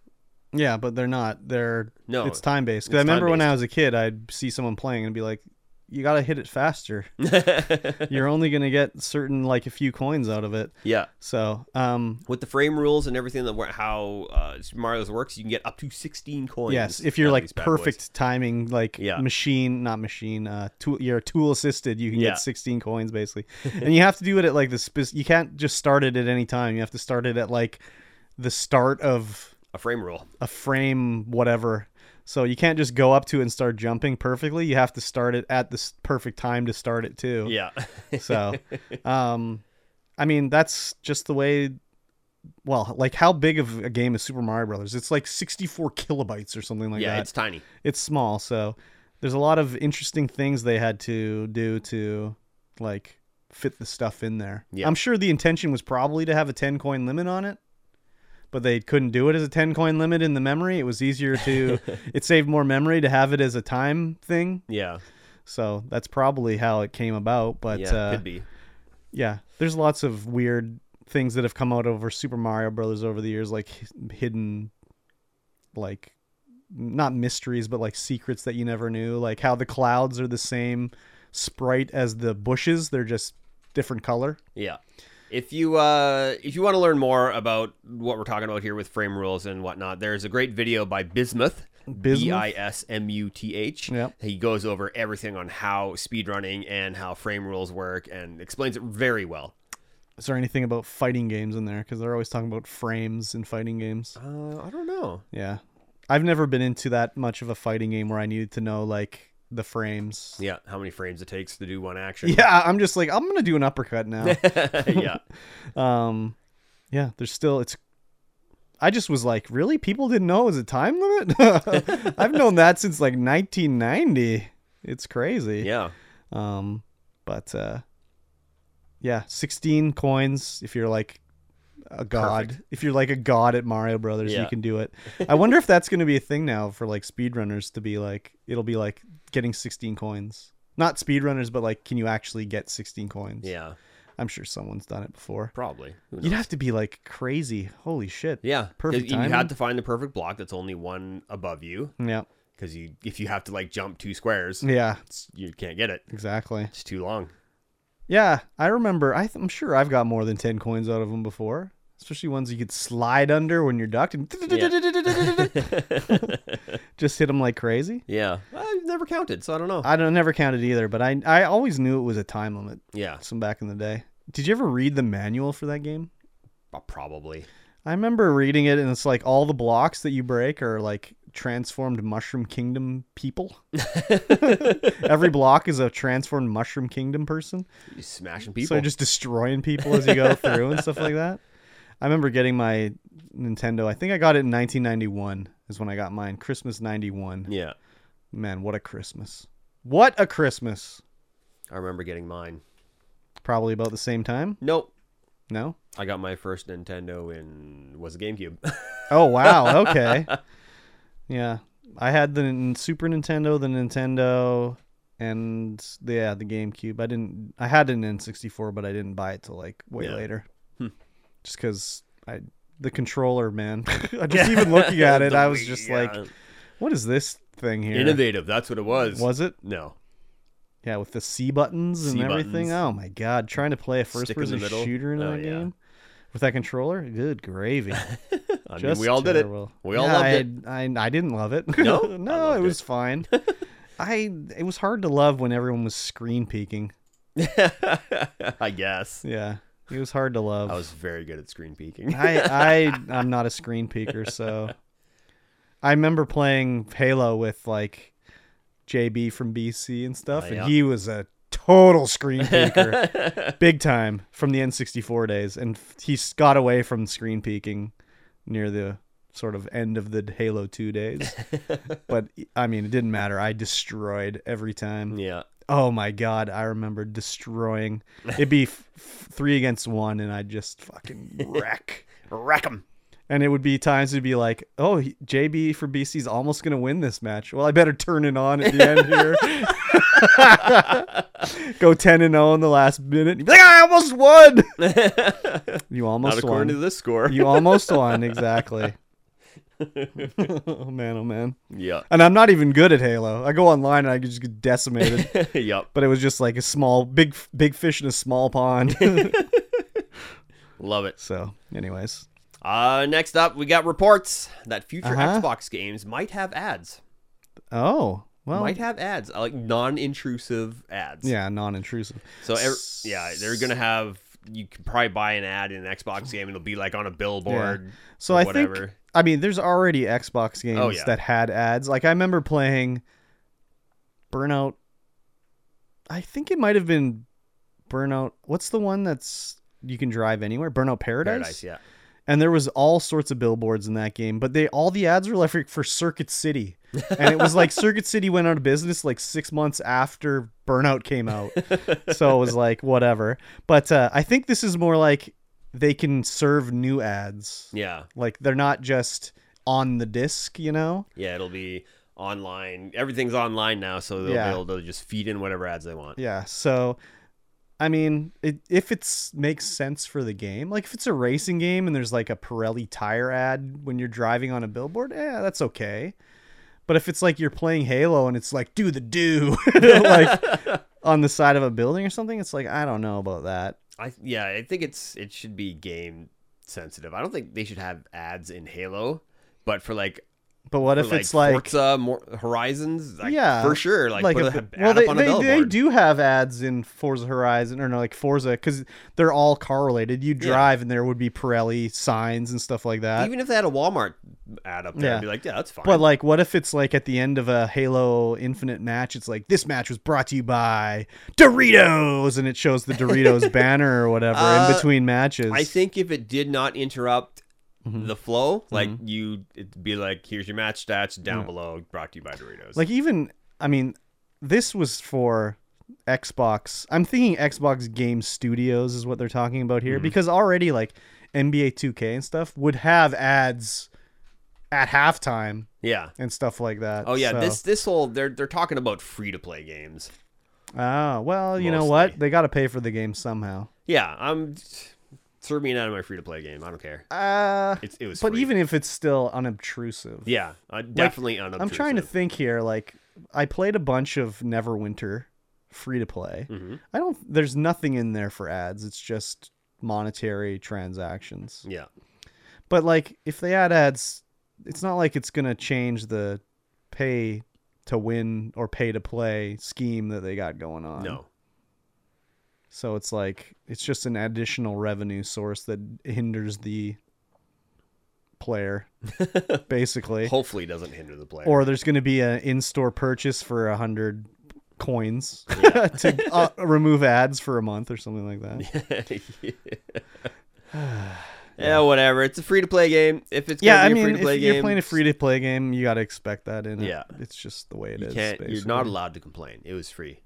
yeah, but they're not. They're
No.
it's time based.
it's
Because I remember when I was a kid, I'd see someone playing and be like, "You gotta hit it faster. You're only gonna get certain like a few coins out of it."
yeah.
So, um,
With the frame rules and everything that wor- how uh, Super Mario's works, you can get up to 16 coins.
yes, if you're
out of
like
these bad boys.
perfect timing, like
Yeah.
machine, not machine, uh, tool, you're tool assisted, you can
Yeah.
get 16 coins basically, and you have to do it at like the spec. You can't just start it at any time. You have to start it at like the start of
a frame rule.
a frame, whatever. So you can't just go up to it and start jumping perfectly. You have to start it at the s- perfect time to start it too.
Yeah.
So, um, I mean, that's just the way. Well, like how big of a game is Super Mario Brothers? It's like 64 kilobytes or something like
yeah,
that.
it's tiny.
It's small, so there's a lot of interesting things they had to do to like fit the stuff in there.
Yeah.
I'm sure the intention was probably to have a 10 coin limit on it, but they couldn't do it as a 10 coin limit in the memory. It was easier to it saved more memory to have it as a time thing.
Yeah.
So that's probably how it came about, but
yeah,
uh,
could be.
yeah, there's lots of weird things that have come out over Super Mario Brothers over the years, like h- hidden, like not mysteries, but like secrets that you never knew, like how the clouds are the same sprite as the bushes; they're just different color.
Yeah. If you uh, if you want to learn more about what we're talking about here with frame rules and whatnot, there's a great video by Bismuth.
Bismuth?
B i s m u t h.
Yep.
He goes over everything on how speedrunning and how frame rules work and explains it very well.
Is there anything about fighting games in there? Because they're always talking about frames in fighting games.
Uh, I don't know.
Yeah, I've never been into that much of a fighting game where I needed to know like the frames.
Yeah, how many frames it takes to do one action.
Yeah, I'm just like I'm gonna do an uppercut now.
yeah.
Um, yeah, there's still it's. I just was like, really? People didn't know it was a time limit. I've known that since like 1990. It's crazy.
Yeah.
Um, but uh, yeah, 16 coins if you're like a god. If you're like a god at Mario Brothers,
Yeah.
you can do it. I wonder if that's going to be a thing now for like speedrunners to be like it'll be like getting 16 coins. Not speedrunners, but like can you actually get 16 coins?
Yeah.
I'm sure someone's done it before.
Probably. Who knows?
You'd have to be like crazy. Holy shit.
Yeah. 'cause
Perfect
You you
timing.
had to find the perfect block that's only one above you
Yeah.
because you if you have to like jump two squares,
Yeah.
it's- you can't get it.
Exactly.
It's too long.
Yeah. I remember. I th- I'm sure I've got more than 10 coins out of them before, especially ones you could slide under when you're ducked and just hit them like crazy.
Yeah. I've never counted, so I don't know.
I don't never counted either, but I I always knew it was a time limit
yeah.
some back in the day. Did you ever read the manual for that game?
uh, Probably.
I remember reading it and it's like all the blocks that you break are like transformed mushroom kingdom people. Every block is a transformed mushroom kingdom person.
You smashing people.
So you're just destroying people as you go through and stuff like that. I remember getting my Nintendo. I think I got it in 1991 is when I got mine. Christmas 91.
yeah.
Man, what a Christmas. What a Christmas.
I remember getting mine.
Probably about the same time.
Nope.
No.
I got my first Nintendo in was a GameCube.
Oh wow. Okay. yeah, I had the N- Super Nintendo, the Nintendo, and the, yeah, the GameCube. I didn't. I had an N64, but I didn't buy it till like way
Yeah. Hmm.
later, just because I the controller, man. I just even looking at it,
The
I was
Wii,
just
yeah.
like, what is this thing here?
innovative. That's what it was.
Was it?
no.
Yeah, with the C buttons and
C
everything.
buttons.
Oh my god, trying to play a
Stick in the
first-person
middle.
shooter in
Oh,
that
yeah.
game with that controller. Good gravy.
I mean,
Just
we all
terrible.
did it. We all
Yeah,
loved
I,
it.
I, I didn't love it.
No? I
no, it
loved
was
it.
fine. I it was hard to love when everyone was screen peeking.
I guess.
Yeah, it was hard to love.
I was very good at screen peeking.
I, I I'm not a screen peeker, so I remember playing Halo with like JB from BC and stuff,
Oh,
and
yeah.
he was a total screen peeker, big time from the N64 days, and f- he s- got away from screen peeking near the sort of end of the Halo 2 days. but I mean, it didn't matter. I destroyed every time.
yeah.
Oh my god, I remember destroying. It'd be f- f- three against one, and I'd just fucking wreck.
Wreck them.
And it would be times it'd be like, oh, he- JB for BC's almost going to win this match. Well, I better turn it on at the end here. Go 10 and 0 in the last minute. You'd be like, I almost won. you
Not
almost
according to
won.
this score.
you almost won, exactly. oh, man, oh, man.
yeah.
And I'm not even good at Halo. I go online and I just get decimated
yep.
but it was just like a small big big fish in a small pond
Love it.
so anyways
Uh, next up, we got reports that future
Uh-huh.
Xbox games might have ads.
oh well
might have ads, uh, like non-intrusive ads.
yeah non-intrusive
So ev- yeah, they're gonna have you can probably buy an ad in an Xbox game. and It'll be like on a billboard.
so
or
i
whatever. Oh,
think i mean there's already xbox games
yeah.
that had ads like i remember playing burnout i think it might have been burnout what's the one that's you can drive anywhere burnout paradise,
Paradise. Yeah.
and there was all sorts of billboards in that game but they all the ads were like for circuit city and it was like circuit city went out of business like six months after burnout came out so it was like whatever but uh, i think this is more like they can serve new ads
Yeah.
like they're not just on the disc you know
Yeah. It'll be online. Everything's online now, so they'll
Yeah.
be able to just feed in whatever ads they want.
yeah so i mean it, if it's makes sense for the game like if it's a racing game and there's like a pirelli tire ad when you're driving on a billboard yeah that's okay but if it's like you're playing halo and it's like do the do like on the side of a building or something it's like i don't know about that
I yeah, I think it's it should be game sensitive. I don't think they should have ads in Halo, but for like
but what
for
if
like
it's like
Forza Mor- Horizons, like,
Yeah,
for sure. Like, put
a
a,
bi-
ad
well,
up
they,
on a
they,
billboard.
they do have ads in Forza Horizon or no, like Forza because they're all correlated. You
Yeah.
drive and there would be Pirelli signs and stuff like that.
Even if they had a Walmart ad up there,
Yeah.
I'd be like, yeah, that's fine.
but like, what if it's like at the end of a Halo Infinite match? It's like this match was brought to you by Doritos, and it shows the Doritos banner or whatever in
Uh,
between matches.
I think if it did not interrupt
Mhm.
the flow, like you, it'd be like, here's your match stats down below, brought to you by Doritos.
Mm. Like even I mean, this was for Xbox. I'm thinking Xbox Game Studios is what they're talking about
Mm-hmm.
here because already like NBA 2K and stuff would have ads at halftime
yeah.
and stuff like that.
Oh yeah,
so-
this this whole they're they're talking about free to play games.
Ah, well, you know
Mostly.
what? They got to pay for the game somehow.
Yeah, I'm serve me an ad in my free to play game. I don't care.
Uh
It's it was.
but
free.
even if it's still unobtrusive.
Yeah, uh, definitely unobtrusive.
I'm trying to think here like I played a bunch of Neverwinter free to play.
Mhm.
I don't. There's nothing in there for ads. It's just monetary transactions.
Yeah,
But like, if they add ads, it's not like it's gonna change the pay to win or pay to play scheme that they got going on.
no,
So it's like it's just an additional revenue source that hinders the player, basically.
hopefully doesn't hinder the player.
Or there's gonna be an in-store purchase for a hundred coins to uh, remove ads for a month or something like that.
yeah. whatever. It's a free to play game. If it's
Yeah,
gonna
I
be a
mean,
free to play
if
game,
you're playing a free to play game, you got to expect that in it.
Yeah.
It's just the way it
you
is,
can't. You're not
basically.
allowed to complain. It was free.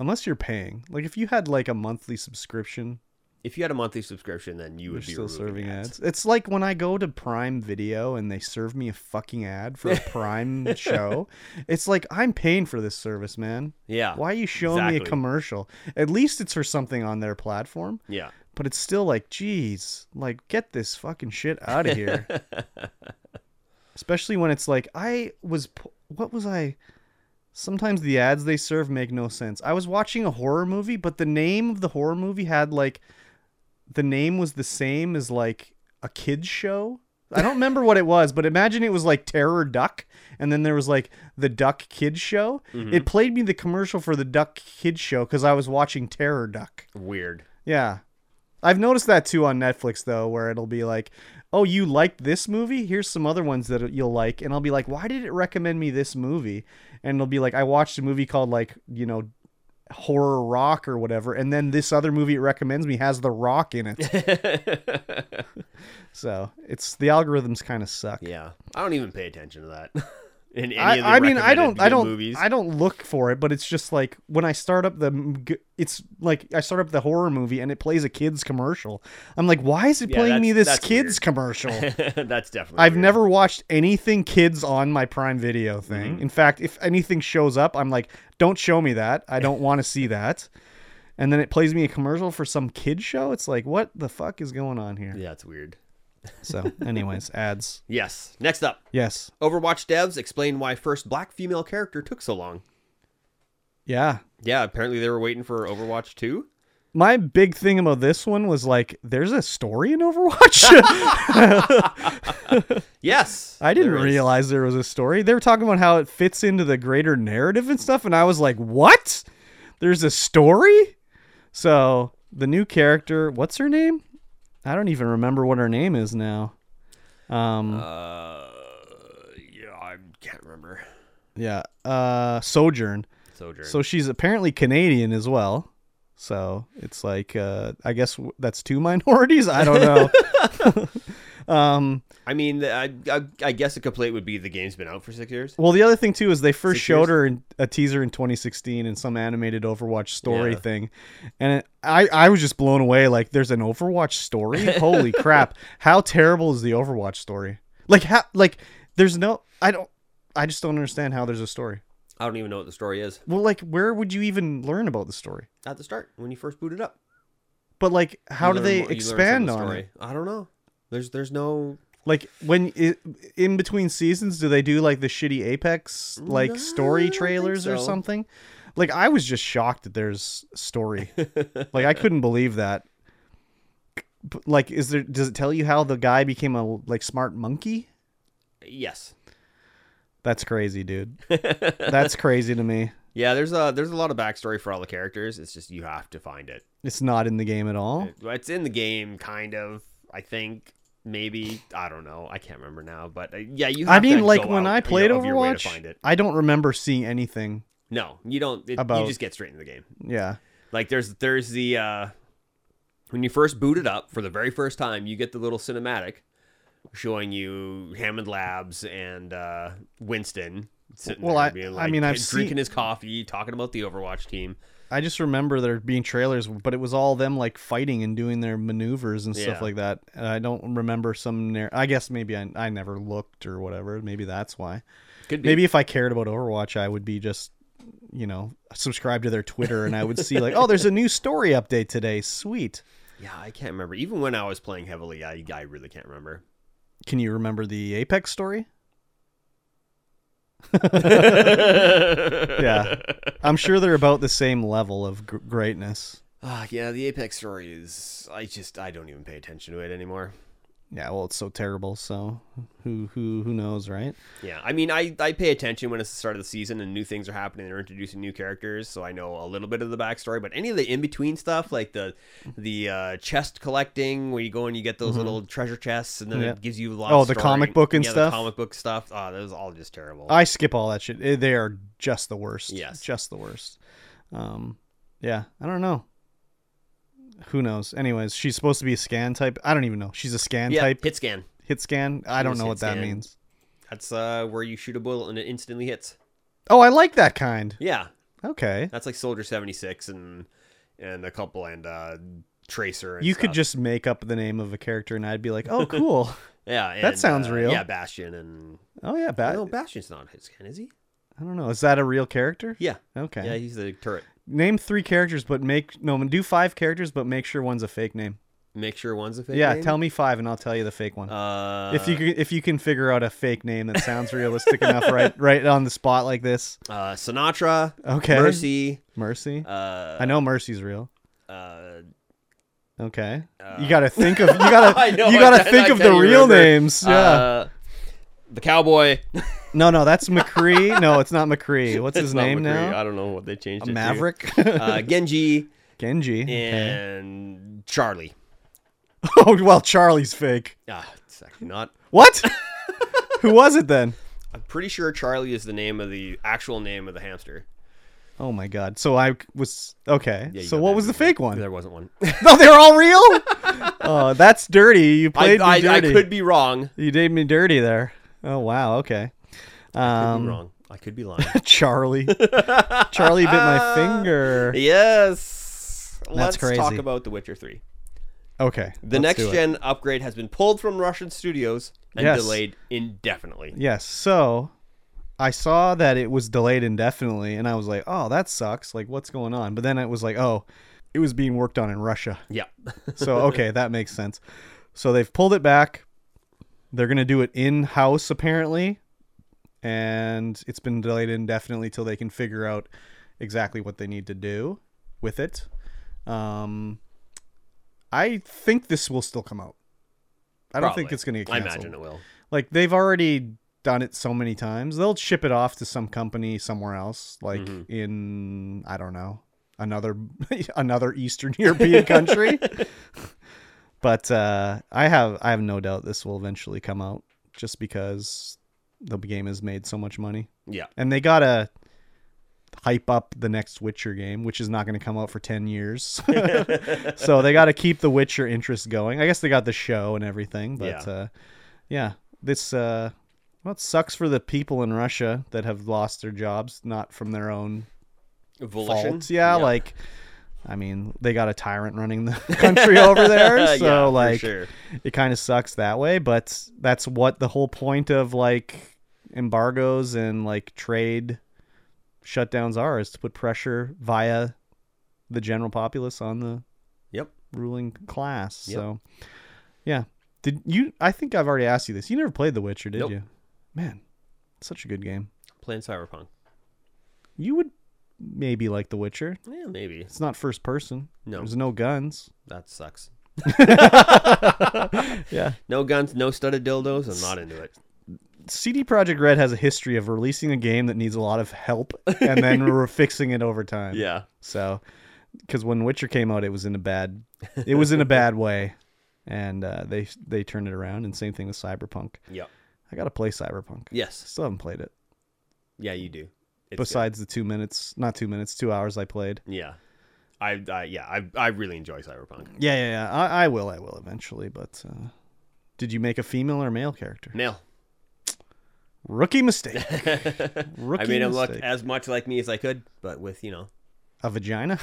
unless you're paying. Like if you had like a monthly subscription,
if you had a monthly subscription, then you would
They're
be
still
removing
serving ads. It's like when I go to Prime Video and they serve me a fucking ad for a Prime show. It's like I'm paying for this service, man.
Yeah.
Why are you showing me a
Ah, exactly.
commercial? At least it's for something on their platform.
Yeah.
But it's still like, geez, like get this fucking shit out of here. Especially when it's like, I was, p- what was I? Sometimes the ads they serve make no sense. I was watching a horror movie, but the name of the horror movie had like, the name was the same as like a kids show. I don't remember what it was, but imagine it was like Terror Duck, and then there was like the Duck Kids Show. It played me the commercial for the Duck Kids Show because I was watching Terror Duck.
Weird.
Yeah. I've noticed that too on Netflix though, where it'll be like, "Oh, you liked this movie? Here's some other ones that you'll like." And I'll be like, "Why did it recommend me this movie?" And it'll be like, "I watched a movie called like, you know, horror rock or whatever, and then this other movie it recommends me has the rock in it." so it's the algorithms kind of suck.
Yeah. I don't even pay attention to that. In any of the
I, I mean, I don't,
recommended
I don't,
movies.
I don't look for it, but it's just like when I start up the, m- g- it's like I start up the horror movie and it plays a kids commercial. I'm like, why is it
Yeah,
playing
that's-
me this
that's
kids commercial?
That's definitely.
I've
weird. Mm-hmm.
never watched anything kids on my Prime Video thing. In fact, if anything shows up, I'm like, don't show me that. I don't want to see that. And then it plays me a commercial for some kid show. It's like, what the fuck is going on here?
Yeah, it's weird.
So, anyways, ads.
Yes. Next up,
Yes.
Overwatch devs explain why first black female character took so long.
Yeah.
Yeah, apparently they were waiting for Overwatch 2.
my big thing about this one was like there's a story in overwatch
Yes.
i didn't
there is.
realize there was a story they were talking about how it fits into the greater narrative and stuff and i was like what there's a story so the new character what's her name i don't even remember what her name is now um
Uh, yeah, I can't remember.
yeah uh sojourn
Sojourn.
so she's apparently canadian as well so it's like uh i guess w- that's two minorities i don't know Um,
I mean, I, I, I guess a complaint would be the game's been out for six years.
Well, the other thing too is they first
Six
showed
years?
her in a teaser in 2016 in some animated Overwatch story
Yeah.
thing, and it, I I was just blown away. Like, there's an Overwatch story. Holy crap! How terrible is the Overwatch story? Like, how like there's no I don't I just don't understand how there's a story.
I don't even know what the story is
Well, like where would you even learn about the story?
at the start when you first boot it up.
But like, how
You
do
learn
they
more- you learn some of the
expand on
story.
it?
I don't know. There's there's no
Like when i in between seasons, do they do like the shitty Apex like
No, I
story
don't think
trailers or
so.
something? Like I was just shocked that there's story. like I couldn't believe that. But, Like, is there? Does it tell you how the guy became a like smart monkey?
yes.
That's crazy, dude. That's crazy to me.
Yeah, there's a there's a lot of backstory for all the characters. It's just you have to find it.
It's not in the game at all.
It's in the game, kind of. I think maybe I don't know. I can't remember now. But uh, yeah, you. Have
I mean,
to
like
go
when
out,
I
you know,
played
of your way to
Overwatch,
find it.
I don't remember seeing anything.
No, you don't. It,
About-
You just get straight into the game.
Yeah.
Like there's there's the uh when you first boot it up for the very first time, you get the little cinematic showing you Hammond Labs and uh Winston sitting
Well,
there
I-
being
I
like
mean, I've
drinking
seen-
his coffee, talking about the Overwatch team.
I just remember there being trailers, but it was all them like fighting and doing their maneuvers and stuff
Yeah.
like that. And I don't remember some. Nar- I guess maybe I, I never looked or whatever. Maybe that's why.
Could be
Maybe if I cared about Overwatch, I would be just, you know, subscribe to their Twitter and I would see like, oh, there's a new story update today. Sweet.
Yeah, I can't remember. Even when I was playing heavily, I I really can't remember.
Can you remember the Apex story?
yeah.
I'm sure they're about the same level of gr- greatness.
Ah, yeah, the Apex story is I just I don't even pay attention to it anymore.
Yeah, well, it's so terrible. So who who who knows, right?
Yeah, I mean, I, I pay attention when it's the start of the season and new things are happening. They're introducing new characters, so I know a little bit of the backstory. But any of the in between stuff, like the the uh, chest collecting, where you go and you get those little treasure chests, and then
Mm-hmm. Yeah.
it gives you a lot.
Oh,
of
the
story.
comic book and
yeah,
stuff?
The comic book stuff. Oh, that was all just terrible.
I skip all that shit. Eh, They are just the worst.
Yes.
Just the worst. Um, yeah, I don't know. Who knows? Anyways, she's supposed to be a scan type. I don't even know. She's a scan
yeah,
type.
hit scan.
Hit scan. I don't
was
know
hit
what that
scan.
means.
That's uh, where you shoot a bullet and it instantly hits.
Oh, I like that kind.
Yeah,
Okay.
that's like Soldier seventy six and and a couple and uh, Tracer. And
You could
stuff.
just make up the name of a character, and I'd be like, "Oh, cool!
yeah. And,
sounds
uh,
real.
Yeah, Bastion and
oh yeah, Bat."
no, Bastion's not his can, is he?
I don't know. Is that a real character?
Yeah.
Okay.
Yeah, he's the turret.
Name three characters, but make no. Do five characters, but make sure one's a fake name.
Make sure one's a fake.
yeah,
name.
tell me five, and I'll tell you the fake one.
Uh,
if you can- if you can figure out a fake name that sounds realistic enough, right right on the spot like this.
uh, Sinatra,
Okay.
Mercy,
Mercy.
uh,
I know Mercy's real.
uh,
Okay. you gotta think of you gotta
I know,
you
I
gotta
can't-
think
I
of the
can't
real
remember.
names. Yeah.
uh, the cowboy.
no, no, that's McCree. no, it's not McCree. What's his
It's not
name
McCree.
now?
I don't know what they changed. it to.
Maverick.
uh, Genji
Genji. Okay.
and Charlie.
Oh well, Charlie's fake.
Ah, it's actually not.
What? Who was it then?
I'm pretty sure Charlie is the name of the actual name of the hamster.
Oh my god. So I was okay.
you
so
got
what
that
was the
right.
fake one?
There wasn't one.
No, they were all real. oh, that's dirty. You
I,
played me
I, I
dirty.
could be wrong.
You did me dirty there. Oh wow. Okay.
I could
Um,
be wrong. I could be lying.
Charlie. Charlie bit my finger.
yes. Let's talk
crazy.
about The Witcher 3.
Okay.
The
let's
next
do it.
gen upgrade has been pulled from Russian studios and
Yes.
delayed indefinitely.
Yes. So I saw that it was delayed indefinitely, and I was like, "Oh, that sucks! Like, what's going on?" But then it was like, "Oh, it was being worked on in Russia."
Yeah.
So okay, that makes sense. So they've pulled it back. They're gonna do it in house apparently, and it's been delayed indefinitely till they can figure out exactly what they need to do with it. Um, I think this will still come out. I don't think
Probably.
it's gonna get
I
canceled.
imagine it will.
Like they've already done it so many times. They'll ship it off to some company somewhere else, like
Mm-hmm.
in I don't know another another Eastern European country. but uh, I have I have no doubt this will eventually come out, just because the game has made so much money,
Yeah.
and they gotta hype up the next Witcher game, which is not going to come out for ten years. so they got to keep the Witcher interest going. I guess they got the show and everything, but
Yeah.
yeah. uh yeah, this uh well, it sucks for the people in Russia that have lost their jobs, not from their own
Volition.
fault. Yeah, like, I mean, they got a tyrant running the country over
Yeah,
there, so
for
like,
sure.
it kind of sucks that way. But that's what the whole point of like embargoes and like trade shutdowns are is to put pressure via the general populace on the
Yep.
ruling class.
Yep.
So, yeah. Did you? I think I've already asked you this. You never played The Witcher, did
Nope.
you? Man, such a good game.
Playing Cyberpunk.
You would maybe like The Witcher.
Yeah, maybe.
It's not first person.
No.
There's no guns.
That sucks.
Yeah.
No guns, no studded dildos. I'm not into it.
CD Projekt Red has a history of releasing a game that needs a lot of help and then we're fixing it over time.
Yeah.
So, because when Witcher came out, it was in a bad, it was in a bad way, and uh, they they turned it around. And same thing with Cyberpunk.
Yep.
I gotta play Cyberpunk.
Yes.
Still haven't played it.
Yeah, you do. It's good.
besides the two minutes, not two minutes, two hours I played.
Yeah. I, I yeah, I, I really enjoy Cyberpunk.
Yeah, yeah, yeah. I, I will, I will eventually. But uh, did you make a female or male character?
Male.
Rookie mistake. Rookie
I made him look
mistake.
as much like me as I could, but with, you know.
A vagina.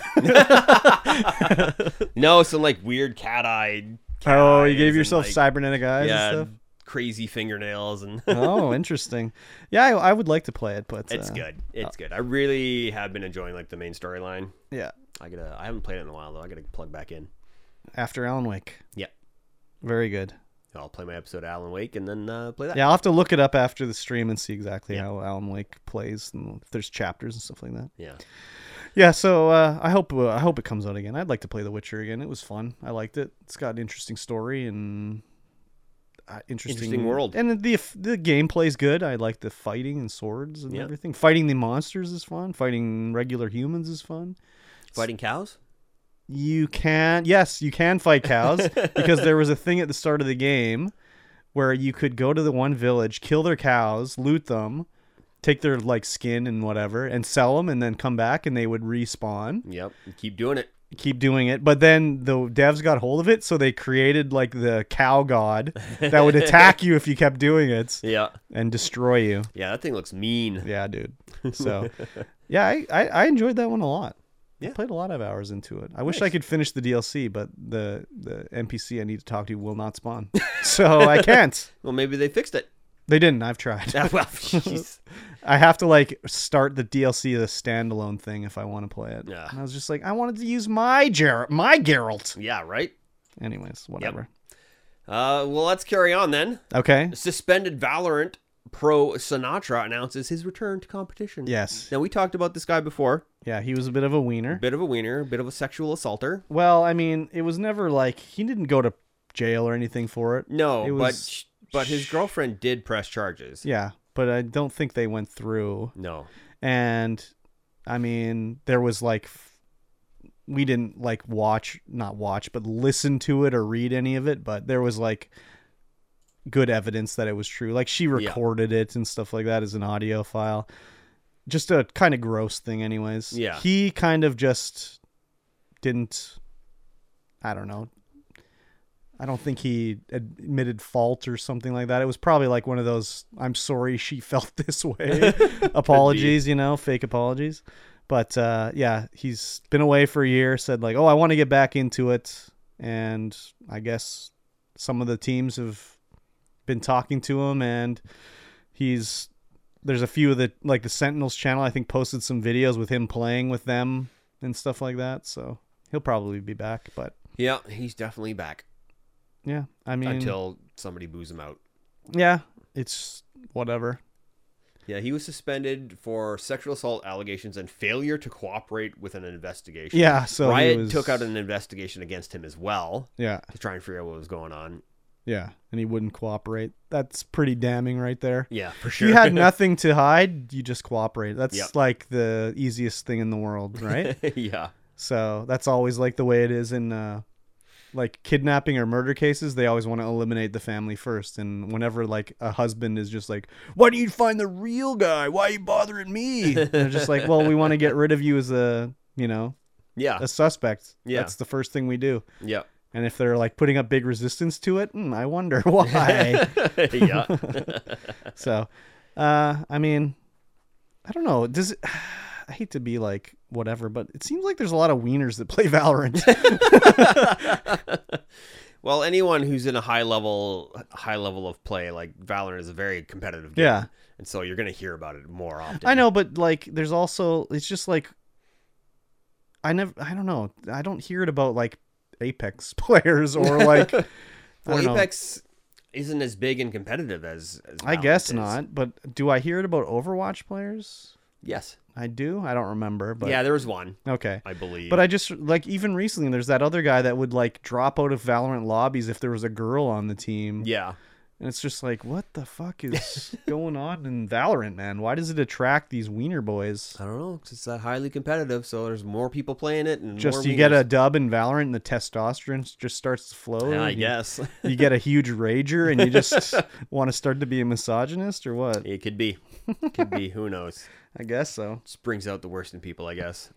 No, some like weird cat eyed
oh,
eyes
you gave
and,
yourself
like,
cybernetic eyes
yeah,
and stuff.
crazy fingernails and
Oh, interesting. Yeah, I, I would like to play it, but
it's
uh,
good. It's good. I really have been enjoying like the main storyline.
Yeah,
I gotta I haven't played it in a while though. I gotta plug back in.
after Alan Wake,
Yep.
very good.
I'll play my episode of Alan Wake and then uh, play that.
Yeah, I'll have to look it up after the stream and see exactly
Yeah.
how Alan Wake plays and if there's chapters and stuff like that.
Yeah.
Yeah, so uh, I hope uh, I hope it comes out again. I'd like to play The Witcher again. It was fun. I liked it. It's got an interesting story and uh, interesting,
Interesting world.
And the the gameplay's good. I like the fighting and swords and
Yeah.
everything. Fighting the monsters is fun. Fighting regular humans is fun.
Fighting cows?
You can yes, you can fight cows because there was a thing at the start of the game where you could go to the one village, kill their cows, loot them, take their like skin and whatever, and sell them, and then come back and they would respawn
Yep. You keep doing it.
keep doing it. But then the devs got hold of it, so they created like the cow god that would attack you if you kept doing it
Yeah.
and destroy you.
Yeah, that thing looks mean.
Yeah, dude. So yeah, I, I, I enjoyed that one a lot.
Yeah.
I played a lot of hours into it. I wish I
Nice.
could finish the DLC, but the the NPC I need to talk to will not spawn, so I can't.
Well, maybe they fixed it.
They didn't. I've tried.
Ah, well, jeez.
I have to like start the DLC as a standalone thing if I want to play it.
Yeah.
And I was just like, I wanted to use my Ger- my Geralt.
yeah, right.
Anyways, whatever.
Uh, well, let's carry on then.
Okay.
Suspended Valorant pro Sinatra announces his return to competition.
Yes.
Now we talked about this guy before.
Yeah, he was a bit of a wiener.
Bit of a wiener, bit of a sexual assaulter.
Well, I mean, it was never like he didn't go to jail or anything for it.
No,
It was-
but but his girlfriend did press charges.
Yeah, but I don't think they went through.
No.
And I mean, there was like f- we didn't like watch, not watch, but listen to it or read any of it, but there was like good evidence that it was true. Like she recorded it and stuff like that as an audio file. Just a kind of gross thing anyways.
Yeah.
He kind of just didn't I don't know. I don't think he admitted fault or something like that. It was probably like one of those I'm sorry she felt this way apologies, you know, fake apologies. But uh, yeah, he's been away for a year, said like, "Oh, I want to get back into it." And I guess some of the teams have been talking to him and he's there's a few of the like the Sentinels channel I think posted some videos with him playing with them and stuff like that. So he'll probably be back, but
Yeah, he's definitely back
yeah, I mean,
until somebody boos him out.
yeah, it's whatever.
Yeah, he was suspended for sexual assault allegations and failure to cooperate with an investigation.
Yeah, so he
Riot
was-
took out an investigation against him as well
yeah,
to try and figure out what was going on.
yeah, and he wouldn't cooperate. That's pretty damning right there.
Yeah, for
If
sure.
you had nothing to hide, you just cooperate. That's
Yep.
like the easiest thing in the world, right?
yeah.
so that's always like the way it is in uh, like kidnapping or murder cases. They always want to eliminate the family first. And whenever like a husband is just like, "Why do you find the real guy? Why are you bothering me?" They're just like, "Well, we want to get rid of you as a you know
Yeah.
a suspect.
Yeah.
That's the first thing we do."
Yeah.
And if they're like putting up big resistance to it, hmm, I wonder why.
yeah.
So, uh, I mean, I don't know. Does it, I hate to be like whatever, but it seems like there's a lot of wieners that play Valorant.
Well, anyone who's in a high level high level of play, like Valorant is a very competitive game.
Yeah.
And so you're gonna hear about it more often.
I know, but like, there's also it's just like I never. I don't know. I don't hear it about like Apex players or like I
Well,
don't know.
Apex isn't as big and competitive as, as
I
Valorant
guess
is.
not. But do I hear it about Overwatch players?
Yes.
I do. I don't remember. But
yeah, there was one,
okay.
I believe.
But I just like even recently, there's that other guy that would like drop out of Valorant lobbies if there was a girl on the team.
yeah.
And it's just like, what the fuck is going on in Valorant, man? Why does it attract these wiener boys?
I don't know, 'cause it's that highly competitive, so there's more people playing it and
Just
more
you get a
wieners.
dub in Valorant and the testosterone just starts to flow.
Yeah, I
and you-
guess.
You, get a huge rager and you just want to start to be a misogynist or what?
it could be. Could be, who knows.
I guess so.
Just brings out the worst in people, I guess.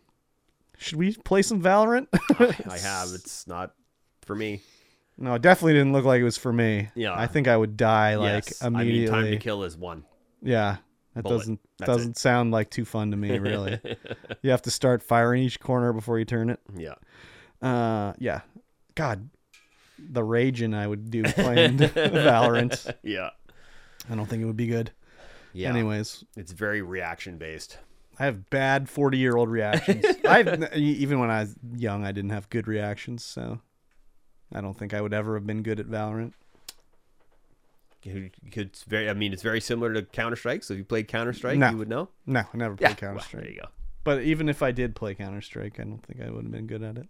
Should we play some Valorant?
I have. It's not for me.
no, it definitely didn't look like it was for me.
Yeah.
I think I would die like
yes.
immediately.
I mean, time to kill is one.
Yeah. That
Bullet.
doesn't
That's it.
doesn't sound like too fun to me, really. you have to start firing each corner before you turn it.
Yeah.
Uh yeah. God, the raging I would do playing Valorant.
Yeah.
I don't think it would be good.
Yeah.
Anyways,
It's very reaction based.
I have bad 40-year-old reactions. I even when I was young, I didn't have good reactions, so I don't think I would ever have been good at Valorant.
It's very. I mean, it's very similar to Counter Strike. So if you played Counter Strike,
No.
you would know.
No, I never played Counter-Strike.
there you go.
but even if I did play Counter-Strike, I don't think I would have been good at it.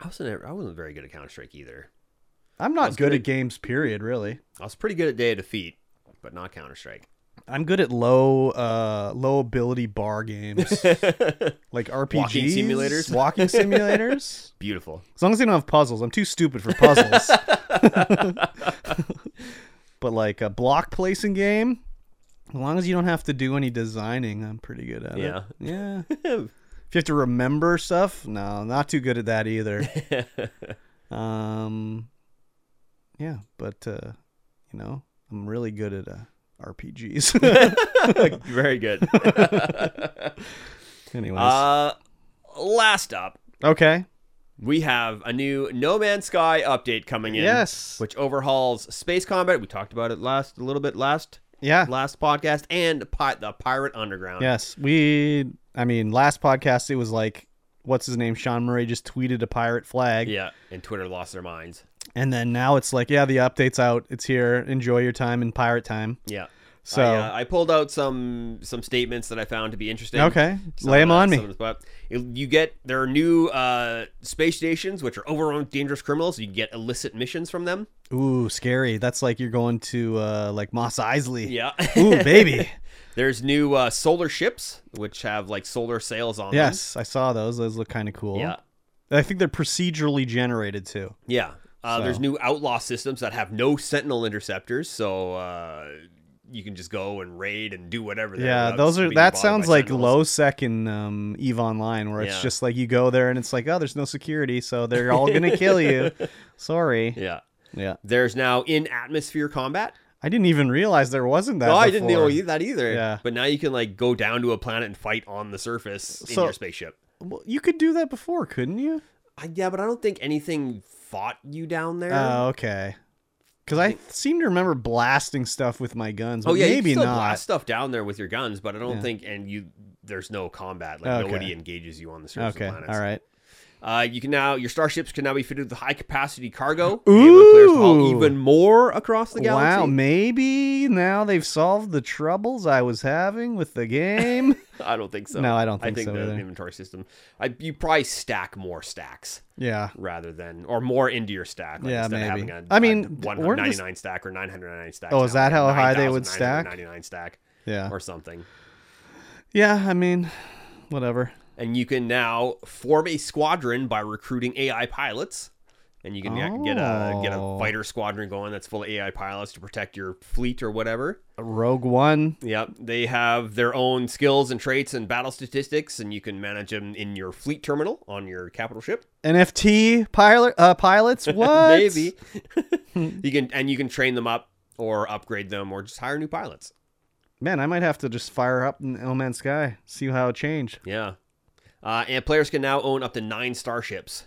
I wasn't. I wasn't very good at Counter Strike either.
I'm
was
not good
good
at games period, really.
I was pretty good at Day of Defeat, but not Counter Strike.
I'm good at low uh low ability bar games. like RPGs,
simulators?
walking simulators.
Beautiful.
As long as they don't have puzzles. I'm too stupid for puzzles. but like a block placing game, as long as you don't have to do any designing, I'm pretty good at
Yeah.
it. Yeah. Yeah.
yeah.
If you have to remember stuff, no, not too good at that either. um yeah, but uh you know, I'm really good at uh, RPGs.
Very good.
Anyways,
uh, last up,
Okay.
we have a new No Man's Sky update coming in.
Yes.
Which overhauls space combat. We talked about it last a little bit last
Yeah.
last podcast and pi- the Pirate Underground.
Yes. We. I mean, last podcast it was like, what's his name? Sean Murray just tweeted a pirate flag.
Yeah, and Twitter lost their minds.
And then now it's like, yeah, the update's out. It's here. Enjoy your time in pirate time.
Yeah.
So
I, uh, I pulled out some some statements that I found to be interesting.
okay,
Some
lay them
of the-
on
some
me.
of the- But it- you get there are new uh, space stations which are overrun with dangerous criminals. You can get illicit missions from them.
Ooh, scary. That's like you're going to uh, like Moss Isley.
Yeah.
Ooh, baby.
There's new uh, solar ships which have like solar sails on them.
yes, I saw those. Those look kind of cool.
Yeah.
I think they're procedurally generated too.
Yeah. Uh,
So-
There's new outlaw systems that have no sentinel interceptors, so uh, you can just go and raid and do whatever. there
yeah,
without
those are.
being
That
bothered
sounds
by
like
Sentinels.
low second um, Eve Online, where
Yeah.
it's just like you go there and it's like, oh, there's no security, so they're all gonna kill you. Sorry.
Yeah.
Yeah.
There's now in atmosphere combat.
I didn't even realize there wasn't that.
No, I didn't
before.
know e- that either.
Yeah.
But now you can like go down to a planet and fight on the surface in
So-
your spaceship.
Well, you could do that before, couldn't you?
I, yeah, but I don't think anything fought you down there.
Oh, okay. Because I seem to remember blasting stuff with my guns.
oh
but
yeah, you can
maybe
still
not.
blast stuff down there with your guns, but I don't
Yeah.
think and you there's no combat. Like
Okay.
nobody engages you on the surface
Okay,
of planets.
all right.
Uh, you can now your starships can now be fitted with high capacity cargo, enabling players to haul
Ooh.
even more across the
Wow,
galaxy.
maybe now they've solved the troubles I was having with the game.
I don't think so.
No, I don't think
I think
so
the
either.
inventory system. I, you probably stack more stacks
yeah.
rather than or more into your stack. Like
Yeah,
instead Of
maybe.
having a,
I mean, th-
one
weren't
hundred
this-
ninety nine stack or nine hundred ninety stack.
Oh, is that how high they would stack?
Ninety nine stack
Yeah.
or something.
Yeah, I mean, whatever.
And you can now form a squadron by recruiting AI pilots. And you can get- get a get a
Oh.
fighter squadron going that's full of AI pilots to protect your fleet or whatever.
Rogue One.
Yep, they have their own skills and traits and battle statistics, and you can manage them in your fleet terminal on your capital ship.
NFT pilot uh pilots. What?
Maybe you can, and you can train them up or upgrade them or just hire new pilots.
Man, I might have to just fire up in No Man's Sky, see how it changed.
Yeah, uh, and players can now own up to nine starships,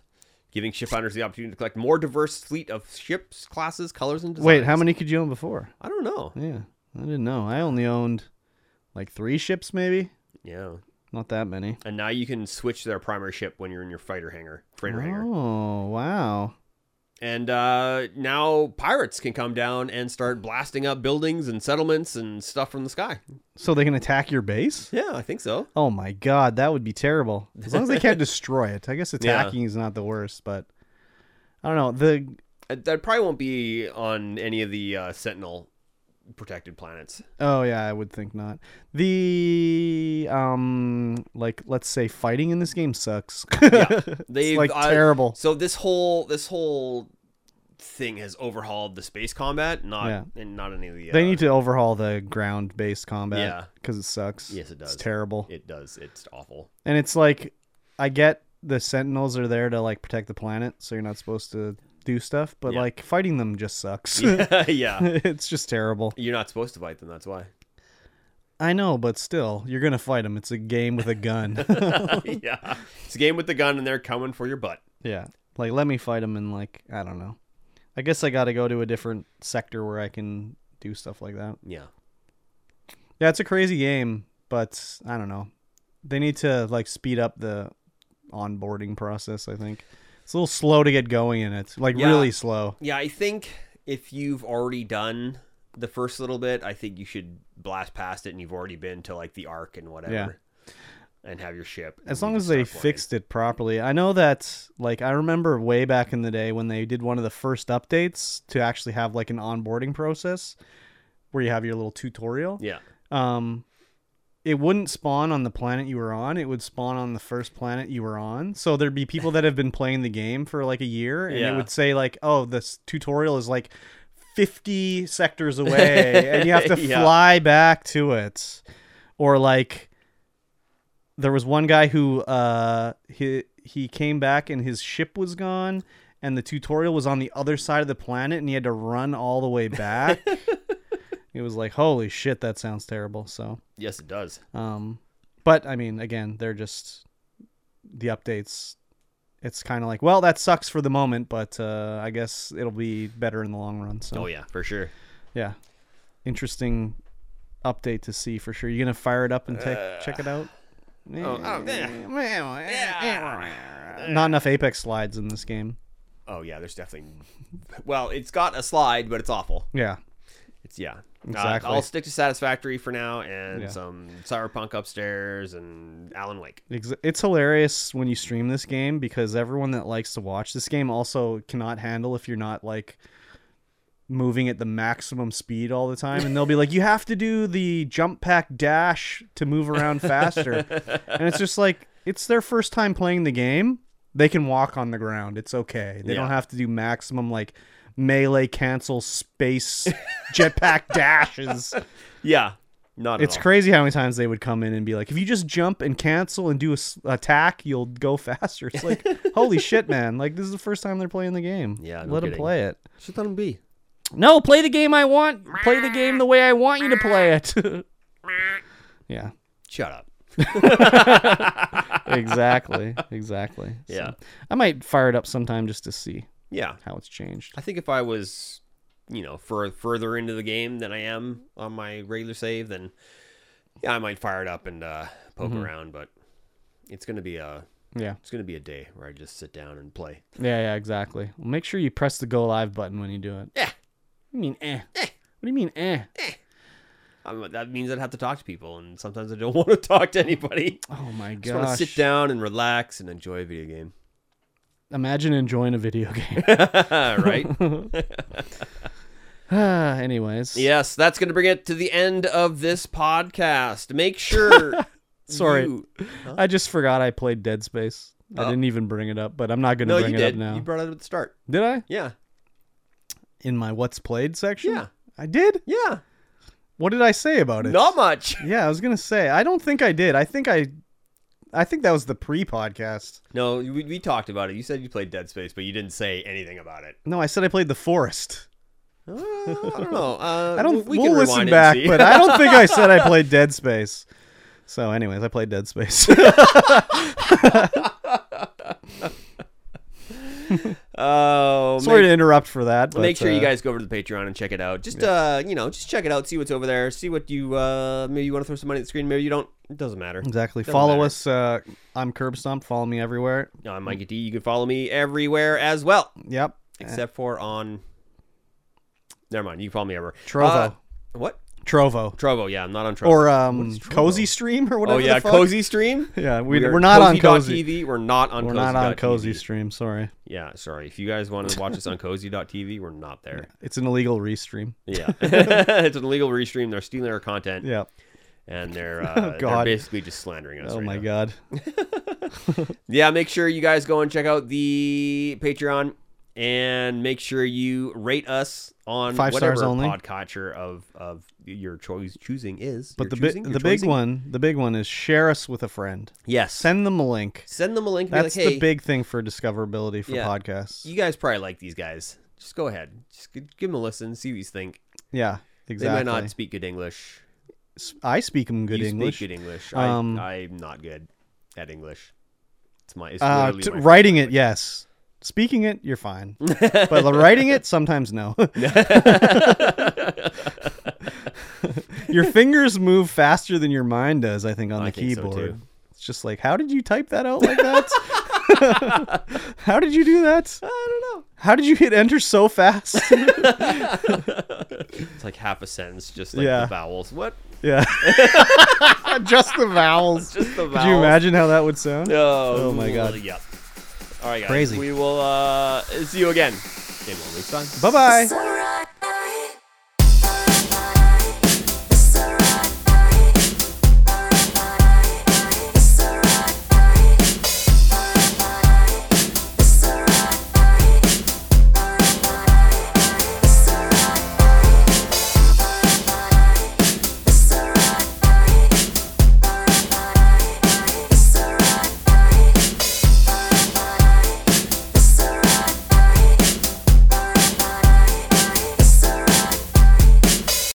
giving ship owners the opportunity to collect more diverse fleet of ships, classes, colors, and designs.
Wait, how many could you own before?
I don't know.
Yeah. I didn't know. I only owned like three ships maybe.
Yeah,
Not that many.
and now you can switch their primary ship when you're in your fighter hangar, freighter hangar.
Oh, wow.
And uh, now pirates can come down and start blasting up buildings and settlements and stuff from the sky.
So they can attack your base?
Yeah, I think so.
Oh my god, that would be terrible. As long as they can't destroy it. I guess attacking is not the worst, but I don't know. The
Uh, That probably won't be on any of the uh, Sentinel protected planets.
oh yeah, I would think not. The um like let's say fighting in this game sucks.
Yeah,
it's
They've,
like
uh,
terrible.
So this whole this whole thing has overhauled the space combat, not and not any of the. Uh,
They need to overhaul the ground based combat.
Yeah.
Because it sucks.
Yes, it does.
It's terrible.
uh, It does. It's awful.
And it's like, I get the Sentinels are there to like protect the planet, so you're not supposed to do stuff, but
Yeah.
like fighting them just sucks.
yeah,
it's just terrible.
you're not supposed to fight them. That's why.
I know, but still, you're gonna fight them. It's a game with a gun.
yeah, it's a game with the gun, and they're coming for your butt.
yeah, like let me fight them, and like I don't know. I guess I got to go to a different sector where I can do stuff like that.
Yeah.
Yeah, it's a crazy game, but I don't know. They need to like speed up the onboarding process. I think it's a little slow to get going in it. Like
Yeah.
really slow.
Yeah, I think if you've already done the first little bit, I think you should blast past it and you've already been to like the arc and whatever. And have your ship. and
as
you
long
can
as they
start flying.
fixed it properly i know that like i remember way back in the day when they did one of the first updates to actually have like an onboarding process where you have your little tutorial
Yeah.
um it wouldn't spawn on the planet you were on it would spawn on the first planet you were on so there'd be people that have been playing the game for like a year and
Yeah.
it would say like oh this tutorial is like 50 sectors away and you have to
Yeah.
fly back to it or like there was one guy who uh he he came back and his ship was gone and the tutorial was on the other side of the planet and he had to run all the way back it was like holy shit that sounds terrible so
Yes, it does.
um but i mean again they're just the updates, it's kind of like, well, that sucks for the moment, but uh, I guess it'll be better in the long run. So
Oh yeah, for sure.
yeah, interesting update to see for sure. You gonna fire it up and take, check it out?
oh,
Not enough Apex slides in this game.
Oh yeah, there's definitely. Well, it's got a slide, but it's awful.
Yeah,
It's yeah. Uh,
Exactly.
I'll stick to Satisfactory for now, and
Yeah.
some Cyberpunk upstairs, and Alan Wake.
Ex- It's hilarious when you stream this game because everyone that likes to watch this game also cannot handle if you're not like moving at the maximum speed all the time and they'll be like you have to do the jump pack dash to move around faster and it's just like it's their first time playing the game they can walk on the ground it's okay they don't
Yeah.
have to do maximum like melee cancel space jetpack dashes
Yeah, not. At
it's
all.
crazy how many times they would come in and be like, if you just jump and cancel and do a s- attack, you'll go faster. It's like, holy shit, man! Like this is the first time they're playing the game.
Yeah, no
let them
kidding.
play it.
Just let them be.
No, play the game I want. Play the game the way I want you to play it. yeah,
Shut up.
exactly, exactly. So,
Yeah.
I might fire it up sometime just to see
Yeah,
how it's changed.
I think if I was, you know, fur further into the game than I am on my regular save, then yeah, I might fire it up and uh, poke
Mm-hmm.
around. But it's gonna be a
Yeah,
it's gonna be a day where I just sit down and play.
yeah, yeah, exactly. Well, make sure you press the go live button when you do it.
Yeah.
What do you mean, eh? What do you mean, eh?
I'm, that means I'd have to talk to people, and sometimes I don't want to talk to anybody.
Oh my gosh.
just want to sit down and relax and enjoy a video game.
Imagine enjoying a video game.
right?
Ah, Anyways,
yes, that's going to bring it to the end of this podcast. Make sure.
Sorry.
you- Oh.
I just forgot I played Dead Space. I didn't even bring it up, but I'm not going to
No,
bring
you
it
did.
up now.
You brought it up at the start.
did I?
Yeah.
In my what's played section?
Yeah.
I did?
Yeah.
What did I say about it?
Not much.
Yeah, I was going to say. I don't think I did. I think I I think that was the pre-podcast.
No, we, we talked about it. You said you played Dead Space, but you didn't say anything about it.
No, I said I played The Forest.
Uh, I don't know. Uh,
I don't
We, we
we'll
can
listen
rewind
back,
and see.
but I don't think I said I played Dead Space. So anyways, I played Dead Space.
Oh,
Sorry
make-
to interrupt for that. But,
make sure you
uh,
guys go over to the Patreon and check it out. Just uh, you know, just check it out, see what's over there, see what you uh maybe you want to throw some money at the screen, maybe you don't. It doesn't matter.
Exactly.
Doesn't
follow
matter.
us. Uh, I'm Curb Stomp. Follow me everywhere.
No, I'm Mikey D. You can follow me everywhere as well,
Yep.
except for on. Never mind. You can follow me everywhere.
Trovo.
Uh, what?
Trovo.
Trovo. Yeah, I'm not on Trovo.
Or
What is
um,
Trovo?
Cozy Stream or
oh
whatever.
yeah,
the fuck.
Cozy Stream.
Yeah, we,
are
we're not on Cozy.
Cozy.tv. We're not on.
We're not on
Cozy.tv.
Cozy Stream. Sorry,
Yeah, sorry. If you guys want to watch us on Cozy.tv, we're not there.
it's an illegal restream.
Yeah, it's an illegal restream. They're stealing our content,
Yeah.
and they're uh, they're
Oh, God.
basically just slandering us.
Oh
right
my
now.
god.
Yeah, make sure you guys go and check out the Patreon and make sure you rate us on
Five
whatever
stars only.
podcatcher of of your choice choosing is.
But
Your
the
choosing,
big
your
the big
choicing?
one, the big one is share us with a friend.
Yes. Send,
Send them a link.
them a link and
That's
be like, hey,
the big thing for discoverability for
Yeah.
podcasts.
you guys probably like these guys. Just go ahead. Just g- give them a listen, see what you think.
yeah, exactly.
They might not speak good English.
S- I speak them good
you
English.
speak good English.
Um,
I, I'm not good at English. It's my, it's
uh,
literally
t-
my
writing it, yes. Speaking it, you're fine. but writing it, sometimes no. your fingers move faster than your mind does, I think, on
I
the
think so,
keyboard.
too.
It's just like, how did you type that out like that? how did you do that?
I don't know.
How did you hit enter so fast?
It's like half a sentence, just like
Yeah.
the vowels. What?
yeah. just the vowels.
Just the vowels.
Could you imagine how that would sound?
Oh,
Oh my God.
Yep. All right, guys.
Crazy.
We will uh, see you again in one week's time.
Bye bye.
It's alright.